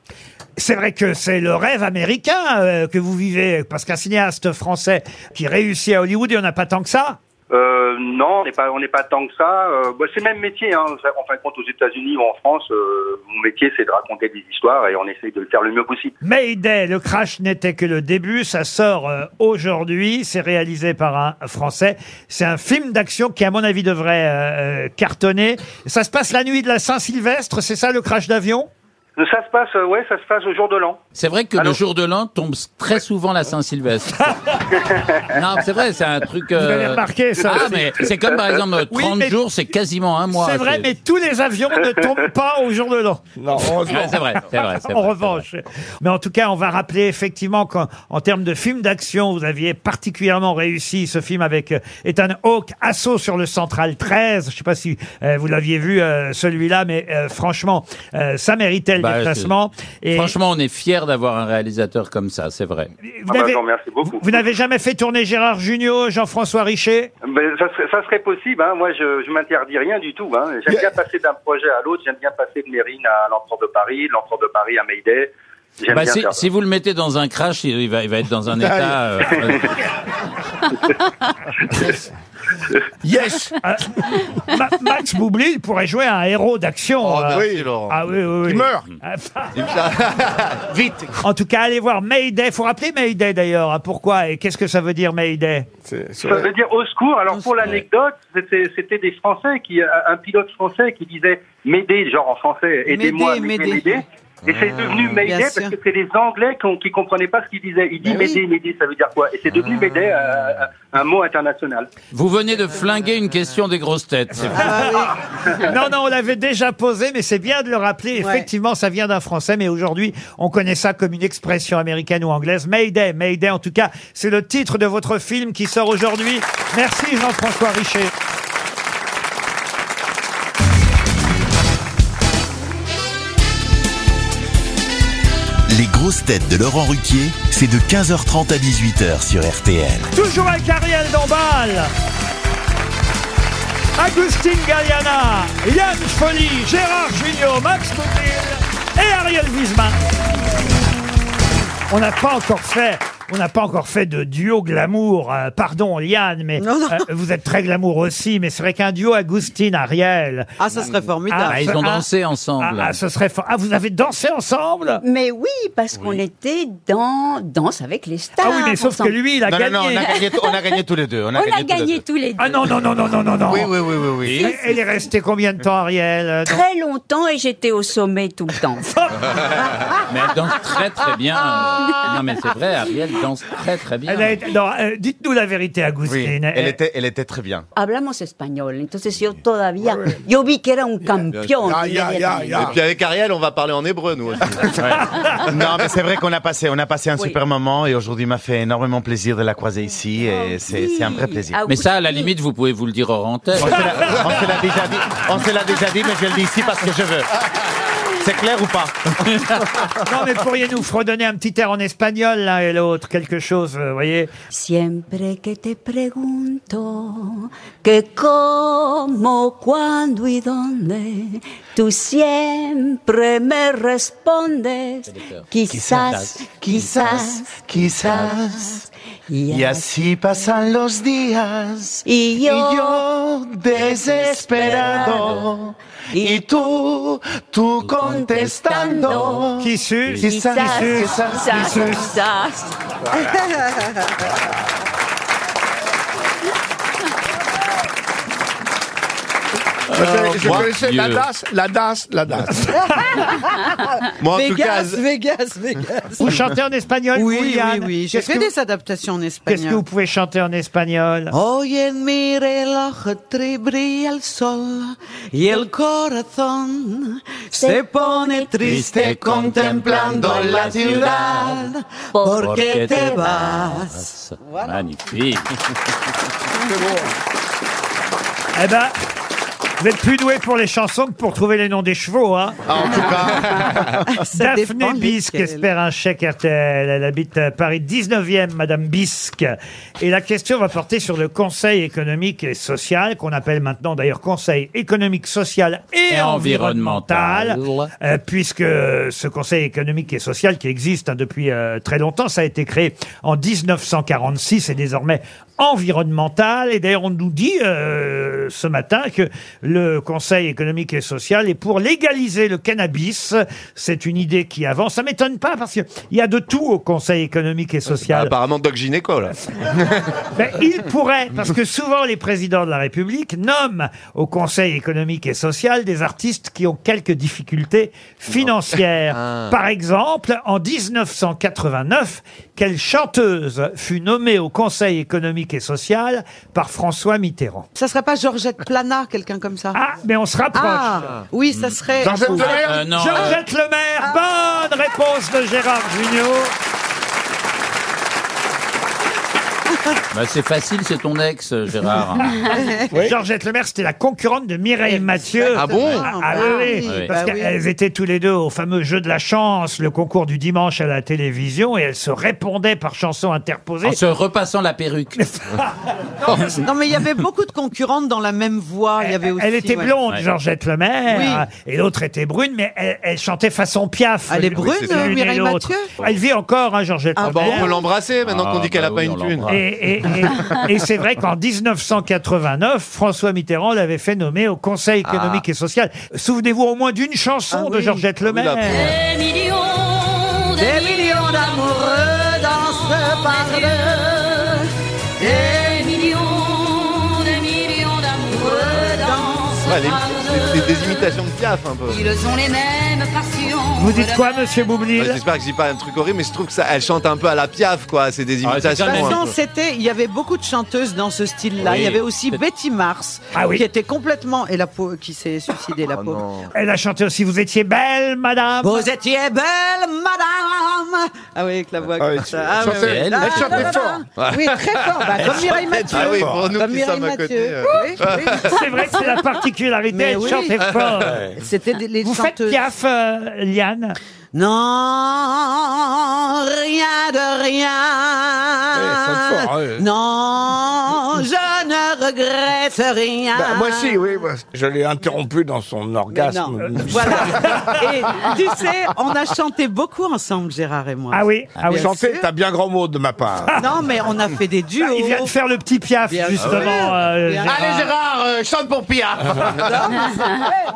Speaker 2: C'est vrai que c'est le rêve américain euh, que vous vivez, parce qu'un cinéaste français qui réussit à Hollywood, il n'y en a pas tant que ça.
Speaker 23: Euh, non, on n'est pas, on n'est pas tant que ça. Euh, bah, c'est le même métier. Hein. En fin de compte, aux États-Unis ou en France, euh, mon métier, c'est de raconter des histoires et on essaye de le faire le mieux possible.
Speaker 2: Mayday, le crash n'était que le début, ça sort euh, aujourd'hui, c'est réalisé par un Français. C'est un film d'action qui, à mon avis, devrait euh, euh, cartonner. Ça se passe la nuit de la Saint-Sylvestre, c'est ça le crash d'avion
Speaker 23: Ça se passe, euh, ouais, ça se passe au jour de l'an.
Speaker 5: C'est vrai que le jour de l'an tombe très souvent la Saint-Sylvestre. non, c'est vrai, c'est un truc.
Speaker 2: Vous avez remarqué, ça
Speaker 5: Ah,
Speaker 2: aussi.
Speaker 5: mais c'est comme par exemple
Speaker 2: Oui,
Speaker 5: 30
Speaker 2: mais-
Speaker 5: jours, c'est quasiment un mois.
Speaker 2: C'est vrai, mais tous les avions ne tombent pas au jour de l'an.
Speaker 13: Non,
Speaker 5: heureusement. Ouais, c'est vrai, c'est vrai, c'est
Speaker 2: En
Speaker 5: vrai,
Speaker 2: revanche. Mais en tout cas, on va rappeler effectivement qu'en en termes de films d'action, vous aviez particulièrement réussi ce film avec euh, Ethan Hawke, Assaut sur le Central 13. Je sais pas si euh, vous l'aviez vu euh, celui-là, mais euh, franchement, euh, ça méritait le
Speaker 5: Bah,
Speaker 2: déplacement.
Speaker 5: c'est- Franchement, on est fiers d'avoir un réalisateur comme ça, c'est vrai.
Speaker 23: Ah bah,
Speaker 2: Vous n'avez- Vous n'avez jamais fait tourner Gérard Jugnot, Jean-François Richer
Speaker 23: Ben, ça, serait, ça serait possible. Hein. Moi, je, je m'interdis rien du tout. Hein. J'aime bien passer d'un projet à l'autre. J'aime bien passer de Mérine à l'Empereur de Paris, de l'Empereur de Paris à Mayday. J'aime
Speaker 5: Bah,
Speaker 23: bien
Speaker 5: si,
Speaker 23: faire ça.
Speaker 5: si vous le mettez dans un crash, il il va, il va être dans un état. euh, euh,
Speaker 8: Ah
Speaker 5: euh,
Speaker 13: Yes
Speaker 2: Euh, Ma- Max Boublil il pourrait jouer un héros d'action. euh,
Speaker 13: merci, Oh, Laurent.
Speaker 2: Ah oui, oui, oui.
Speaker 13: Il meurt.
Speaker 2: Vite En tout cas, allez voir Mayday. faut rappeler Mayday d'ailleurs. hein, pourquoi et qu'est-ce que ça veut dire Mayday
Speaker 23: Ça veut dire au secours. Alors pour l'anecdote, c'était c'était des Français qui, un pilote français qui disait m'aider, genre en français, aidez-moi,
Speaker 7: M'aider,
Speaker 23: m'aider,
Speaker 7: m'aider.
Speaker 23: m'aider. Et c'est
Speaker 7: Ah,
Speaker 23: devenu
Speaker 7: bien
Speaker 23: Mayday parce
Speaker 7: sûr.
Speaker 23: que c'est les Anglais qui, ont- qui comprenaient pas ce qu'ils disaient. Ils disent m'aider, m'aider, ça veut dire quoi Et c'est devenu
Speaker 5: Ah.
Speaker 23: Mayday, euh, un mot international.
Speaker 5: vous venez de flinguer une question des grosses têtes. c'est vrai.
Speaker 23: Ah
Speaker 2: non, non, on l'avait déjà posé, mais c'est bien de le rappeler. Effectivement, ça vient d'un français, mais aujourd'hui, on connaît ça comme une expression américaine ou anglaise. Mayday, Mayday, en tout cas, c'est le titre de votre film qui sort aujourd'hui. Merci Jean-François Richer.
Speaker 1: Les grosses têtes de Laurent Ruquier, c'est de 15h30 à 18h sur RTL.
Speaker 2: Toujours avec Ariel Dombal. Agustin Galliana, Yann Folie, Gérard Junior, Max Boublil et Ariel Wiesmann. On n'a pas encore fait. On n'a pas encore fait de duo glamour. Euh, pardon, Liane, mais euh, vous êtes très glamour aussi. Mais c'est vrai qu'un duo Agustine-Ariel.
Speaker 7: Ah, ça serait formidable.
Speaker 5: Ah, ils ont dansé ensemble.
Speaker 2: Ah, ce serait fort. Ah, vous avez dansé ensemble
Speaker 4: Mais oui, parce qu'on était dans Danse avec les stars.
Speaker 2: Ah oui, mais sauf que
Speaker 4: ensemble.
Speaker 2: lui, il a
Speaker 8: Non, non,
Speaker 2: gagné.
Speaker 8: non, on a gagné, on a gagné tous les deux. On a
Speaker 4: On
Speaker 8: gagné
Speaker 4: a
Speaker 8: tous les
Speaker 4: gagné
Speaker 8: deux.
Speaker 4: tous les deux.
Speaker 2: Ah non, non, non, non, non, non, non.
Speaker 8: Oui, oui, oui, oui. oui.
Speaker 2: Elle- Elle est restée combien de temps, Ariel euh, dans-
Speaker 4: Très longtemps et j'étais au sommet tout le temps.
Speaker 5: mais elle danse très très bien.
Speaker 23: Ah.
Speaker 5: euh, Non mais c'est vrai, Ariel danse très très bien.
Speaker 2: Elle a été- non, euh, dites-nous la vérité, Agustine.
Speaker 8: Elle était, elle était très bien.
Speaker 4: Hablamos español, entonces yo
Speaker 2: Ah,
Speaker 4: todavía, yo vi que era un campeón.
Speaker 9: Et puis avec Ariel, on va parler en hébreu, nous aussi.
Speaker 8: non, mais c'est vrai qu'on a passé, on a passé un super moment et aujourd'hui il m'a fait énormément plaisir de la croiser ici et c'est c'est un vrai plaisir.
Speaker 5: Mais ça, à la limite, vous pouvez vous le dire hors antenne.
Speaker 8: On se l'a- on se l'a déjà dit, on se l'a déjà dit, mais je le dis ici parce que je veux. C'est clair ou pas
Speaker 2: Non, mais pourriez-nous fredonner un petit air en espagnol, l'un et l'autre, quelque chose, euh, vous voyez
Speaker 4: Siempre que te pregunto que cómo, cuándo y dónde, tú siempre me respondes. Quizás, quizás, quizás.
Speaker 8: Y así pasan los días
Speaker 4: Y yo,
Speaker 8: desesperado y tú, tú contestando.
Speaker 2: Qui suce
Speaker 8: Qui suce,
Speaker 4: quizás,
Speaker 8: qui suce,
Speaker 4: quizás,
Speaker 8: qui suce.
Speaker 4: quizás.
Speaker 13: je je
Speaker 9: mon
Speaker 13: connaissais la
Speaker 9: Dieu.
Speaker 13: DAS, la DAS, la DAS.
Speaker 9: Moi, en tout cas,
Speaker 7: Vegas, Vegas, Vegas.
Speaker 2: Vous chantez en espagnol
Speaker 7: Oui,
Speaker 2: vous,
Speaker 7: oui,
Speaker 2: Liane
Speaker 7: oui. J'ai
Speaker 2: Qu'est-ce
Speaker 7: fait
Speaker 2: que,
Speaker 7: des adaptations en
Speaker 2: qu'est-ce que
Speaker 7: espagnol. Oh,
Speaker 2: vous pouvez chanter en espagnol
Speaker 7: Hoy en mi reloj tri- brilla el sol y el corazón se pone triste contemplando la ciudad porque te vas.
Speaker 5: Magnifique.
Speaker 2: Eh ben, vous êtes plus doué pour les chansons que pour trouver les noms des chevaux, hein
Speaker 8: Ah, En tout cas,
Speaker 7: Ça dépend
Speaker 2: Daphné Bisque
Speaker 7: lesquels.
Speaker 2: espère un chèque RTL. Elle habite à Paris 19e, Madame Bisque. Et la question va porter sur le Conseil économique et social, qu'on appelle maintenant d'ailleurs Conseil économique, social et,
Speaker 5: Et
Speaker 2: environnemental.
Speaker 5: environnemental.
Speaker 2: Euh, puisque euh, ce Conseil économique et social qui existe hein, depuis euh, très longtemps, ça a été créé en 1946 et désormais environnemental. Et d'ailleurs, on nous dit euh, ce matin que le Conseil économique et social. Et pour légaliser le cannabis, c'est une idée qui avance. Ça m'étonne pas parce qu'il y a de tout au Conseil économique et
Speaker 9: Bah,
Speaker 2: social.
Speaker 9: apparemment, Doc Gynéco, là.
Speaker 2: Ben, il pourrait, parce que souvent les présidents de la République nomment au Conseil économique et social des artistes qui ont quelques difficultés financières.
Speaker 11: Ah.
Speaker 2: Par exemple, en 1989, quelle chanteuse fut nommée au Conseil économique et social par François Mitterrand
Speaker 7: Ça serait pas Georgette Plana, quelqu'un comme ça Ah,
Speaker 2: mais on se rapproche. Euh,
Speaker 7: Ah, oui, ça serait.
Speaker 2: Georgette Lemaire
Speaker 7: Euh,
Speaker 2: Georgette Lemaire Bonne réponse de Gérard Junior
Speaker 5: Bah, c'est facile, c'est ton ex, Gérard.
Speaker 2: Georgette Lemaire, c'était la concurrente de Mireille Mathieu.
Speaker 5: Ah bon
Speaker 2: Ah oui, oui,
Speaker 5: Ah oui.
Speaker 2: parce
Speaker 5: Bah
Speaker 2: qu'elles
Speaker 5: oui.
Speaker 2: étaient tous les deux au fameux jeu de la chance, le concours du dimanche à la télévision, et elles se répondaient par chansons interposées.
Speaker 5: En se repassant la perruque.
Speaker 2: Oh,
Speaker 7: Non, mais il y avait beaucoup de concurrentes dans la même voix. Il y avait aussi,
Speaker 2: Elle était
Speaker 7: ouais.
Speaker 2: blonde, Georgette Lemaire, euh,
Speaker 7: Oui.
Speaker 2: et l'autre était brune, mais elle, elle chantait façon Piaf.
Speaker 7: Elle est
Speaker 2: l'une-
Speaker 7: brune,
Speaker 2: l'une et
Speaker 7: Mireille
Speaker 2: l'autre.
Speaker 7: Mathieu
Speaker 2: Elle vit encore, hein, Georgette
Speaker 9: Ah bah,
Speaker 2: Lemaire.
Speaker 9: on peut l'embrasser maintenant qu'on dit qu'elle a pas une thune.
Speaker 2: Et, et- et- et c'est vrai qu'en 1989, François Mitterrand l'avait fait nommer au Conseil économique et social. Souvenez-vous au moins d'une chanson
Speaker 7: Ah
Speaker 2: de Georgette Lemaire.
Speaker 11: Des millions,
Speaker 7: des millions d'amoureux dans ce parle.
Speaker 11: Des millions, des millions d'amoureux dans ce
Speaker 9: Ouais, les-
Speaker 11: parle.
Speaker 9: c'est- c'est des imitations de Piaf, un peu.
Speaker 11: Ils ont les mêmes passions.
Speaker 2: monsieur Boublil
Speaker 9: J'espère que je dis pas un truc horrible, mais je trouve que ça, elle chante un peu à la Piaf, quoi. C'est
Speaker 5: Ah,
Speaker 9: des imitations. hein.
Speaker 7: De toute
Speaker 9: un
Speaker 7: façon,
Speaker 9: peu.
Speaker 7: Bah, c'était, il y avait beaucoup de chanteuses dans ce style-là.
Speaker 9: Oui.
Speaker 7: Il y avait aussi Betty Mars,
Speaker 2: Ah oui.
Speaker 7: qui était complètement et la pauvre, qui s'est suicidée,
Speaker 2: Oh,
Speaker 7: la pauvre.
Speaker 2: Elle a chanté aussi Vous étiez belle, madame.
Speaker 7: Vous étiez belle, madame. Ah oui, avec la voix
Speaker 2: Ah oui,
Speaker 7: comme
Speaker 2: tu-
Speaker 7: ça. Ah
Speaker 2: chantait-
Speaker 7: oui, oui.
Speaker 2: elle,
Speaker 7: Da,
Speaker 2: elle chantait
Speaker 7: da, da,
Speaker 2: fort.
Speaker 7: da. Oui, très fort. bah,
Speaker 2: Elle
Speaker 7: comme Mireille
Speaker 2: chantait
Speaker 7: Mathieu.
Speaker 2: très Ah oui, pour nous
Speaker 7: comme
Speaker 2: qui
Speaker 7: Mireille
Speaker 2: sommes à
Speaker 7: Mathieu.
Speaker 2: côté, euh.
Speaker 7: Oui, oui.
Speaker 2: C'est vrai que c'est la particularité,
Speaker 7: Mais
Speaker 2: elle
Speaker 7: oui.
Speaker 2: chantait fort.
Speaker 7: C'était des- les
Speaker 2: Vous faites
Speaker 7: chanteuses.
Speaker 2: Piaf, euh, Liane
Speaker 7: Non, rien de rien.
Speaker 13: fort, ouais.
Speaker 7: Non, je ne regrette rien.
Speaker 13: Bah, moi si, oui, moi, je l'ai interrompu dans son orgasme.
Speaker 7: non. Et tu sais, on a chanté beaucoup ensemble, Gérard et moi.
Speaker 2: Ah oui, ah oui.
Speaker 7: Bien
Speaker 13: Chanter
Speaker 7: sûr.
Speaker 13: est un bien grand mot de ma part.
Speaker 7: Non, Oh, mais on a fait des duos.
Speaker 2: Il vient de faire le petit Piaf, justement.
Speaker 7: sûr.
Speaker 2: euh,
Speaker 7: Bien.
Speaker 2: Gérard.
Speaker 7: Allez,
Speaker 8: Gérard, chante pour Piaf.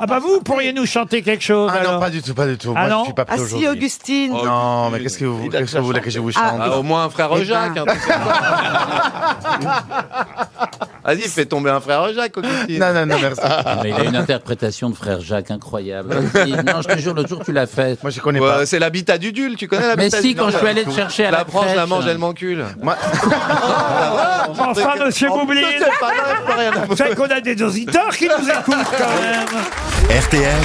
Speaker 2: Ah bah vous, pourriez nous chanter quelque chose
Speaker 8: Ah non,
Speaker 2: alors
Speaker 8: pas du tout, pas du tout.
Speaker 2: Ah
Speaker 8: Moi,
Speaker 2: non
Speaker 8: je suis pas prêt
Speaker 7: Ah si,
Speaker 8: aujourd'hui. Oh,
Speaker 7: Augustine.
Speaker 8: Non, mais qu'est-ce que vous, qu'est-ce que vous voulez que je vous chante
Speaker 9: Ah, au moins un frère
Speaker 8: Eh
Speaker 9: Jacques. hein,
Speaker 8: ben.
Speaker 9: un truc comme ça. Vas-y, fais tomber un frère Jacques, Augustine.
Speaker 8: Non, non, non, merci.
Speaker 5: Ah, mais il a une interprétation de frère Jacques incroyable. Il dit, Non, je te jure, l'autre jour, tu l'as fait.
Speaker 8: Moi, je connais
Speaker 9: Ouais, c'est l'habitat du Dul, tu connais
Speaker 5: Mais
Speaker 9: l'habitat
Speaker 5: si,
Speaker 9: du
Speaker 5: quand
Speaker 9: Dul
Speaker 5: je suis allé te chercher à la
Speaker 9: branche, la
Speaker 5: crèche.
Speaker 9: mange, elle m'encule.
Speaker 2: Enfin, monsieur Boublil
Speaker 7: Ah
Speaker 2: Vous savez qu'on a des auditeurs qui nous écoutent quand même
Speaker 1: RTL,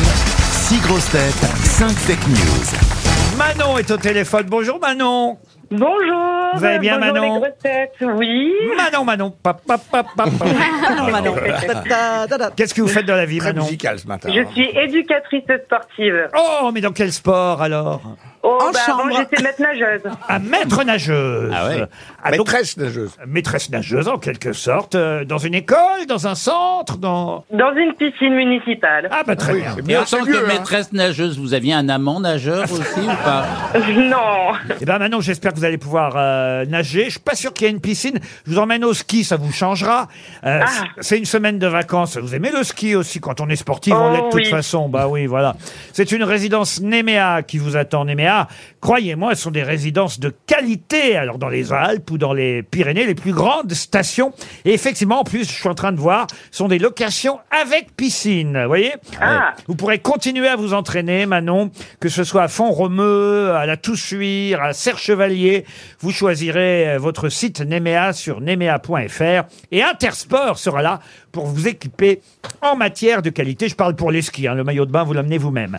Speaker 1: 6 grosses têtes, 5 fake news.
Speaker 2: Manon est au téléphone. Bonjour Manon. Bonjour. Vous allez bien
Speaker 18: Bonjour,
Speaker 2: Manon
Speaker 18: les grosses têtes, Oui.
Speaker 2: Manon, Manon. Pa, pa, pa, pa, pa.
Speaker 7: Ah,
Speaker 18: Manon, Manon.
Speaker 2: Qu'est-ce que vous faites dans la vie, Manon
Speaker 13: musical ce matin.
Speaker 8: hein.
Speaker 18: Je suis éducatrice sportive.
Speaker 2: Oh, mais dans quel sport alors
Speaker 18: Oh, bah, avant, j'étais maître nageuse.
Speaker 2: À maître nageuse. Ah,
Speaker 13: maîtresse nageuse.
Speaker 2: Maîtresse nageuse, en quelque sorte, euh, dans une école, dans un centre, dans. Dans une piscine municipale. Ah, bah très
Speaker 5: Oui, Et
Speaker 2: bien.
Speaker 5: en tant que maîtresse nageuse, vous aviez un amant nageur aussi ou pas
Speaker 2: Non. Eh ben Manon, j'espère que vous allez pouvoir euh, nager. Je suis pas sûr qu'il y ait une piscine. Je vous emmène au ski, ça vous changera. Euh,
Speaker 18: Ah.
Speaker 2: c'est- C'est une semaine de vacances. Vous aimez le ski aussi quand on est sportif, on
Speaker 18: Oh
Speaker 2: l'est de toute
Speaker 18: oui.
Speaker 2: façon. Bah oui, voilà. C'est une résidence Néméa qui vous attend. Néméa, croyez-moi, elles sont des résidences de qualité. Alors dans les Alpes ou dans les Pyrénées, les plus grandes stations. Et effectivement, en plus, je suis en train de voir, sont des locations avec piscine. Vous voyez
Speaker 18: Ah.
Speaker 2: Ouais. Vous pourrez continuer à vous entraîner, Manon, que ce soit à Font-Romeu, à la Toussuire, à Serre-Chevalier. Vous choisirez euh, votre site Nemea sur nemea.fr et Intersport sera là pour vous équiper en matière de qualité. Je parle pour les skis, hein. le maillot de bain, vous l'amenez vous-même.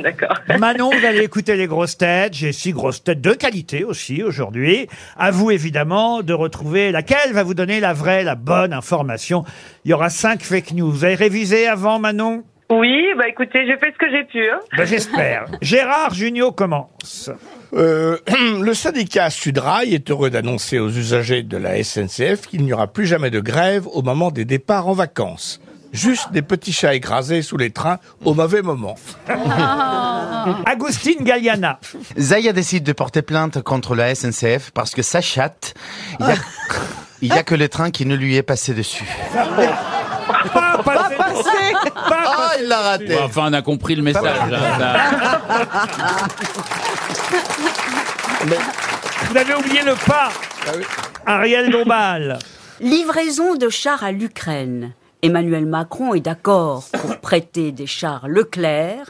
Speaker 2: D'accord. Manon, vous allez écouter les grosses têtes. J'ai six grosses têtes de qualité aussi aujourd'hui. À vous, évidemment, de retrouver laquelle va vous donner la vraie, la bonne information. Il y aura cinq fake news. Vous avez révisé avant, Manon
Speaker 18: Oui, bah écoutez, j'ai fait ce que j'ai pu. hein.
Speaker 2: ben, J'espère. Gérard Junio commence.
Speaker 13: Euh, le syndicat Sudrail est heureux d'annoncer aux usagers de la SNCF qu'il n'y aura plus jamais de grève au moment des départs en vacances. Juste des petits chats écrasés sous les trains au mauvais moment.
Speaker 7: ah,
Speaker 2: Agustin Galliana.
Speaker 8: Zaya décide de porter plainte contre la SNCF parce que
Speaker 2: Ah.
Speaker 8: sa chatte, il y a, il y a que le train qui ne lui est passé dessus.
Speaker 2: Pas passé.
Speaker 9: Ah, il l'a raté.
Speaker 5: Bon, enfin, on a compris le message. hein, ça-
Speaker 2: Vous avez oublié le pas. Ariel Dombal.
Speaker 4: Livraison de chars à l'Ukraine. Emmanuel Macron est d'accord pour prêter des chars Leclerc,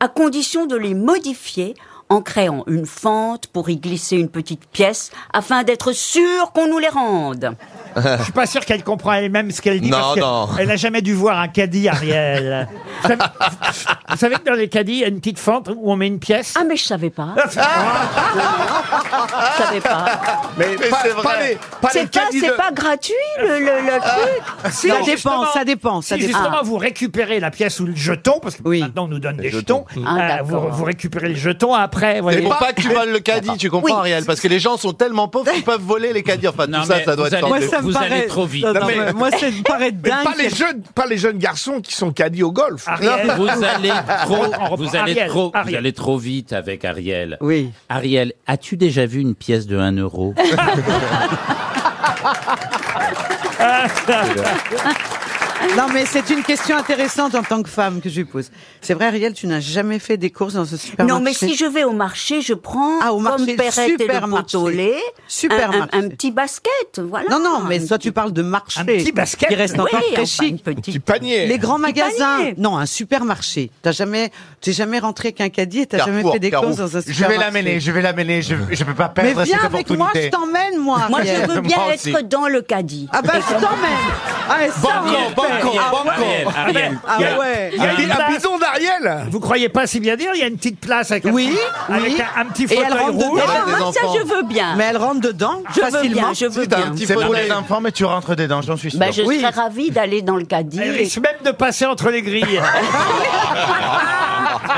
Speaker 4: à condition de les modifier en créant une fente pour y glisser une petite pièce afin d'être sûr qu'on nous les rende.
Speaker 2: Je suis pas sûr qu'elle comprend elle-même ce qu'elle dit.
Speaker 4: Non,
Speaker 2: parce que
Speaker 4: non.
Speaker 2: Elle n'a jamais dû voir un caddie, Ariel. vous, savez, vous savez que dans les caddies, il y a une petite fente où on met une pièce
Speaker 4: Ah, mais je savais pas.
Speaker 2: je
Speaker 4: savais pas.
Speaker 13: Mais,
Speaker 4: pas- pas les- pas les C'est pas- caddies c'est de- Ah, pas gratuit, le- le- le truc Ça dépend,
Speaker 2: justement-
Speaker 4: ça dépend, ça
Speaker 2: si
Speaker 4: dépend.
Speaker 2: justement
Speaker 4: Ah.
Speaker 2: vous récupérez la pièce ou le jeton, parce que maintenant on nous donne des jetons,
Speaker 4: Ah,
Speaker 2: euh, vous,
Speaker 4: d'accord.
Speaker 2: vous récupérez le jeton après.
Speaker 9: Et
Speaker 2: voyez.
Speaker 9: pour pas que tu voles le caddie, tu comprends,
Speaker 2: Oui.
Speaker 9: Ariel Parce que les gens sont tellement pauvres qu'ils peuvent voler les caddies. Enfin,
Speaker 5: Non,
Speaker 9: tout ça,
Speaker 5: mais
Speaker 9: ça doit
Speaker 5: vous allez-
Speaker 9: être sorti.
Speaker 5: Moi, ça me Vous allez paraît- trop vite. Non, non, mais moi, ça me paraît
Speaker 13: Mais
Speaker 5: dingue
Speaker 13: Pas les,
Speaker 5: qu'elle-
Speaker 13: jeunes, pas les jeunes garçons qui sont caddies au golf.
Speaker 5: Ariel, vous allez
Speaker 13: On
Speaker 5: trop,
Speaker 13: reprend.
Speaker 5: vous allez
Speaker 13: Ariel,
Speaker 5: trop, vous
Speaker 13: Ariel.
Speaker 5: allez trop vite avec Ariel. Oui. Ariel, as-tu déjà vu une pièce de 1 euro
Speaker 7: bah Non, mais c'est une question intéressante en tant que femme que je lui pose. C'est vrai, Ariel, tu n'as jamais fait des courses dans ce supermarché.
Speaker 4: Non, mais si je vais au marché, je prends
Speaker 7: ah, au marché,
Speaker 4: comme Perrette et le
Speaker 7: supermarché.
Speaker 4: pot au lait,
Speaker 7: Supermarché.
Speaker 4: un- un- un petit basket, voilà.
Speaker 7: Non, non, mais toi, tu parles de marché.
Speaker 4: Un petit basket.
Speaker 7: Qui reste
Speaker 4: Oui,
Speaker 7: encore
Speaker 4: enfin,
Speaker 7: très chic.
Speaker 4: une petite- Petit
Speaker 13: panier.
Speaker 7: Les grands
Speaker 4: Petit
Speaker 7: magasins.
Speaker 4: panier.
Speaker 7: Non, un supermarché. T'as jamais, t'es jamais rentré avec un caddie et t'as jamais
Speaker 8: Carrefour,
Speaker 7: fait des
Speaker 8: Carrefour.
Speaker 7: courses dans un
Speaker 8: Je
Speaker 7: supermarché.
Speaker 8: vais l'amener, je vais l'amener, je, je peux pas
Speaker 7: Mais
Speaker 8: perdre
Speaker 7: viens
Speaker 8: cette
Speaker 7: avec moi, je
Speaker 8: opportunité.
Speaker 7: t'emmène, moi.
Speaker 4: Moi,
Speaker 7: Ariel.
Speaker 4: je veux bien
Speaker 8: Moi aussi.
Speaker 4: être dans le caddie.
Speaker 7: Ah bah, je t'emmène. Ah, et ça,
Speaker 4: Banco,
Speaker 7: on le fait.
Speaker 4: banco,
Speaker 7: Ah ouais.
Speaker 4: banco.
Speaker 7: Ariel. Ah ouais.
Speaker 2: Il y a une
Speaker 13: Un
Speaker 2: place-
Speaker 13: bidon d'Ariel
Speaker 2: Vous croyez pas si bien dire Il y a une petite place avec,
Speaker 7: Oui,
Speaker 2: un, avec
Speaker 7: oui.
Speaker 2: un, un petit
Speaker 7: Et elle
Speaker 2: fauteuil
Speaker 7: rentre dedans.
Speaker 2: rouge.
Speaker 7: Eh ben, moi, ça, je
Speaker 4: veux bien.
Speaker 7: Mais elle rentre dedans
Speaker 4: Je veux
Speaker 7: facilement.
Speaker 4: bien, je veux bien.
Speaker 8: C'est pour les enfants, mais tu rentres dedans, j'en suis sûr.
Speaker 4: Bah, je serais ravie d'aller dans le caddie.
Speaker 2: Elle Ah, risque même de passer entre les grilles.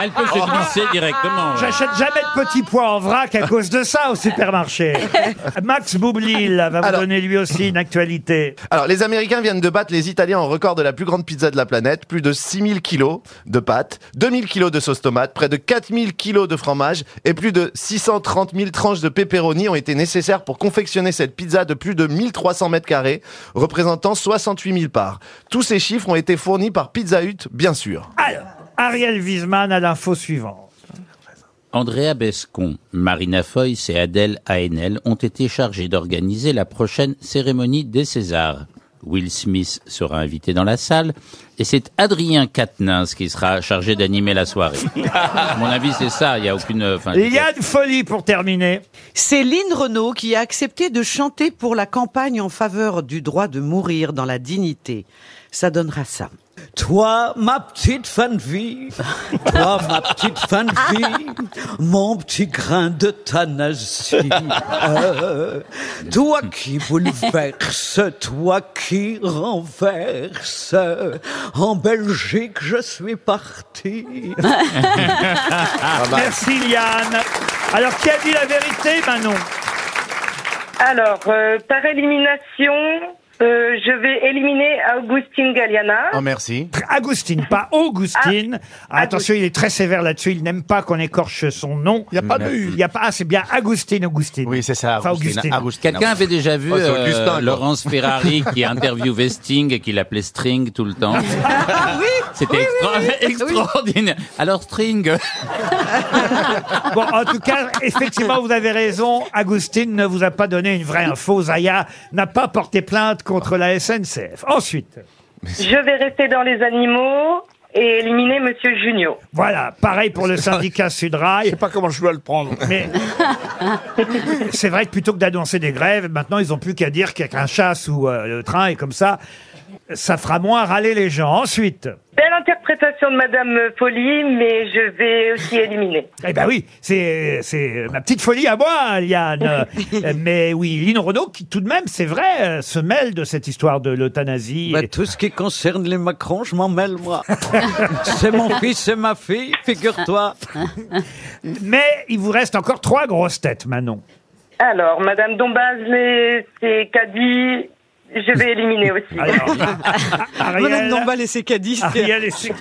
Speaker 5: Elle peut se glisser directement. ouais.
Speaker 2: J'achète jamais de petits pois en vrac à cause de ça au supermarché. Max Boublil va vous donner lui aussi une actualité.
Speaker 9: Alors, les Américains viennent de battre les Italiens en record de la plus grande pizza de la planète. Plus de 6000 kilos de pâtes, 2000 kilos de sauce tomate, près de 4000 kilos de fromage et plus de 630 000 tranches de pepperoni ont été nécessaires pour confectionner cette pizza de plus de 1300 mètres carrés, représentant 68 000 parts. Tous ces chiffres ont été fournis par Pizza Hut, bien sûr.
Speaker 2: Alors, Ariel Wiesman a l'info suivante.
Speaker 5: Andrea Bescon, Marina Foïs et Adèle Haenel ont été chargés d'organiser la prochaine cérémonie des Césars. Will Smith sera invité dans la salle et c'est Adrien Quatennens qui sera chargé d'animer la soirée. À mon avis, c'est ça, il n'y a aucune... enfin, je-
Speaker 2: Liane Folie pour terminer.
Speaker 7: Céline Renaud qui a accepté de chanter pour la campagne en faveur du droit de mourir dans la dignité. Ça donnera ça. Toi, ma petite fin de vie, toi, ma petite fin de vie, mon petit grain de thanasie, euh, toi qui bouleverse, toi qui renverse, en Belgique je suis parti.
Speaker 11: Ah, bah.
Speaker 2: Merci Liane. Alors, qui a dit la vérité, Manon
Speaker 18: Alors, euh, par élimination, euh, je vais éliminer Augustine Galliana.
Speaker 8: Oh, merci. Ah.
Speaker 2: Agustine, Ah. pas Augustine. Attention, il est très sévère là-dessus. Il n'aime pas qu'on écorche son nom. Il n'y a
Speaker 8: pas de U.
Speaker 2: Il y a pas. Ah, c'est bien Agustine, Augustine.
Speaker 8: Oui, c'est ça,
Speaker 2: Enfin,
Speaker 8: Augustine.
Speaker 2: Augustine.
Speaker 5: Ah, Quelqu'un avait déjà vu
Speaker 8: Oh, c'est
Speaker 5: euh,
Speaker 8: Augustin, quoi.
Speaker 5: Laurence Ferrari qui interviewait Sting et qui l'appelait String tout le temps
Speaker 8: Ah
Speaker 5: C'était extra- extraordinaire. Alors String
Speaker 2: Bon, en tout cas, effectivement, vous avez raison. Agustine ne vous a pas donné une vraie info. Zaya n'a pas porté plainte contre la SNCF. Ensuite,
Speaker 18: Je vais rester dans les animaux et éliminer Monsieur Junio.
Speaker 2: voilà, pareil pour le syndicat Sudrail. Je sais
Speaker 13: pas comment je dois le prendre.
Speaker 2: Mais c'est vrai que plutôt que d'annoncer des grèves, maintenant, ils n'ont plus qu'à dire qu'il y a qu'un chat sous euh, le train et comme ça, ça fera moins râler les gens. Ensuite.
Speaker 18: Belle interprétation de Madame Poli, mais je vais aussi éliminer.
Speaker 2: Eh ben oui, c'est c'est ma petite folie à moi, Liane. Euh, Mais oui, Lynn Renaud, qui tout de même, c'est vrai, euh, se mêle de cette histoire de l'euthanasie.
Speaker 7: Bah, tout ce qui concerne les Macrons, je m'en mêle, moi. c'est mon fils, c'est ma fille, figure-toi.
Speaker 2: Mais il vous reste encore trois grosses têtes, Manon.
Speaker 18: Alors, Madame Dombaz, les- c'est Caddy, je vais éliminer aussi.
Speaker 7: Madame Dombal et ses caddies.
Speaker 2: Ariel et ses-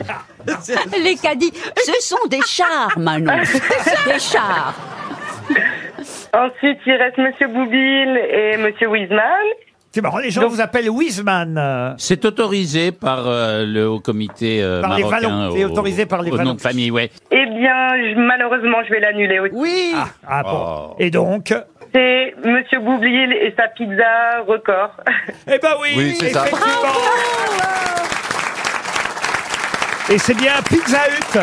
Speaker 4: Les caddies, ce sont des chars, Manon. Des chars.
Speaker 18: Ensuite, il reste Monsieur Boubil et Monsieur Wiseman.
Speaker 2: C'est marrant, les gens vous appellent Wiseman. euh.
Speaker 5: C'est autorisé par euh, le Haut Comité euh,
Speaker 2: Par les
Speaker 5: marocain.
Speaker 2: Wallons. C'est
Speaker 5: au-
Speaker 2: autorisé par les
Speaker 5: au nom
Speaker 2: Wallons.
Speaker 5: de famille, ouais.
Speaker 18: Eh bien, je- malheureusement, je vais l'annuler aussi. Oui
Speaker 2: Ah bon. Et donc
Speaker 18: C'est Monsieur Boublil et sa pizza record.
Speaker 2: Eh ben oui,
Speaker 18: oui
Speaker 2: c'est ça. Et c'est bien Pizza Hut.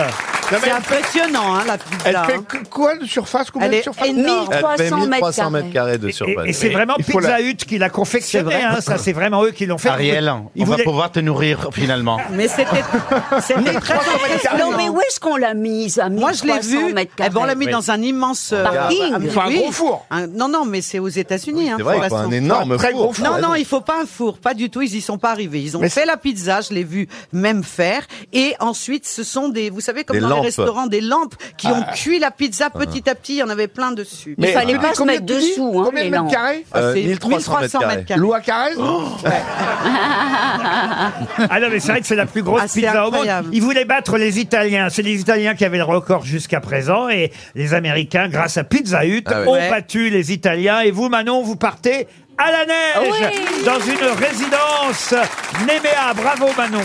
Speaker 7: C'est impressionnant, hein, la
Speaker 13: Elle
Speaker 7: pizza.
Speaker 13: fait
Speaker 7: hein.
Speaker 13: que- quoi de surface Combien
Speaker 7: Elle
Speaker 13: de
Speaker 7: est
Speaker 13: surface
Speaker 7: énorme.
Speaker 9: Elle fait 1300 mètres carrés de
Speaker 2: Et-
Speaker 9: surface.
Speaker 2: Et, c'est
Speaker 9: Mais
Speaker 2: vraiment
Speaker 9: il faut la-
Speaker 2: Pizza Hut qui l'a confectionné.
Speaker 9: C'est vrai.
Speaker 2: hein, ça, c'est vraiment eux qui l'ont fait.
Speaker 8: Ariel, on
Speaker 2: Ils
Speaker 8: va
Speaker 2: voulaient-
Speaker 8: pouvoir te nourrir finalement.
Speaker 7: Mais c'était c'était très impressionnant.
Speaker 4: Non, mais où est-ce qu'on l'a mise à
Speaker 7: Moi, je l'ai
Speaker 4: 1300
Speaker 7: vu.
Speaker 4: mètres
Speaker 7: Eh ben, on l'a mis
Speaker 4: carrés
Speaker 7: dans un immense euh,
Speaker 4: Parking.
Speaker 7: un-
Speaker 4: Il faut un
Speaker 7: oui.
Speaker 4: gros four.
Speaker 7: Un- non, non, mais c'est aux États-Unis. hein,
Speaker 9: c'est vrai,
Speaker 7: de toute
Speaker 9: il faut un
Speaker 7: façon.
Speaker 9: énorme Pas un très four. gros four,
Speaker 7: Non,
Speaker 9: ouais,
Speaker 7: non,
Speaker 9: donc.
Speaker 7: il faut pas un four, pas du tout. Ils y sont pas arrivés. Ils ont
Speaker 9: Mais
Speaker 7: fait la pizza, je l'ai vu même faire. Et ensuite, ce sont des, vous savez, comme
Speaker 9: Des
Speaker 7: dans
Speaker 9: lampes.
Speaker 7: les restaurants, des lampes qui ont
Speaker 9: Ah.
Speaker 7: cuit la pizza petit à petit. Il y en avait plein dessus.
Speaker 9: Mais- Il fallait pas se
Speaker 7: combien
Speaker 4: mettre
Speaker 7: tu dis
Speaker 4: dessous, hein,
Speaker 7: Combien de
Speaker 4: les
Speaker 7: mètres
Speaker 4: lampes.
Speaker 7: carrés
Speaker 9: Euh,
Speaker 7: Ah, C'est
Speaker 9: 1300 mètres carrés.
Speaker 13: Loua Carrez
Speaker 7: Oh
Speaker 2: Ah non, mais c'est vrai que c'est la plus grosse
Speaker 7: Ah, c'est
Speaker 2: pizza au monde.
Speaker 7: incroyable.
Speaker 2: Ils voulaient battre les Italiens. C'est les Italiens qui avaient le record jusqu'à présent. Et les Américains, grâce à Pizza Hut,
Speaker 6: Ah ouais.
Speaker 2: ont
Speaker 6: Ouais.
Speaker 2: battu les Italiens. Et vous, Manon, vous partez à la neige
Speaker 6: Oui.
Speaker 2: dans une résidence Nemea. Bravo, Manon.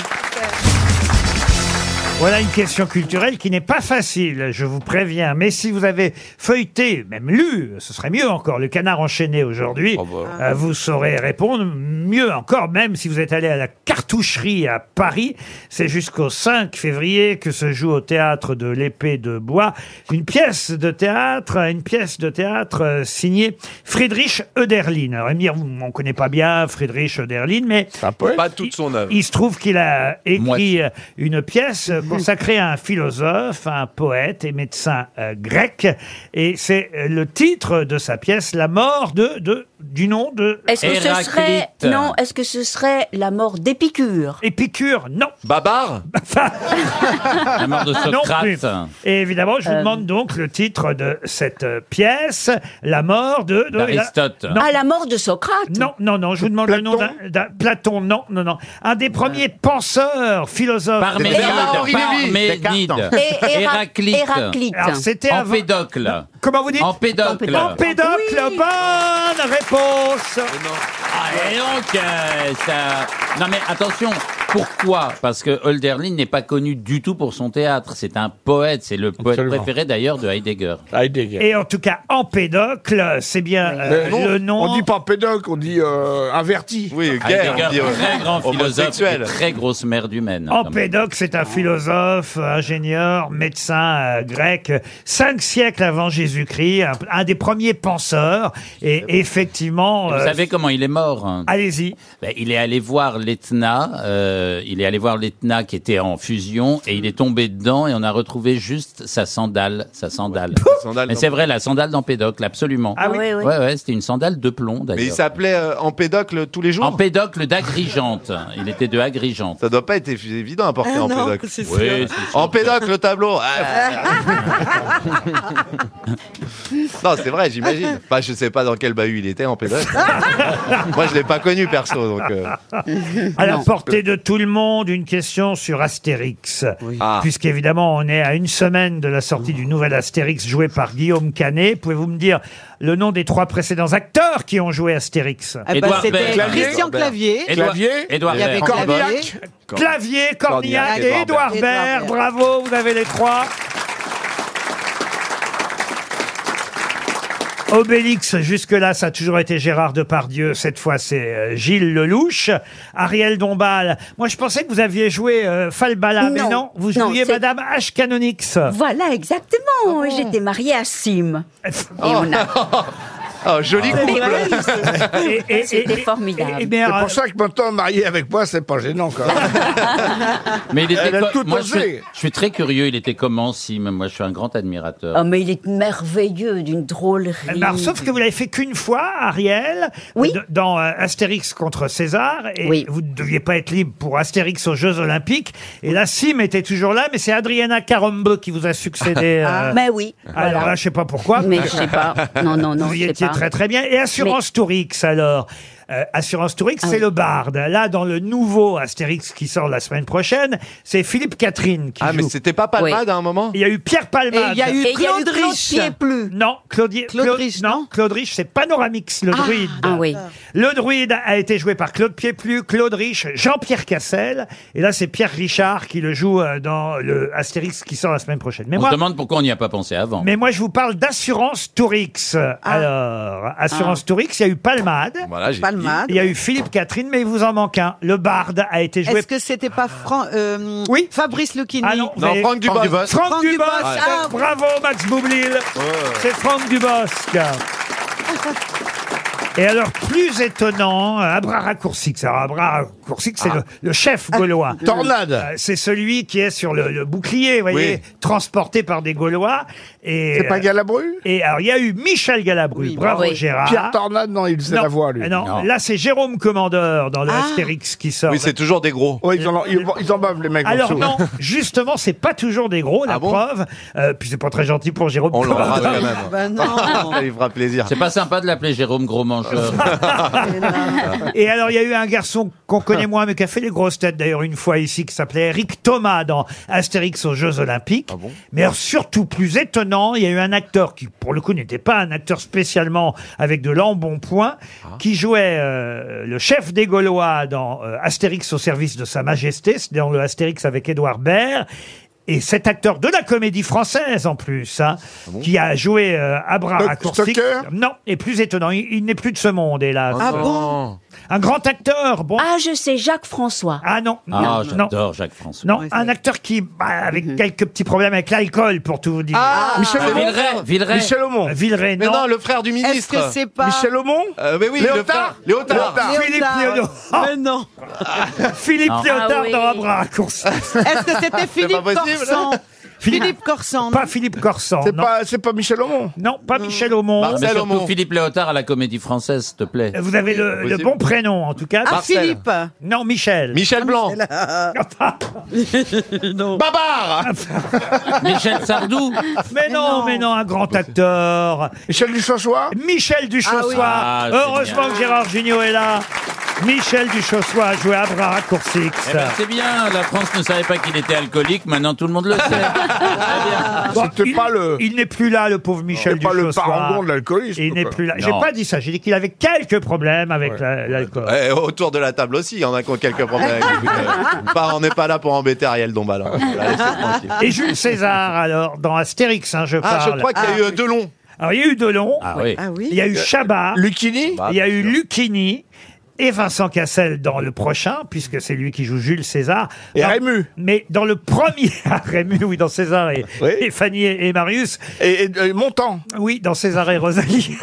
Speaker 2: Voilà une question culturelle qui n'est pas facile, je vous préviens. Mais si vous avez feuilleté, même lu, ce serait mieux encore, le canard enchaîné aujourd'hui, euh, vous saurez répondre. Mieux encore, même si vous êtes allé à la cartoucherie à Paris, c'est jusqu'au 5 février que se joue au théâtre de l'épée de bois une pièce de théâtre, une pièce de théâtre euh, signée Friedrich Oederlin. Alors, il me dit, on ne connaît pas bien Friedrich Oederlin, mais...
Speaker 9: Pas toute son œuvre.
Speaker 2: Il se trouve qu'il a écrit euh, une pièce euh, consacrée à un philosophe, à un poète et médecin euh, grec. Et c'est euh, le titre de sa pièce, La mort de, de- du nom de.
Speaker 4: Est-ce que ce serait non Est-ce que ce serait la mort d'Épicure
Speaker 2: Épicure, non.
Speaker 9: Babar
Speaker 5: La mort de
Speaker 2: Non plus.
Speaker 5: Socrate.
Speaker 2: Et évidemment, je vous
Speaker 4: Euh.
Speaker 2: demande donc le titre de cette euh, pièce, La mort de. de-
Speaker 5: D'Aristote.
Speaker 2: Non.
Speaker 4: À Ah, la mort de Socrate
Speaker 2: Non, non, non, je vous demande le nom d'un- d'un. Platon, non, non, non. Un des premiers penseurs, philosophes.
Speaker 5: Parménide, Descartes. Parménide. Descartes. Et- et- Héraclite. Héraclite.
Speaker 2: Alors, c'était avant-
Speaker 5: Empédocle.
Speaker 2: Non, Comment vous dites
Speaker 5: Empédocle.
Speaker 2: Empédocle, bonne réponse.
Speaker 5: Ah, et donc, euh, ça... Non mais attention, pourquoi Parce que Holderlin n'est pas connu du tout pour son théâtre. C'est un poète, c'est le poète préféré d'ailleurs de Heidegger.
Speaker 13: Heidegger.
Speaker 2: Et en tout cas, Empédocle, c'est bien euh,
Speaker 13: Mais non,
Speaker 2: le nom.
Speaker 13: On dit pas pédoc, on dit euh, inverti.
Speaker 9: Oui,
Speaker 5: Heidegger, très grand philosophe, et
Speaker 13: homosexuel.
Speaker 5: très grosse merde humaine.
Speaker 2: Empédocle, c'est un philosophe, euh, ingénieur, médecin euh, grec, euh, cinq siècles avant Jésus-Christ, un, un des premiers penseurs. Et effectivement,
Speaker 5: Vous
Speaker 2: euh,
Speaker 5: savez comment il est mort hein
Speaker 2: Allez-y.
Speaker 5: Ben, il est allé voir l'Etna, euh, il est allé voir l'Etna qui était en fusion et il est tombé dedans et on a retrouvé juste sa sandale, sa sandale. Mais c'est vrai, la sandale d'Empédocle, absolument.
Speaker 4: Ah oui. Ah oui, oui.
Speaker 5: Ouais, ouais, c'était une sandale de plomb
Speaker 9: Mais il
Speaker 5: d'ailleurs.
Speaker 9: s'appelait euh, Empédocle tous les jours
Speaker 5: Empédocle d'Agrigente. Il était de Agrigente.
Speaker 9: Ça doit pas être évident à porter
Speaker 5: Ah non,
Speaker 9: Empédocle.
Speaker 5: c'est sûr. Oui, c'est sûr.
Speaker 9: Empédocle, le tableau Ah. Non, c'est vrai, j'imagine. Enfin, je sais pas dans quel bahut il était, Empédocle. Moi, je l'ai pas connu, perso, donc... euh.
Speaker 2: à la
Speaker 9: Non.
Speaker 2: portée de tout le monde, une question sur Astérix.
Speaker 9: Ah.
Speaker 2: Puisqu'évidemment, on est à une semaine de la sortie du nouvel Astérix joué par Guillaume Canet. Pouvez-vous me dire le nom des trois précédents acteurs qui ont joué Astérix
Speaker 7: Eh ben, Édouard c'était Baird. Christian Clavier.
Speaker 2: Clavier,
Speaker 7: Édouard- Il y avait Édouard Baird. Cornillac.
Speaker 2: Clavier, Cornillac
Speaker 7: Cornillac,
Speaker 2: et Édouard
Speaker 7: Édouard Baird.
Speaker 2: Baird. Bravo, vous avez les trois. Obélix, jusque-là, ça a toujours été Gérard Depardieu. Cette fois, c'est euh, Gilles Lelouch. Ariel Dombal. Moi, je pensais que vous aviez joué euh, Falbala, mais
Speaker 4: Non.
Speaker 2: non, vous
Speaker 4: Non,
Speaker 2: jouiez
Speaker 4: c'est-
Speaker 2: Madame H. Canonix.
Speaker 4: Voilà, exactement. J'étais mariée à Sim. Et on a...
Speaker 9: Oh,
Speaker 24: Ah,
Speaker 9: joli
Speaker 4: Mais
Speaker 9: couple
Speaker 4: oui, c'est-
Speaker 2: Et- et-
Speaker 4: C'était
Speaker 2: et- Ah
Speaker 4: formidable.
Speaker 13: C'est pour ça que maintenant, marié avec moi, c'est pas gênant. Quoi.
Speaker 5: Mais il était
Speaker 13: Elle a
Speaker 5: co-
Speaker 13: tout
Speaker 5: moi, je, suis,
Speaker 13: osé.
Speaker 5: je suis très curieux. Il était comment si mais Moi, je suis un grand admirateur.
Speaker 4: Ah, mais il est merveilleux, d'une drôlerie.
Speaker 2: Alors, Eh ben, sauf que vous l'avez fait qu'une fois, Ariel, d- dans euh, Astérix contre César, et vous ne deviez pas être libre pour Astérix aux Jeux Olympiques. Et la Sim était toujours là, mais c'est Adriana Carombo qui vous a succédé. euh,
Speaker 4: Ah, mais oui,
Speaker 2: Alors
Speaker 4: voilà.
Speaker 2: là, je sais pas pourquoi.
Speaker 4: Mais je sais pas. Non, non, non,
Speaker 2: Vous y
Speaker 4: je sais
Speaker 2: étiez
Speaker 4: pas.
Speaker 2: très très bien. Et Assurance Tourix, alors euh, Assurance Tourix,
Speaker 4: Ah
Speaker 2: c'est le barde. Là, dans le nouveau Astérix qui sort la semaine prochaine, c'est Philippe Catherine qui
Speaker 9: Ah, mais c'était pas Palmade à un moment
Speaker 2: Il y a eu Pierre Palmade.
Speaker 9: Et il y a eu Et il y a eu Claude Claude Rich.
Speaker 2: plus. Non, Claude, Claude, non. Claude Rich, c'est Panoramix, le druide. Ah oui. Le druide a été joué par Claude Pieplu, Claude Rich, Jean-Pierre Cassel. Et là, c'est Pierre Richard qui le joue euh, dans le Astérix qui sort la semaine prochaine. Mais
Speaker 5: On
Speaker 2: moi,
Speaker 5: se demande pourquoi on n'y a pas pensé avant.
Speaker 2: mais moi, je vous parle d'Assurance Tourix. Alors, Assurance
Speaker 5: Ah.
Speaker 2: Tourix, il y a eu Palmade.
Speaker 5: Voilà, j'ai
Speaker 24: Palmade.
Speaker 2: Il y a eu Philippe Catherine, mais il vous en manque un. Le barde a été joué
Speaker 24: Est-ce que c'était pas Fran- euh, Fabrice Lucchini
Speaker 2: Ah non, vous avez- Franck, Dubosc.
Speaker 24: ah,
Speaker 2: Bravo Max Boublil. C'est Franck Dubosc. Et alors, plus étonnant, Abra Raccourcix. Alors, Abra Raccourcix, c'est
Speaker 13: Ah.
Speaker 2: le, le chef gaulois.
Speaker 13: Tornade.
Speaker 2: Euh, C'est celui qui est sur le, le bouclier, vous voyez, transporté par des Gaulois. Et
Speaker 13: C'est pas
Speaker 2: Galabru Et alors, il y a eu Michel Galabru. bravo
Speaker 13: oui.
Speaker 2: Gérard.
Speaker 13: Pierre Tornade, non, il faisait
Speaker 2: Non, Ah,
Speaker 13: la voix, lui.
Speaker 2: Non, là, c'est Jérôme Commandeur dans le Astérix qui sort.
Speaker 9: Oui, c'est toujours des gros.
Speaker 13: ils, en, ils, ils en bavent, les mecs. en
Speaker 2: Alors
Speaker 13: dessous.
Speaker 2: non, justement, c'est pas toujours des gros, la preuve. Euh, puis c'est pas très gentil pour Jérôme. On
Speaker 5: l'embrasse quand même.
Speaker 24: bah non.
Speaker 9: Il fera plaisir.
Speaker 5: C'est pas sympa de l'appeler Jérôme Gros Mangeur.
Speaker 2: Et alors, il y a eu un garçon qu'on connaît moins, mais qui a fait les grosses têtes d'ailleurs une fois ici, qui s'appelait Eric Thomas dans Astérix aux Jeux Olympiques. mais alors, surtout plus étonnant, il y a eu un acteur qui, pour le coup, n'était pas un acteur spécialement avec de l'embonpoint, qui jouait euh, le chef des Gaulois dans euh, Astérix au service de Sa Majesté, c'est dans le Astérix avec Édouard Baird. Et cet acteur de la comédie française en plus, hein, qui a joué euh, Abra
Speaker 13: Stock-
Speaker 2: Raccourci.
Speaker 13: Stocker
Speaker 2: Non, et plus étonnant, il, il n'est plus de ce monde, hélas.
Speaker 5: Ah bon
Speaker 2: Un grand acteur, bon. Ah, je sais, Jacques François. Ah non,
Speaker 5: Ah,
Speaker 2: non, non.
Speaker 5: j'adore Jacques-François.
Speaker 2: Non, un acteur qui, bah, avec quelques petits problèmes avec l'alcool, pour tout vous dire.
Speaker 5: Ah, Michel Ah, Aumont. Villeray, Villeray. Michel
Speaker 2: Aumont. Villeray,
Speaker 9: Mais
Speaker 2: non.
Speaker 9: non, le frère du ministre.
Speaker 2: Est-ce que c'est pas- Michel
Speaker 9: Aumont Euh, Mais oui, le frère.
Speaker 2: Léotard
Speaker 9: Léotard.
Speaker 2: Léotard. Philippe Léotard. Mais
Speaker 24: non.
Speaker 2: Philippe
Speaker 24: Non.
Speaker 2: Léotard
Speaker 24: Ah oui.
Speaker 2: dans Abra Raccourci.
Speaker 24: Est-ce que c'était Philippe Corsan
Speaker 2: Philippe
Speaker 24: Corsan.
Speaker 2: Pas Philippe Corsan.
Speaker 13: C'est
Speaker 2: non.
Speaker 13: pas, c'est pas Michel Aumont.
Speaker 2: Non, pas Michel Aumont.
Speaker 5: Ah, mais surtout Philippe Léotard à la comédie française, s'il te plaît.
Speaker 2: Euh, Vous avez le, le bon prénom, en tout cas.
Speaker 5: Ah, Marcel. Philippe.
Speaker 2: Non, Michel.
Speaker 5: Michel Blanc.
Speaker 2: Ah, Babar
Speaker 5: Michel Sardou
Speaker 2: Mais non, mais non, un grand acteur. Michel Duchossois Michel Duchossois.
Speaker 5: Ah, génial.
Speaker 2: Heureusement que Gérard Jugnot est là. Michel Duchossois a joué à bras raccourcis.
Speaker 5: Eh ben, c'est bien, la France ne savait pas qu'il était alcoolique, maintenant tout le monde le sait.
Speaker 2: Bon, il il n'est plus là, le pauvre Michel
Speaker 13: C'est pas le
Speaker 2: Duchossois.
Speaker 13: parangon de l'alcoolisme,
Speaker 2: Il n'est
Speaker 13: quoi.
Speaker 2: plus là. J'ai
Speaker 9: Non.
Speaker 2: pas dit ça. J'ai dit qu'il avait quelques problèmes avec la- l'alcool.
Speaker 9: Eh, autour de la table aussi, il y en a qui ont quelques problèmes. Écoute, euh, pas- on n'est pas là pour embêter Ariel Dombal. hein. Voilà, laissez tranquille.
Speaker 2: Et Jules César, alors, dans Astérix, hein, je
Speaker 9: Ah,
Speaker 2: parle.
Speaker 9: je crois qu'il y a eu euh, Delon.
Speaker 2: Alors, il y a eu Delon.
Speaker 9: Ah oui. Ah oui.
Speaker 2: Il y a eu Chabat.
Speaker 13: Lucchini.
Speaker 2: Il y a eu Lucchini. Et Vincent Cassel dans le prochain, puisque c'est lui qui joue Jules César. Et Rému. Mais dans le premier, Rému, oui, dans César et, et Fanny et, et Marius. Et,
Speaker 9: euh,
Speaker 2: Montant. Oui, dans César et Rosalie.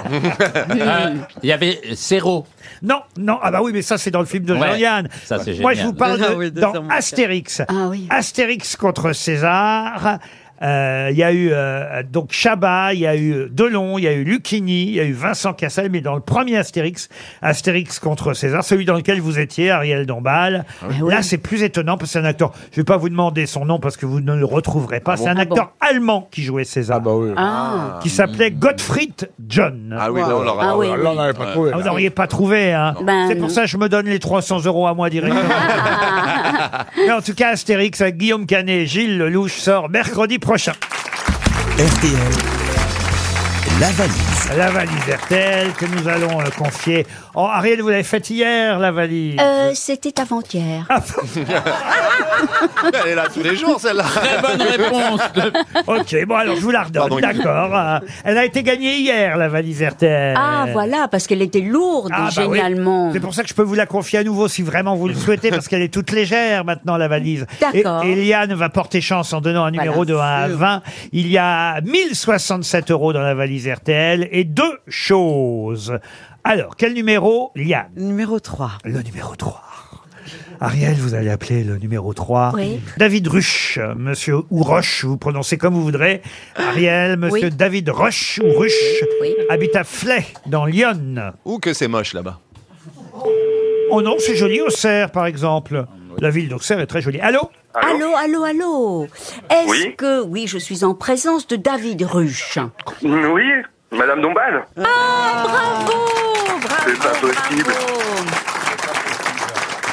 Speaker 5: Euh, Il y avait Serrault.
Speaker 2: Non, non, ah bah oui, mais ça c'est dans le film de
Speaker 5: Ouais,
Speaker 2: Jean-Yann.
Speaker 5: ça, c'est
Speaker 2: Moi je
Speaker 5: génial.
Speaker 2: vous parle de-
Speaker 5: Ah oui, de
Speaker 2: dans
Speaker 5: Jean-Yann.
Speaker 2: Astérix.
Speaker 9: Ah
Speaker 2: Astérix contre César. Euh, Il y a eu euh, donc Chabat, il y a eu Delon, il y a eu Lucchini, il y a eu Vincent Cassel, mais dans le premier Astérix, Astérix contre César, celui dans lequel vous étiez, Ariel Dombal.
Speaker 9: Ah
Speaker 2: Là, c'est plus étonnant parce que c'est un acteur. Je vais pas vous demander son nom parce que vous ne le retrouverez pas.
Speaker 9: Ah bon
Speaker 2: c'est un
Speaker 9: Ah
Speaker 2: acteur allemand qui jouait César.
Speaker 9: Ah.
Speaker 2: Qui s'appelait Gottfried John.
Speaker 9: Ah oui, là, on l'aurait-
Speaker 2: Ah
Speaker 9: là,
Speaker 2: oui,
Speaker 9: on l'aurait
Speaker 2: oui.
Speaker 9: pas trouvé.
Speaker 2: Ah, vous
Speaker 9: là.
Speaker 2: n'auriez pas trouvé, hein. C'est pour ça que je me donne les 300 euros à moi directement. Mais en tout cas, Astérix, avec Guillaume Canet et Gilles Lelouch sort mercredi prochain.
Speaker 1: RTL, la valise.
Speaker 2: La valise RTL que nous allons euh, confier. Oh, Ariel, vous l'avez faite hier, la valise. Ah,
Speaker 12: Euh, C'était avant-hier.
Speaker 9: Elle est là tous les jours, celle-là.
Speaker 5: Très bonne réponse.
Speaker 2: ok, bon, alors je vous la redonne. D'accord. Euh, Elle a été gagnée hier, la valise RTL.
Speaker 4: Ah voilà, parce qu'elle était lourde,
Speaker 2: Euh. Ah, bah oui.
Speaker 4: génialement.
Speaker 2: C'est pour ça que je peux vous la confier à nouveau si vraiment vous le souhaitez, parce qu'elle est toute légère maintenant, la valise.
Speaker 4: D'accord.
Speaker 2: Et Eliane va porter chance en donnant un numéro de 1 à 20. Il y a 1067 euros dans la valise RTL et deux choses. Alors, quel numéro, Liane
Speaker 24: Numéro 3.
Speaker 2: Le numéro 3. Ariel, vous allez appeler le numéro 3.
Speaker 24: Oui.
Speaker 2: David Ruch, euh, monsieur ou Roche, vous prononcez comme vous voudrez. Ariel, monsieur
Speaker 9: Oui.
Speaker 2: David Roche ou Ruch, habite à Flay, dans Lyon.
Speaker 9: Ou que c'est moche là-bas.
Speaker 2: Oh non, c'est joli, Auxerre, par exemple. La ville d'Auxerre est très jolie. Allô
Speaker 4: Allô, allô, allô. Est-ce
Speaker 2: Oui.
Speaker 4: que oui, je suis en présence de David Ruche.
Speaker 23: Oui. Madame Dombal
Speaker 11: Ah, bravo
Speaker 23: C'est pas possible.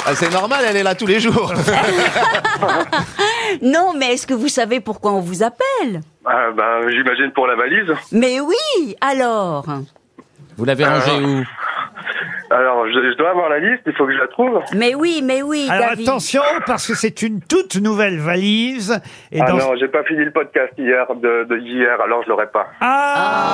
Speaker 9: Ah, c'est normal, elle est là tous les jours.
Speaker 4: Non, mais est-ce que vous savez pourquoi on vous appelle
Speaker 23: Ah,
Speaker 17: bah,
Speaker 23: ben, j'imagine pour la valise.
Speaker 4: Mais oui, alors
Speaker 5: Vous l'avez rangé où
Speaker 23: Alors, je, je dois avoir la liste, il faut que je la trouve.
Speaker 4: Mais oui, mais oui,
Speaker 2: Alors
Speaker 4: David.
Speaker 2: attention, parce que c'est une toute nouvelle valise. Et
Speaker 23: ah
Speaker 2: dans-
Speaker 23: non, j'ai pas fini le podcast hier, de, de hier, alors je l'aurai pas.
Speaker 2: Ah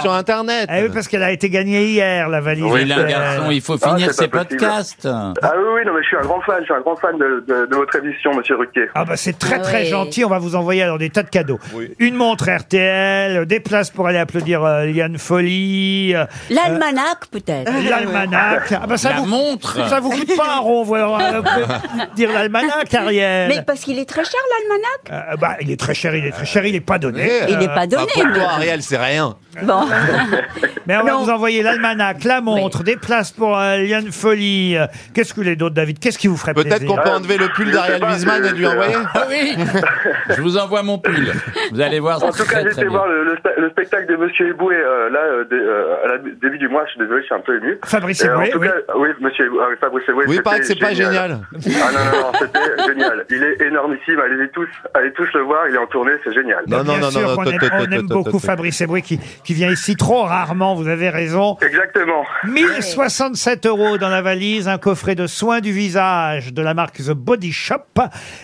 Speaker 9: sur Internet.
Speaker 2: Eh oui, parce qu'elle a été gagnée hier, la valise.
Speaker 5: Oui, là,
Speaker 2: Euh,
Speaker 5: garçon, il faut
Speaker 23: Ah,
Speaker 5: finir
Speaker 23: c'est
Speaker 5: ses
Speaker 23: pas possible.
Speaker 5: podcasts.
Speaker 23: Ah oui, oui, non, mais je suis un grand fan, je suis un grand fan de, de- de votre émission, monsieur Ruquier.
Speaker 2: Ah bah c'est très
Speaker 23: Ah
Speaker 2: très
Speaker 23: ouais.
Speaker 2: gentil, on va vous envoyer alors des tas de cadeaux. Une montre RTL, des places pour aller applaudir euh, Liane Folly. euh,
Speaker 4: L'almanach, peut-être.
Speaker 2: euh, L'almanach. Ah bah ça
Speaker 4: La
Speaker 2: vous,
Speaker 4: montre.
Speaker 2: Ça vous coûte pas un rond, voilà. Vous pouvez dire l'almanach, Ariel.
Speaker 4: Mais parce qu'il est très cher, l'almanach
Speaker 2: Euh, bah, il est très cher, il est très cher, il n'est pas donné.
Speaker 4: Il n'est pas donné, Bah, pour mais- toi, Ariel,
Speaker 9: c'est rien.
Speaker 4: Bon.
Speaker 2: Mais on va vous envoyer l'almanach, la montre, des places pour euh, Liane Folly. euh, Qu'est-ce que vous voulez d'autre, David Qu'est-ce qui vous ferait plaisir
Speaker 9: Peut-être qu'on peut enlever le pull d'Ariel Wiesman et lui envoyer.
Speaker 5: Ah oui Je vous envoie mon pull. Vous allez voir,
Speaker 23: En
Speaker 5: c'est
Speaker 23: tout cas,
Speaker 5: très
Speaker 23: j'ai
Speaker 5: très
Speaker 23: été
Speaker 5: bien.
Speaker 23: voir le, le spe- le spectacle de Monsieur Eboué euh, là euh, dé- euh, à la début du mois. Je suis désolé, je suis un peu ému.
Speaker 2: Fabrice
Speaker 23: Et en
Speaker 2: Eboué,
Speaker 23: tout
Speaker 2: oui.
Speaker 23: cas, oui, Monsieur Eboué, euh, Fabrice Eboué.
Speaker 9: Oui, il paraît que
Speaker 23: c'était
Speaker 9: c'est pas
Speaker 23: Ah non non non, c'était génial. Il est énormissime. Allez tous, allez tous le voir. Il est en tournée, c'est génial.
Speaker 9: Non,
Speaker 2: Bien sûr qu'on aime, on aime beaucoup Fabrice Eboué qui, qui vient ici trop rarement, vous avez raison.
Speaker 23: Exactement.
Speaker 2: 1067 euros dans la valise, un coffret de soins du visage de la marque The Body Shop.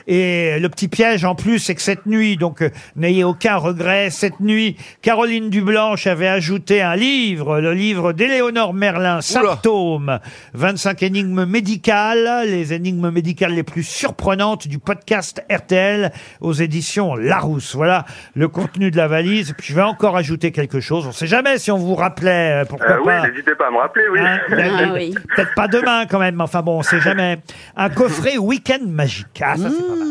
Speaker 2: Et le petit piège en plus, c'est que cette nuit, donc euh, n'ayez aucun regret, cette nuit, Caroline Dublanche avait ajouté un livre, le livre d'Éléonore Merlin, Symptômes, 25 énigmes médicales, les énigmes médicales les plus surprenantes du podcast RTL aux éditions Larousse. Voilà le contenu de la valise. Puis je vais encore ajouter quelque chose, on ne sait jamais si on vous rappelait, euh, pourquoi
Speaker 23: Euh, oui,
Speaker 2: pas.
Speaker 23: n'hésitez pas à me rappeler. Oui.
Speaker 2: Hein, David Peut-être pas demain quand même, mais enfin bon, on sait jamais. Un coffret week-end magique. Ah, ça, c'est pas mal.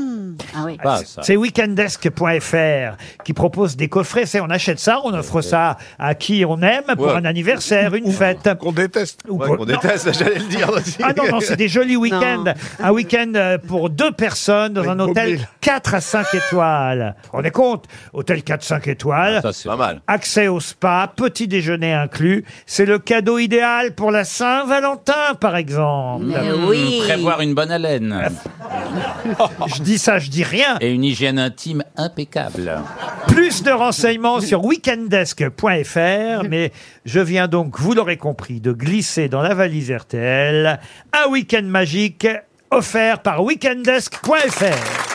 Speaker 4: Ah oui.
Speaker 2: Ah, c'est- C'est weekendesk.fr qui propose des coffrets. C'est on achète ça, on offre ça à qui on aime pour
Speaker 9: Ouais.
Speaker 2: un anniversaire, une fête.
Speaker 13: Qu'on déteste.
Speaker 9: qu'on déteste, j'allais le dire aussi.
Speaker 2: Ah non, non, c'est des jolis week-ends. Un week-end euh, pour deux personnes dans un hôtel
Speaker 9: mobile.
Speaker 2: 4 à 5 étoiles. Vous vous rendez compte Hôtel 4-5
Speaker 9: Ah,
Speaker 2: étoiles.
Speaker 5: c'est pas mal.
Speaker 2: Accès au spa, petit déjeuner inclus. C'est le cadeau idéal pour la Saint-Valentin, par exemple.
Speaker 5: Mmh, Prévoir une bonne haleine.
Speaker 2: je dis ça, je dis rien.
Speaker 5: Et une hygiène intime impeccable.
Speaker 2: Plus de renseignements sur weekendesk.fr, mais je viens donc, vous l'aurez compris, de glisser dans la valise RTL un week-end magique offert par weekendesk.fr.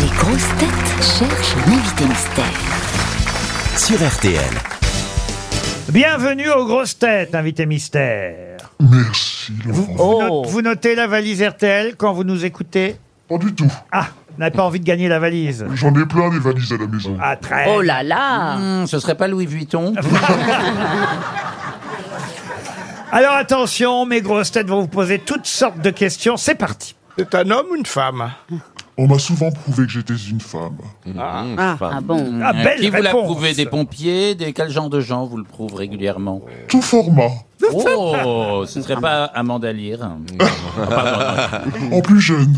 Speaker 25: Les grosses têtes cherchent l'invité mystère.
Speaker 1: Sur RTL.
Speaker 2: Bienvenue aux grosses têtes, invité mystère.
Speaker 26: Merci.
Speaker 2: Vous, vous note- vous notez la valise RTL quand vous nous écoutez
Speaker 26: Pas du tout.
Speaker 2: Ah, vous n'avez pas envie de gagner la valise
Speaker 26: J'en ai plein des valises à la maison.
Speaker 2: Ah, très
Speaker 4: Oh là là
Speaker 5: Mmh, ce serait pas Louis Vuitton
Speaker 2: Alors attention, mes grosses têtes vont vous poser toutes sortes de questions. C'est parti.
Speaker 13: C'est un homme ou une
Speaker 5: Bah,
Speaker 13: femme
Speaker 26: On m'a souvent prouvé que j'étais une femme.
Speaker 5: Ah,
Speaker 26: bon.
Speaker 2: Ah, belle
Speaker 5: Qui vous l'a
Speaker 2: réponse.
Speaker 5: prouvé Des pompiers des... Quel genre de gens vous le prouve régulièrement
Speaker 26: Tout format.
Speaker 5: Oh, ce serait pas Amanda Lear Ah, pardon, non.
Speaker 26: En plus jeune.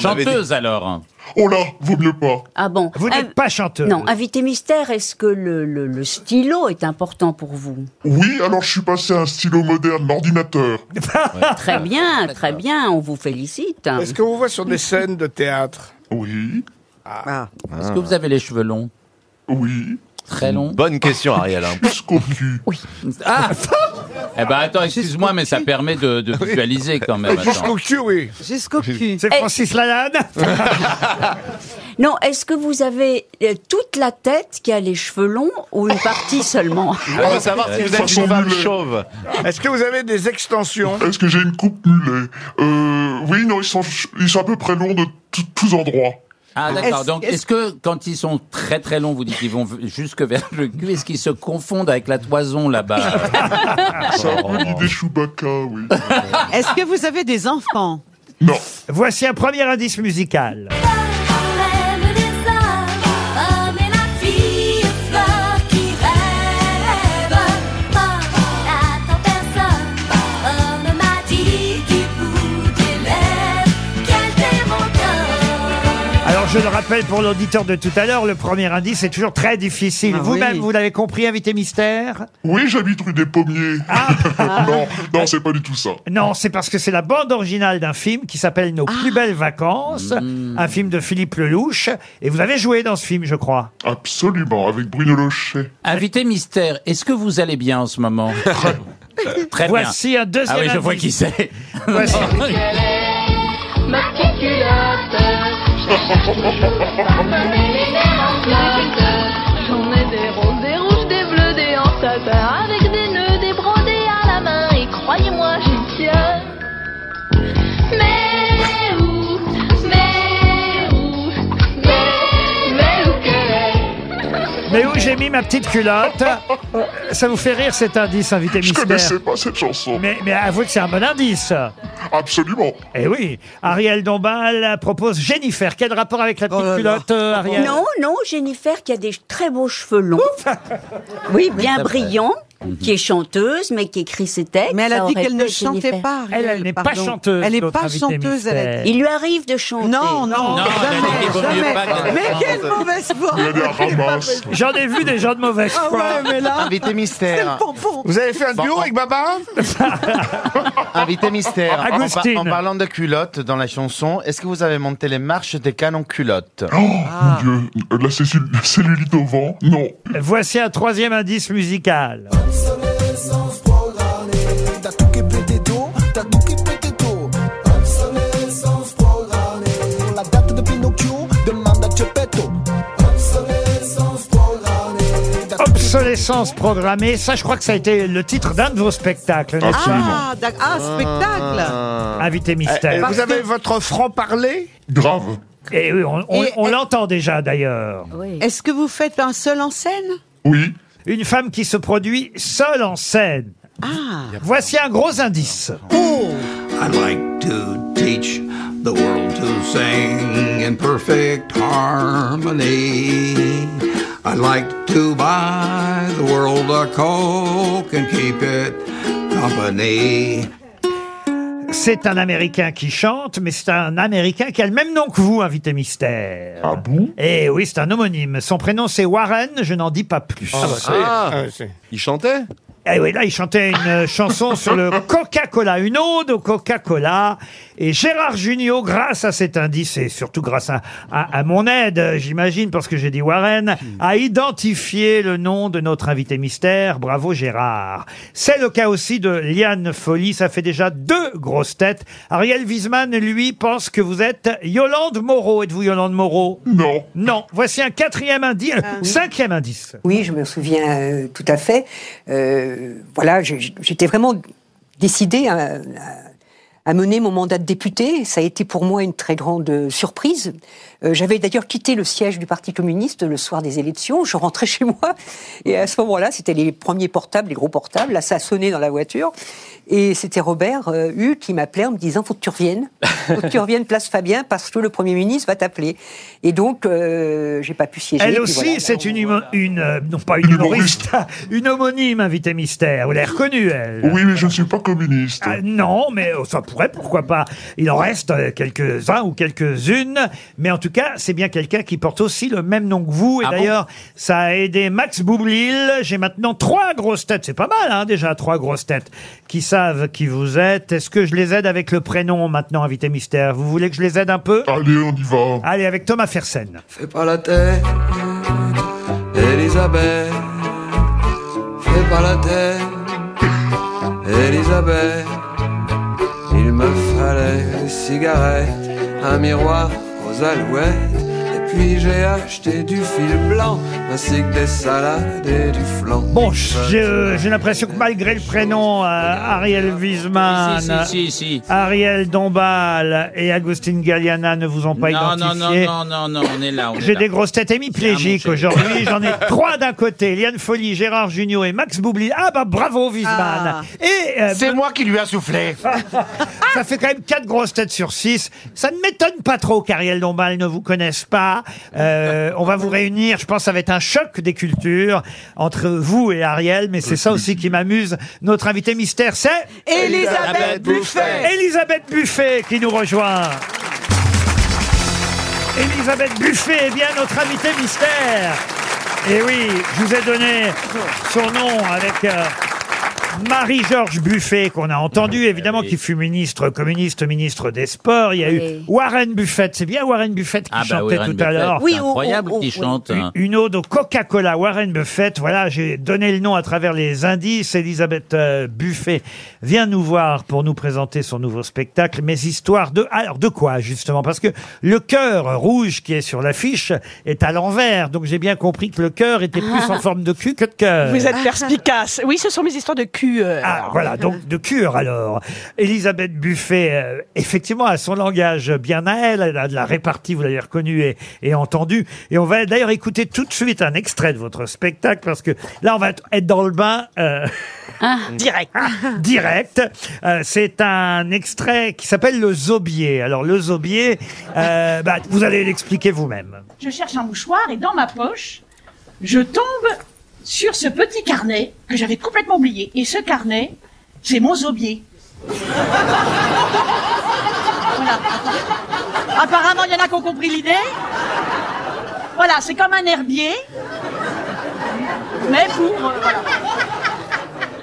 Speaker 5: Chanteuse alors
Speaker 26: Oh là, vaut mieux pas.
Speaker 4: Ah bon
Speaker 2: Vous n'êtes pas chanteuse.
Speaker 4: Non, invité mystère, est-ce que le, le- le stylo est important pour vous
Speaker 26: Oui, alors je suis passé à un stylo moderne, l'ordinateur.
Speaker 4: Très bien, très bien, on vous félicite. Mmh.
Speaker 13: Est-ce qu'on vous voit sur des scènes de théâtre
Speaker 26: Oui. Ah.
Speaker 13: Ah.
Speaker 5: Est-ce que vous avez les cheveux longs
Speaker 26: Oui.
Speaker 5: Très longs
Speaker 9: Bonne question, Ariel. hein.
Speaker 5: Ah Eh ben attends, excuse-moi, mais ça permet de, de visualiser quand même.
Speaker 13: Jusqu'au
Speaker 5: attends.
Speaker 13: cul, oui.
Speaker 4: Jusqu'au cul.
Speaker 2: C'est Francis Lalanne
Speaker 4: Eh. Non, est-ce que vous avez euh, toute la tête qui a les cheveux longs ou une partie seulement
Speaker 5: Ah,
Speaker 26: Ah,
Speaker 9: On veut savoir si vous êtes une femme chauve.
Speaker 13: Est-ce que vous avez des extensions
Speaker 26: Est-ce que j'ai une coupe mulet Euh, oui, non, ils sont, ils sont à peu près longs de t- tous endroits.
Speaker 5: Ah d'accord,
Speaker 26: Est-ce-
Speaker 5: donc est-ce que quand ils sont très très longs, vous dites qu'ils vont v- jusque vers le cul, est-ce qu'ils se confondent avec la toison là-bas
Speaker 26: C'est un peu l'idée Chewbacca, oui.
Speaker 24: Est-ce que vous avez des enfants
Speaker 26: Non.
Speaker 2: Voici un premier indice musical.
Speaker 11: Rêve des hommes, hommes et la fille fleur qui rêve. Homme, n'attends personne. Homme m'a dit du bout des lèvres qu'elle t'aime encore.
Speaker 2: Alors Alors, je le rappelle pour l'auditeur de tout à l'heure, le premier indice est toujours très difficile.
Speaker 26: Ah
Speaker 2: Vous-même,
Speaker 26: oui.
Speaker 2: vous l'avez compris, invité mystère
Speaker 26: Oui, j'habite rue des Pommiers. non, non, c'est pas du tout ça.
Speaker 2: Non, c'est parce que c'est la bande originale d'un film qui s'appelle Nos plus belles vacances, un film de Philippe Lelouch. Et vous avez joué dans ce film, je crois.
Speaker 26: Absolument, avec Bruno Locher.
Speaker 5: Invité mystère, est-ce que vous allez bien en ce moment Très bien.
Speaker 2: Voici un deuxième
Speaker 5: Ah oui, je vois
Speaker 2: indice.
Speaker 5: qui c'est.
Speaker 2: Voici-
Speaker 11: Ma petite culotte, je cherche toujours à mener les nerfs en flotte. J'en ai des roses, des rouges, des bleus, des en satin, avec des nœuds, des brodés à la main, et croyez-moi, j'y tiens. Mais où, mais où, mais, mais où qu'elle est
Speaker 2: Mais où j'ai mis ma petite culotte Ça vous fait rire cet indice, invité
Speaker 26: Je
Speaker 2: mystère
Speaker 26: connaissais pas cette chanson.
Speaker 2: Mais, mais avouez que c'est un bon indice.
Speaker 26: Absolument.
Speaker 2: Eh oui, Ariel Dombal propose Jennifer. Quel rapport avec la petite culotte, euh, Ariel
Speaker 4: Non, non, Jennifer qui a des très beaux cheveux longs. oui, bien
Speaker 2: C'est vrai. Mhm.
Speaker 4: brillants, qui est chanteuse, mais qui écrit ses textes.
Speaker 24: Mais elle a
Speaker 4: Ça
Speaker 24: dit
Speaker 4: aurait
Speaker 24: qu'elle ne
Speaker 4: été
Speaker 24: chantait
Speaker 4: Jennifer.
Speaker 24: pas, Ariel, Elle, elle n'est pas pardon. chanteuse,
Speaker 4: Elle n'est
Speaker 24: notre
Speaker 4: pas
Speaker 24: invitée
Speaker 4: chanteuse, elle a
Speaker 24: mystère.
Speaker 4: dit. Il lui arrive de chanter.
Speaker 24: Non, non,
Speaker 4: Non,
Speaker 24: jamais,
Speaker 4: il vaut mieux
Speaker 24: jamais.
Speaker 4: pas qu'elle
Speaker 24: Mais
Speaker 4: chante.
Speaker 24: quelle mauvaise foi
Speaker 26: Il y a
Speaker 2: Ah,
Speaker 26: des ramasses.
Speaker 2: J'en ai vu des gens de mauvaise
Speaker 24: Ah
Speaker 2: foi.
Speaker 24: ouais, mais là,
Speaker 8: Invité mystère.
Speaker 13: Vous avez fait un
Speaker 8: Bon,
Speaker 13: duo
Speaker 8: on-
Speaker 13: avec Baba
Speaker 8: Invité mystère. En- En, par-
Speaker 13: Agustine.
Speaker 8: en parlant de culottes dans la chanson, est-ce que vous avez monté les marches des canons culottes
Speaker 26: Oh, mon Dieu, euh, la cellul- la cellulite au vent, non.
Speaker 2: Voici un troisième indice musical.
Speaker 11: Obsolescence programmée, t'as tout qui pété tôt, t'as tout qui pété tôt. Obsolescence programmée, la date de Pinocchio, demande à Geppetto. Obsolescence programmée, t'as tout qui
Speaker 2: Obsolescence programmée, ça je crois que ça a été le titre d'un de vos spectacles. n'est-ce pas Ah.
Speaker 24: Ah, d'ac- ah, spectacle
Speaker 2: Invité mystère.
Speaker 13: Et Eh, Vous avez votre franc-parler
Speaker 26: Grave.
Speaker 2: Et Eh oui, on, on-
Speaker 24: Et-
Speaker 2: on l'entend déjà d'ailleurs.
Speaker 24: Est-ce que vous faites un seul en scène
Speaker 26: Oui.
Speaker 2: Une femme qui se produit seule en scène.
Speaker 24: Ah.
Speaker 2: Voici un gros indice.
Speaker 17: I'd like to teach the world to sing in perfect harmony. I'd like to buy the world a Coke and keep it company.
Speaker 2: C'est un Américain qui chante, mais c'est un Américain qui a le même nom que vous, invité mystère. Ah
Speaker 26: bon
Speaker 2: Eh oui, c'est un homonyme. Son prénom c'est Warren, je n'en dis pas
Speaker 24: Ah,
Speaker 2: plus.
Speaker 24: bah,
Speaker 13: Ah,
Speaker 9: Il chantait
Speaker 2: Eh oui, là, il chantait une euh, chanson sur le Coca-Cola, une ode au Coca-Cola. Et Gérard Junior, grâce à cet indice, et surtout grâce à, à- à mon aide, euh, j'imagine, parce que j'ai dit Warren, a identifié le nom de notre invité mystère. Bravo Gérard. C'est le cas aussi de Liane Folly, ça fait déjà deux grosses têtes. Ariel Wiesman, lui, pense que vous êtes Yolande Moreau. Êtes-vous Yolande Moreau
Speaker 26: Non.
Speaker 2: Non. Voici un quatrième indice, euh, cinquième indice.
Speaker 27: Oui, je me souviens euh, tout à fait. Euh, voilà, j'ai- j'étais vraiment décidée à, à- à mener mon mandat de députée. Ça a été pour moi une très grande surprise. Euh, J'avais d'ailleurs quitté le siège du Parti communiste le soir des élections. Je rentrais chez moi et à ce moment-là, c'était les premiers portables, les gros portables. Là, ça a sonné dans la voiture et c'était Robert euh, Hu qui m'appelait en me disant faut que tu reviennes, faut que tu reviennes place Fabien parce que le Premier ministre va t'appeler. Et donc, euh, j'ai pas pu siéger.
Speaker 2: Elle
Speaker 27: puis
Speaker 2: aussi,
Speaker 27: voilà.
Speaker 2: c'est une, humo- une euh, non pas une humoriste, une homonyme invitée mystère. Vous l'avez reconnue, elle.
Speaker 26: Oui, mais je ne suis pas communiste.
Speaker 2: Ah, non, mais euh, ça pourrait, pourquoi pas. Il en reste euh, quelques-uns ou quelques-unes, mais en tout cas, c'est bien quelqu'un qui porte aussi le même nom que vous. Et d'ailleurs, ça a aidé Max Boublil. J'ai maintenant trois grosses têtes, c'est pas mal hein, déjà, trois grosses têtes qui savent qui vous êtes. Est-ce que je les aide avec le prénom maintenant, invité mystère Vous voulez que je les aide un peu
Speaker 26: Allez, on y va.
Speaker 2: Allez, avec Thomas Fersen.
Speaker 17: Fais pas la tête, Elisabeth. Fais pas la tête, Elisabeth. Il me fallait une cigarette, un miroir aux alouettes. Et puis j'ai acheté du fil blanc, ainsi que des salades et du flan.
Speaker 2: Bon, je- j'ai l'impression que malgré le prénom euh, Ariel Wiesman,
Speaker 5: Si, si, si.
Speaker 2: Ariel Dombal et Agustin Galliana ne vous ont pas
Speaker 5: Non, non, non,
Speaker 2: identifié.
Speaker 5: non, non, non, on est là. on est
Speaker 2: J'ai
Speaker 5: là.
Speaker 2: des grosses têtes hémiplégiques
Speaker 5: Tiens, mon chéri.
Speaker 2: aujourd'hui. J'en ai trois d'un côté. Liane Folly, Gérard Junior et Max Boublil. Ah bah bravo Wiesman.
Speaker 8: Ah.
Speaker 2: Et euh,
Speaker 8: C'est moi qui lui a soufflé.
Speaker 2: ça fait quand même quatre grosses têtes sur six. Ça ne m'étonne pas trop qu'Ariel Dombal ne vous connaisse pas. Euh, on va vous réunir, je pense, ça va être un choc des cultures entre vous et Ariel, mais c'est ça aussi qui m'amuse. Notre invité mystère, c'est
Speaker 24: Elisabeth Buffet.
Speaker 2: Elisabeth Buffet qui nous rejoint. Elisabeth Buffet est bien notre invitée mystère. Et oui, je vous ai donné son nom avec euh, Marie-Georges Buffet qu'on a entendu, évidemment, qui fut ministre communiste, ministre des Sports. Il y a eu Warren Buffett. C'est bien Warren Buffett qui
Speaker 5: Ah bah,
Speaker 2: chantait
Speaker 5: Warren
Speaker 2: tout à
Speaker 5: Buffett,
Speaker 2: l'heure.
Speaker 5: c'est Oui, oh, incroyable oh, qu'il oh, chante,
Speaker 2: Une-
Speaker 5: hein.
Speaker 2: Une ode au Coca-Cola, Warren Buffett. Voilà, j'ai donné le nom à travers les indices. Elisabeth euh, Buffet vient nous voir pour nous présenter son nouveau spectacle, Mes histoires de. Alors, de quoi, justement Parce que le cœur rouge qui est sur l'affiche est à l'envers. Donc, j'ai bien compris que le cœur était plus en forme de cul que de cœur.
Speaker 3: Vous êtes perspicace. Oui, ce sont mes histoires de cul. euh.
Speaker 2: Ah, voilà, donc de cure alors. Elisabeth Buffet, euh, effectivement, a son langage bien à elle, elle a de la répartie, vous l'avez reconnu et, et entendu. Et on va d'ailleurs écouter tout de suite un extrait de votre spectacle, parce que là, on va être- être dans le bain. euh, Ah,
Speaker 3: Direct.
Speaker 2: direct. Euh, c'est un extrait qui s'appelle Le Zobier. Alors, Le Zobier, euh, bah, vous allez l'expliquer vous-même.
Speaker 21: Je cherche un mouchoir et dans ma poche, je tombe sur ce petit carnet que j'avais complètement oublié. Et ce carnet, c'est mon zobier. Voilà. Apparemment, il y en a qui ont compris l'idée. Voilà, c'est comme un herbier, mais pour... euh, voilà.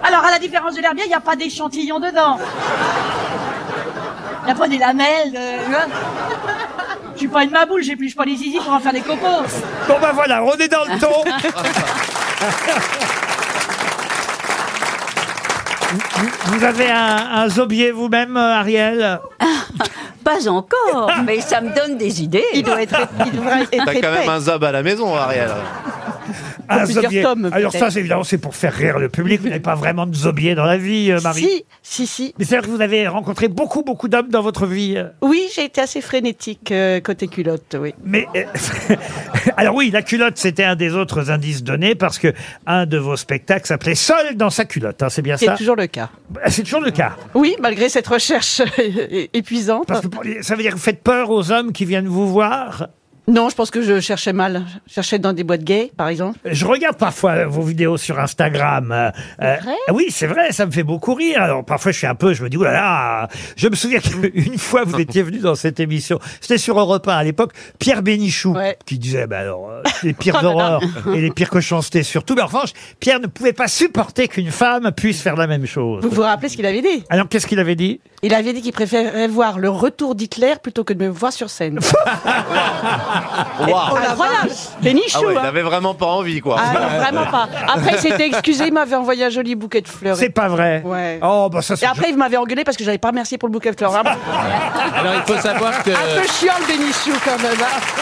Speaker 21: Alors, à la différence de l'herbier, il n'y a pas d'échantillon dedans. Il n'y a pas des lamelles. euh, tu vois. Je suis pas une maboule, j'épluche pas les zizi pour en faire des cocos.
Speaker 2: Bon ben voilà, on est dans le ton. Vous avez un, un zobier vous-même, euh, Ariel
Speaker 4: Ah, Pas encore, mais ça me donne des idées. Il doit être,
Speaker 9: T'as quand même un zob à la maison, Ariel.
Speaker 2: Un
Speaker 3: plusieurs
Speaker 2: zobier.
Speaker 3: tomes,
Speaker 2: Alors ça,
Speaker 3: peut-être.
Speaker 2: c'est évidemment, c'est pour faire rire le public. Vous n'avez pas vraiment de zobier dans la vie, euh, Marie.
Speaker 3: Si, si, si.
Speaker 2: Mais c'est vrai que vous avez rencontré beaucoup, beaucoup d'hommes dans votre vie. euh.
Speaker 3: Oui, j'ai été assez frénétique euh, côté culotte, oui.
Speaker 2: Mais euh, alors oui, la culotte, c'était un des autres indices donnés parce que un de vos spectacles s'appelait Seul dans sa culotte. hein, c'est bien
Speaker 3: C'est
Speaker 2: ça Bah,
Speaker 3: toujours le cas.
Speaker 2: C'est toujours le cas.
Speaker 3: Oui, malgré cette recherche é- épuisante.
Speaker 2: Parce que pour les- ça veut dire que vous faites peur aux hommes qui viennent vous voir
Speaker 3: Non, je pense que je cherchais mal. Je cherchais dans des boîtes gays, par exemple.
Speaker 2: Je regarde parfois vos vidéos sur Instagram. euh, euh, oui, c'est vrai, ça me fait beaucoup rire. Alors parfois je suis un peu, je me dis, oh là là, je me souviens qu'une fois vous étiez venu dans cette émission, c'était sur Europe 1 à l'époque, Pierre Bénichou qui disait, bah alors, euh, les pires
Speaker 6: Oh là là.
Speaker 2: horreurs et les pires cochoncetés surtout. Mais en revanche, Pierre ne pouvait pas supporter qu'une femme puisse faire la même chose.
Speaker 3: Vous vous rappelez ce qu'il avait dit
Speaker 2: Alors qu'est-ce qu'il avait dit
Speaker 3: Il avait dit qu'il préférait voir le retour d'Hitler plutôt que de me voir sur scène.
Speaker 9: Waouh.
Speaker 3: Oh la voilà, les nichous,
Speaker 9: Ah ouais,
Speaker 3: hein.
Speaker 9: il avait vraiment pas envie, quoi.
Speaker 3: Ah non, vraiment pas. Après, il s'était excusé, il m'avait envoyé un joli bouquet de fleurs.
Speaker 2: C'est pas vrai.
Speaker 3: Ouais.
Speaker 2: Oh, bah ça, c'est
Speaker 3: Et après, il m'avait engueulé parce que j'avais pas remercié pour le bouquet de fleurs. Vraiment.
Speaker 5: Alors il faut savoir que.
Speaker 2: Euh.
Speaker 3: Un peu chiant le bénichou quand même. hein.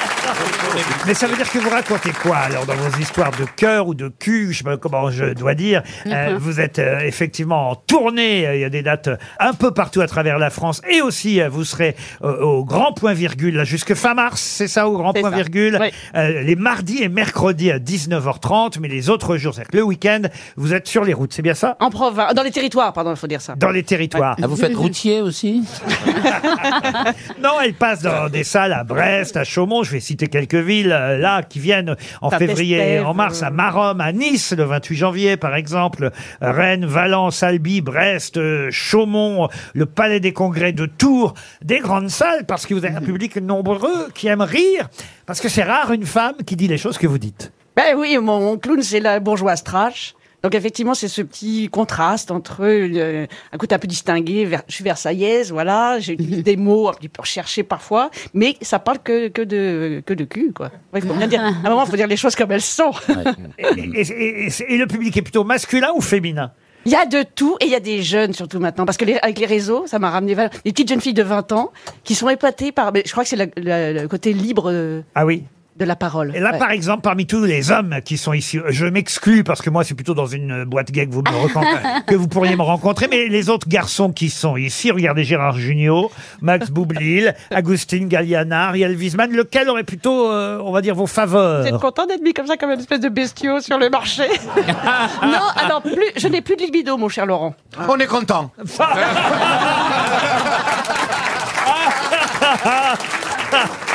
Speaker 2: Mais ça veut dire que vous racontez quoi alors dans vos histoires de cœur ou de cul, je sais pas comment je dois dire. euh,
Speaker 6: Mhm.
Speaker 2: vous êtes euh, effectivement en tournée, euh, il y a des dates euh, un peu partout à travers la France et aussi euh, vous serez euh, au grand point virgule là, jusque fin mars, c'est ça au grand point
Speaker 6: ça.
Speaker 2: virgule Euh, les mardis et mercredis à 19h30 mais les autres jours, c'est-à-dire que le week-end, vous êtes sur les routes, c'est bien ça
Speaker 3: En province, dans les territoires, pardon, il faut dire ça.
Speaker 2: Dans les territoires.
Speaker 3: Ah, vous faites
Speaker 2: routier aussi Non, elle passe dans des salles à Brest, à Chaumont, je vais citer quelques villes euh, là qui viennent en
Speaker 6: Ça
Speaker 2: février,
Speaker 6: pestève,
Speaker 2: en mars, à Maromme, à Nice le 28 janvier par exemple, Rennes, Valence, Albi, Brest, euh, Chaumont, le Palais des Congrès de Tours, des grandes salles parce que vous avez un public nombreux qui aime rire parce que c'est rare une femme qui dit les choses que vous dites.
Speaker 3: Ben oui, mon, mon clown, c'est la bourgeoise trash. Donc effectivement, c'est ce petit contraste entre euh, un côté un peu distingué, ver- je suis versaillaise, voilà, j'utilise des mots un petit peu recherchés parfois, mais ça parle que, que, de, que de cul, quoi. Ouais, faut bien dire, à un moment, il faut dire les choses comme elles sont.
Speaker 2: Et, et- et- et- et le public est plutôt masculin ou féminin
Speaker 3: Il y a de tout et il y a des jeunes surtout maintenant parce que les- avec les réseaux, ça m'a ramené vers- des petites jeunes filles de 20 ans qui sont épatées par. Mais je crois que c'est la- la- le côté libre euh,
Speaker 2: Ah oui
Speaker 3: de la parole.
Speaker 2: Et là,
Speaker 3: Ouais.
Speaker 2: par exemple, parmi tous les hommes qui sont ici, je m'exclus parce que moi, c'est plutôt dans une boîte gay que vous, me rencontrez- que vous pourriez me rencontrer, mais les autres garçons qui sont ici, regardez Gérard Junior, Max Boublil, Agustin Galliana, Ariel Wiesman, lequel aurait plutôt, euh, on va dire, vos faveurs
Speaker 3: Vous êtes content d'être mis comme ça, comme une espèce de bestiau sur le marché Non, alors plus, je n'ai plus de libido, mon cher Laurent.
Speaker 8: On est content.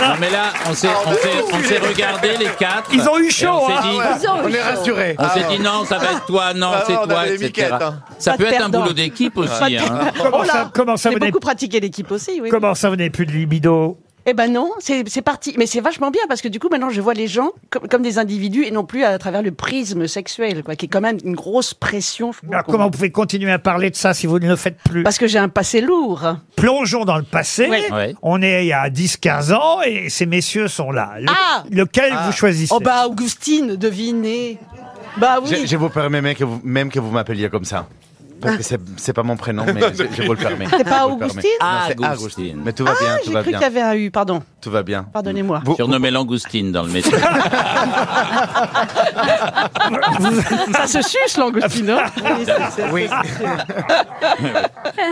Speaker 5: Non mais là, on s'est on s'est- on s'est regardé les quatre.
Speaker 6: Ils ont eu
Speaker 5: et
Speaker 6: chaud,
Speaker 5: on s'est
Speaker 6: hein.
Speaker 5: dit-
Speaker 6: Ils ont eu On est chaud. rassurés.
Speaker 5: On s'est
Speaker 6: Ah,
Speaker 5: dit
Speaker 6: ouais.
Speaker 5: non, ça va être toi, non,
Speaker 6: Ah,
Speaker 5: c'est
Speaker 6: on
Speaker 5: toi,
Speaker 6: avait les
Speaker 5: etc.
Speaker 6: miquettes, hein.
Speaker 5: Ça
Speaker 3: Pas
Speaker 5: peut
Speaker 3: de
Speaker 5: être un
Speaker 3: perdant.
Speaker 5: boulot d'équipe
Speaker 3: Pas de
Speaker 5: aussi. hein.
Speaker 3: perdant.
Speaker 2: Comment
Speaker 3: Oh là,
Speaker 2: ça- comment ça
Speaker 3: J'ai
Speaker 2: vous n'avez-
Speaker 3: beaucoup pratiqué l'équipe aussi, oui.
Speaker 2: Comment ça, vous n'avez plus de libido
Speaker 3: Eh ben non, c'est c'est parti. Mais c'est vachement bien parce que du coup, maintenant, je vois les gens comme, comme des individus et non plus à travers le prisme sexuel, quoi, qui est quand même une grosse pression. je
Speaker 2: Alors, comment vous pouvez continuer à parler de ça si vous ne le faites plus
Speaker 3: Parce que j'ai un passé lourd.
Speaker 2: Plongeons dans le passé.
Speaker 3: Ouais. Ouais.
Speaker 2: On est il y a 10-15 ans et ces messieurs sont là. Le- Lequel vous choisissez
Speaker 3: Ah. Oh bah Augustine, devinez. Bah oui.
Speaker 8: Je, je vous permets même que vous, même que vous m'appeliez comme ça. Parce que c'est- c'est pas mon prénom, mais je, je vous le permets.
Speaker 3: C'est pas
Speaker 8: Je vous le
Speaker 3: Augustine
Speaker 8: permets. Non, c'est
Speaker 5: Augustine.
Speaker 8: Augustine. Mais tout va bien,
Speaker 3: Ah,
Speaker 8: tout
Speaker 3: j'ai
Speaker 8: va
Speaker 3: cru qu'il y
Speaker 8: bien.
Speaker 3: avait un U, pardon.
Speaker 8: Tout va bien.
Speaker 3: Pardonnez-moi.
Speaker 5: Surnommé Langoustine dans le métier.
Speaker 3: Ça se suce, l'angoustine. hein
Speaker 5: Oui, c'est- c'est- Oui.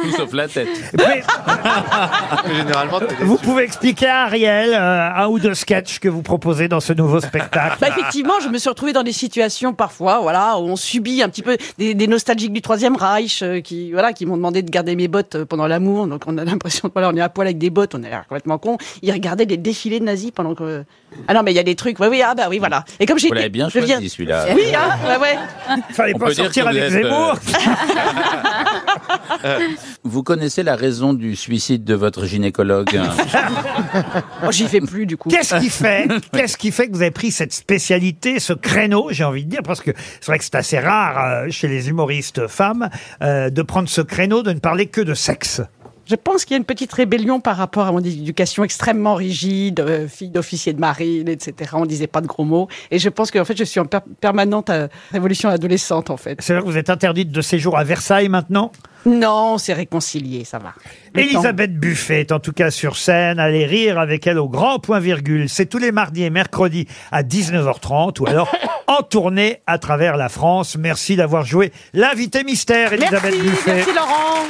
Speaker 5: Tout sauf la tête.
Speaker 9: Généralement,
Speaker 2: Vous pouvez expliquer à Ariel euh, un ou deux sketchs que vous proposez dans ce nouveau spectacle.
Speaker 3: Bah, effectivement, je me suis retrouvée dans des situations parfois, voilà, où on subit un petit peu des, des nostalgiques du Troisième Reich, euh, qui, voilà, qui m'ont demandé de garder mes bottes euh, pendant l'amour. Donc, on a l'impression, de- voilà, on est à poil avec des bottes, on a l'air complètement con. Ils regardaient des défilés nazis pendant que. Ah non, mais il y a des trucs. Oui, oui, ah bah oui, voilà. Et comme j'ai
Speaker 5: Vous l'avez bien choisi, celui-là.
Speaker 3: Oui, hein, ouais, ouais.
Speaker 2: Fallait
Speaker 5: On peut dire que vous êtes, euh, Vous connaissez la raison du suicide de votre gynécologue hein
Speaker 3: Oh, J'y fais plus du coup.
Speaker 2: Qu'est-ce qui fait Qu'est-ce qui fait que vous avez pris cette spécialité, ce créneau, j'ai envie de dire, parce que c'est vrai que c'est assez rare euh, chez les humoristes femmes euh, de prendre ce créneau, de ne parler que de sexe.
Speaker 3: Je pense qu'il y a une petite rébellion par rapport à mon éducation extrêmement rigide, euh, fille d'officier de marine, etc. On disait pas de gros mots. Et je pense qu'en fait, je suis en per- permanente euh, révolution adolescente, en fait.
Speaker 2: C'est vrai que vous êtes interdite de séjour à Versailles maintenant
Speaker 3: Non, on s'est réconcilié, ça va. Le
Speaker 2: Elisabeth Buffet est en tout cas sur scène. Allez rire avec elle au grand point virgule. C'est tous les mardis et mercredis à 19h30 ou alors en tournée à travers la France. Merci d'avoir joué l'invité mystère,
Speaker 3: Merci,
Speaker 2: Elisabeth Buffet.
Speaker 3: merci Laurent.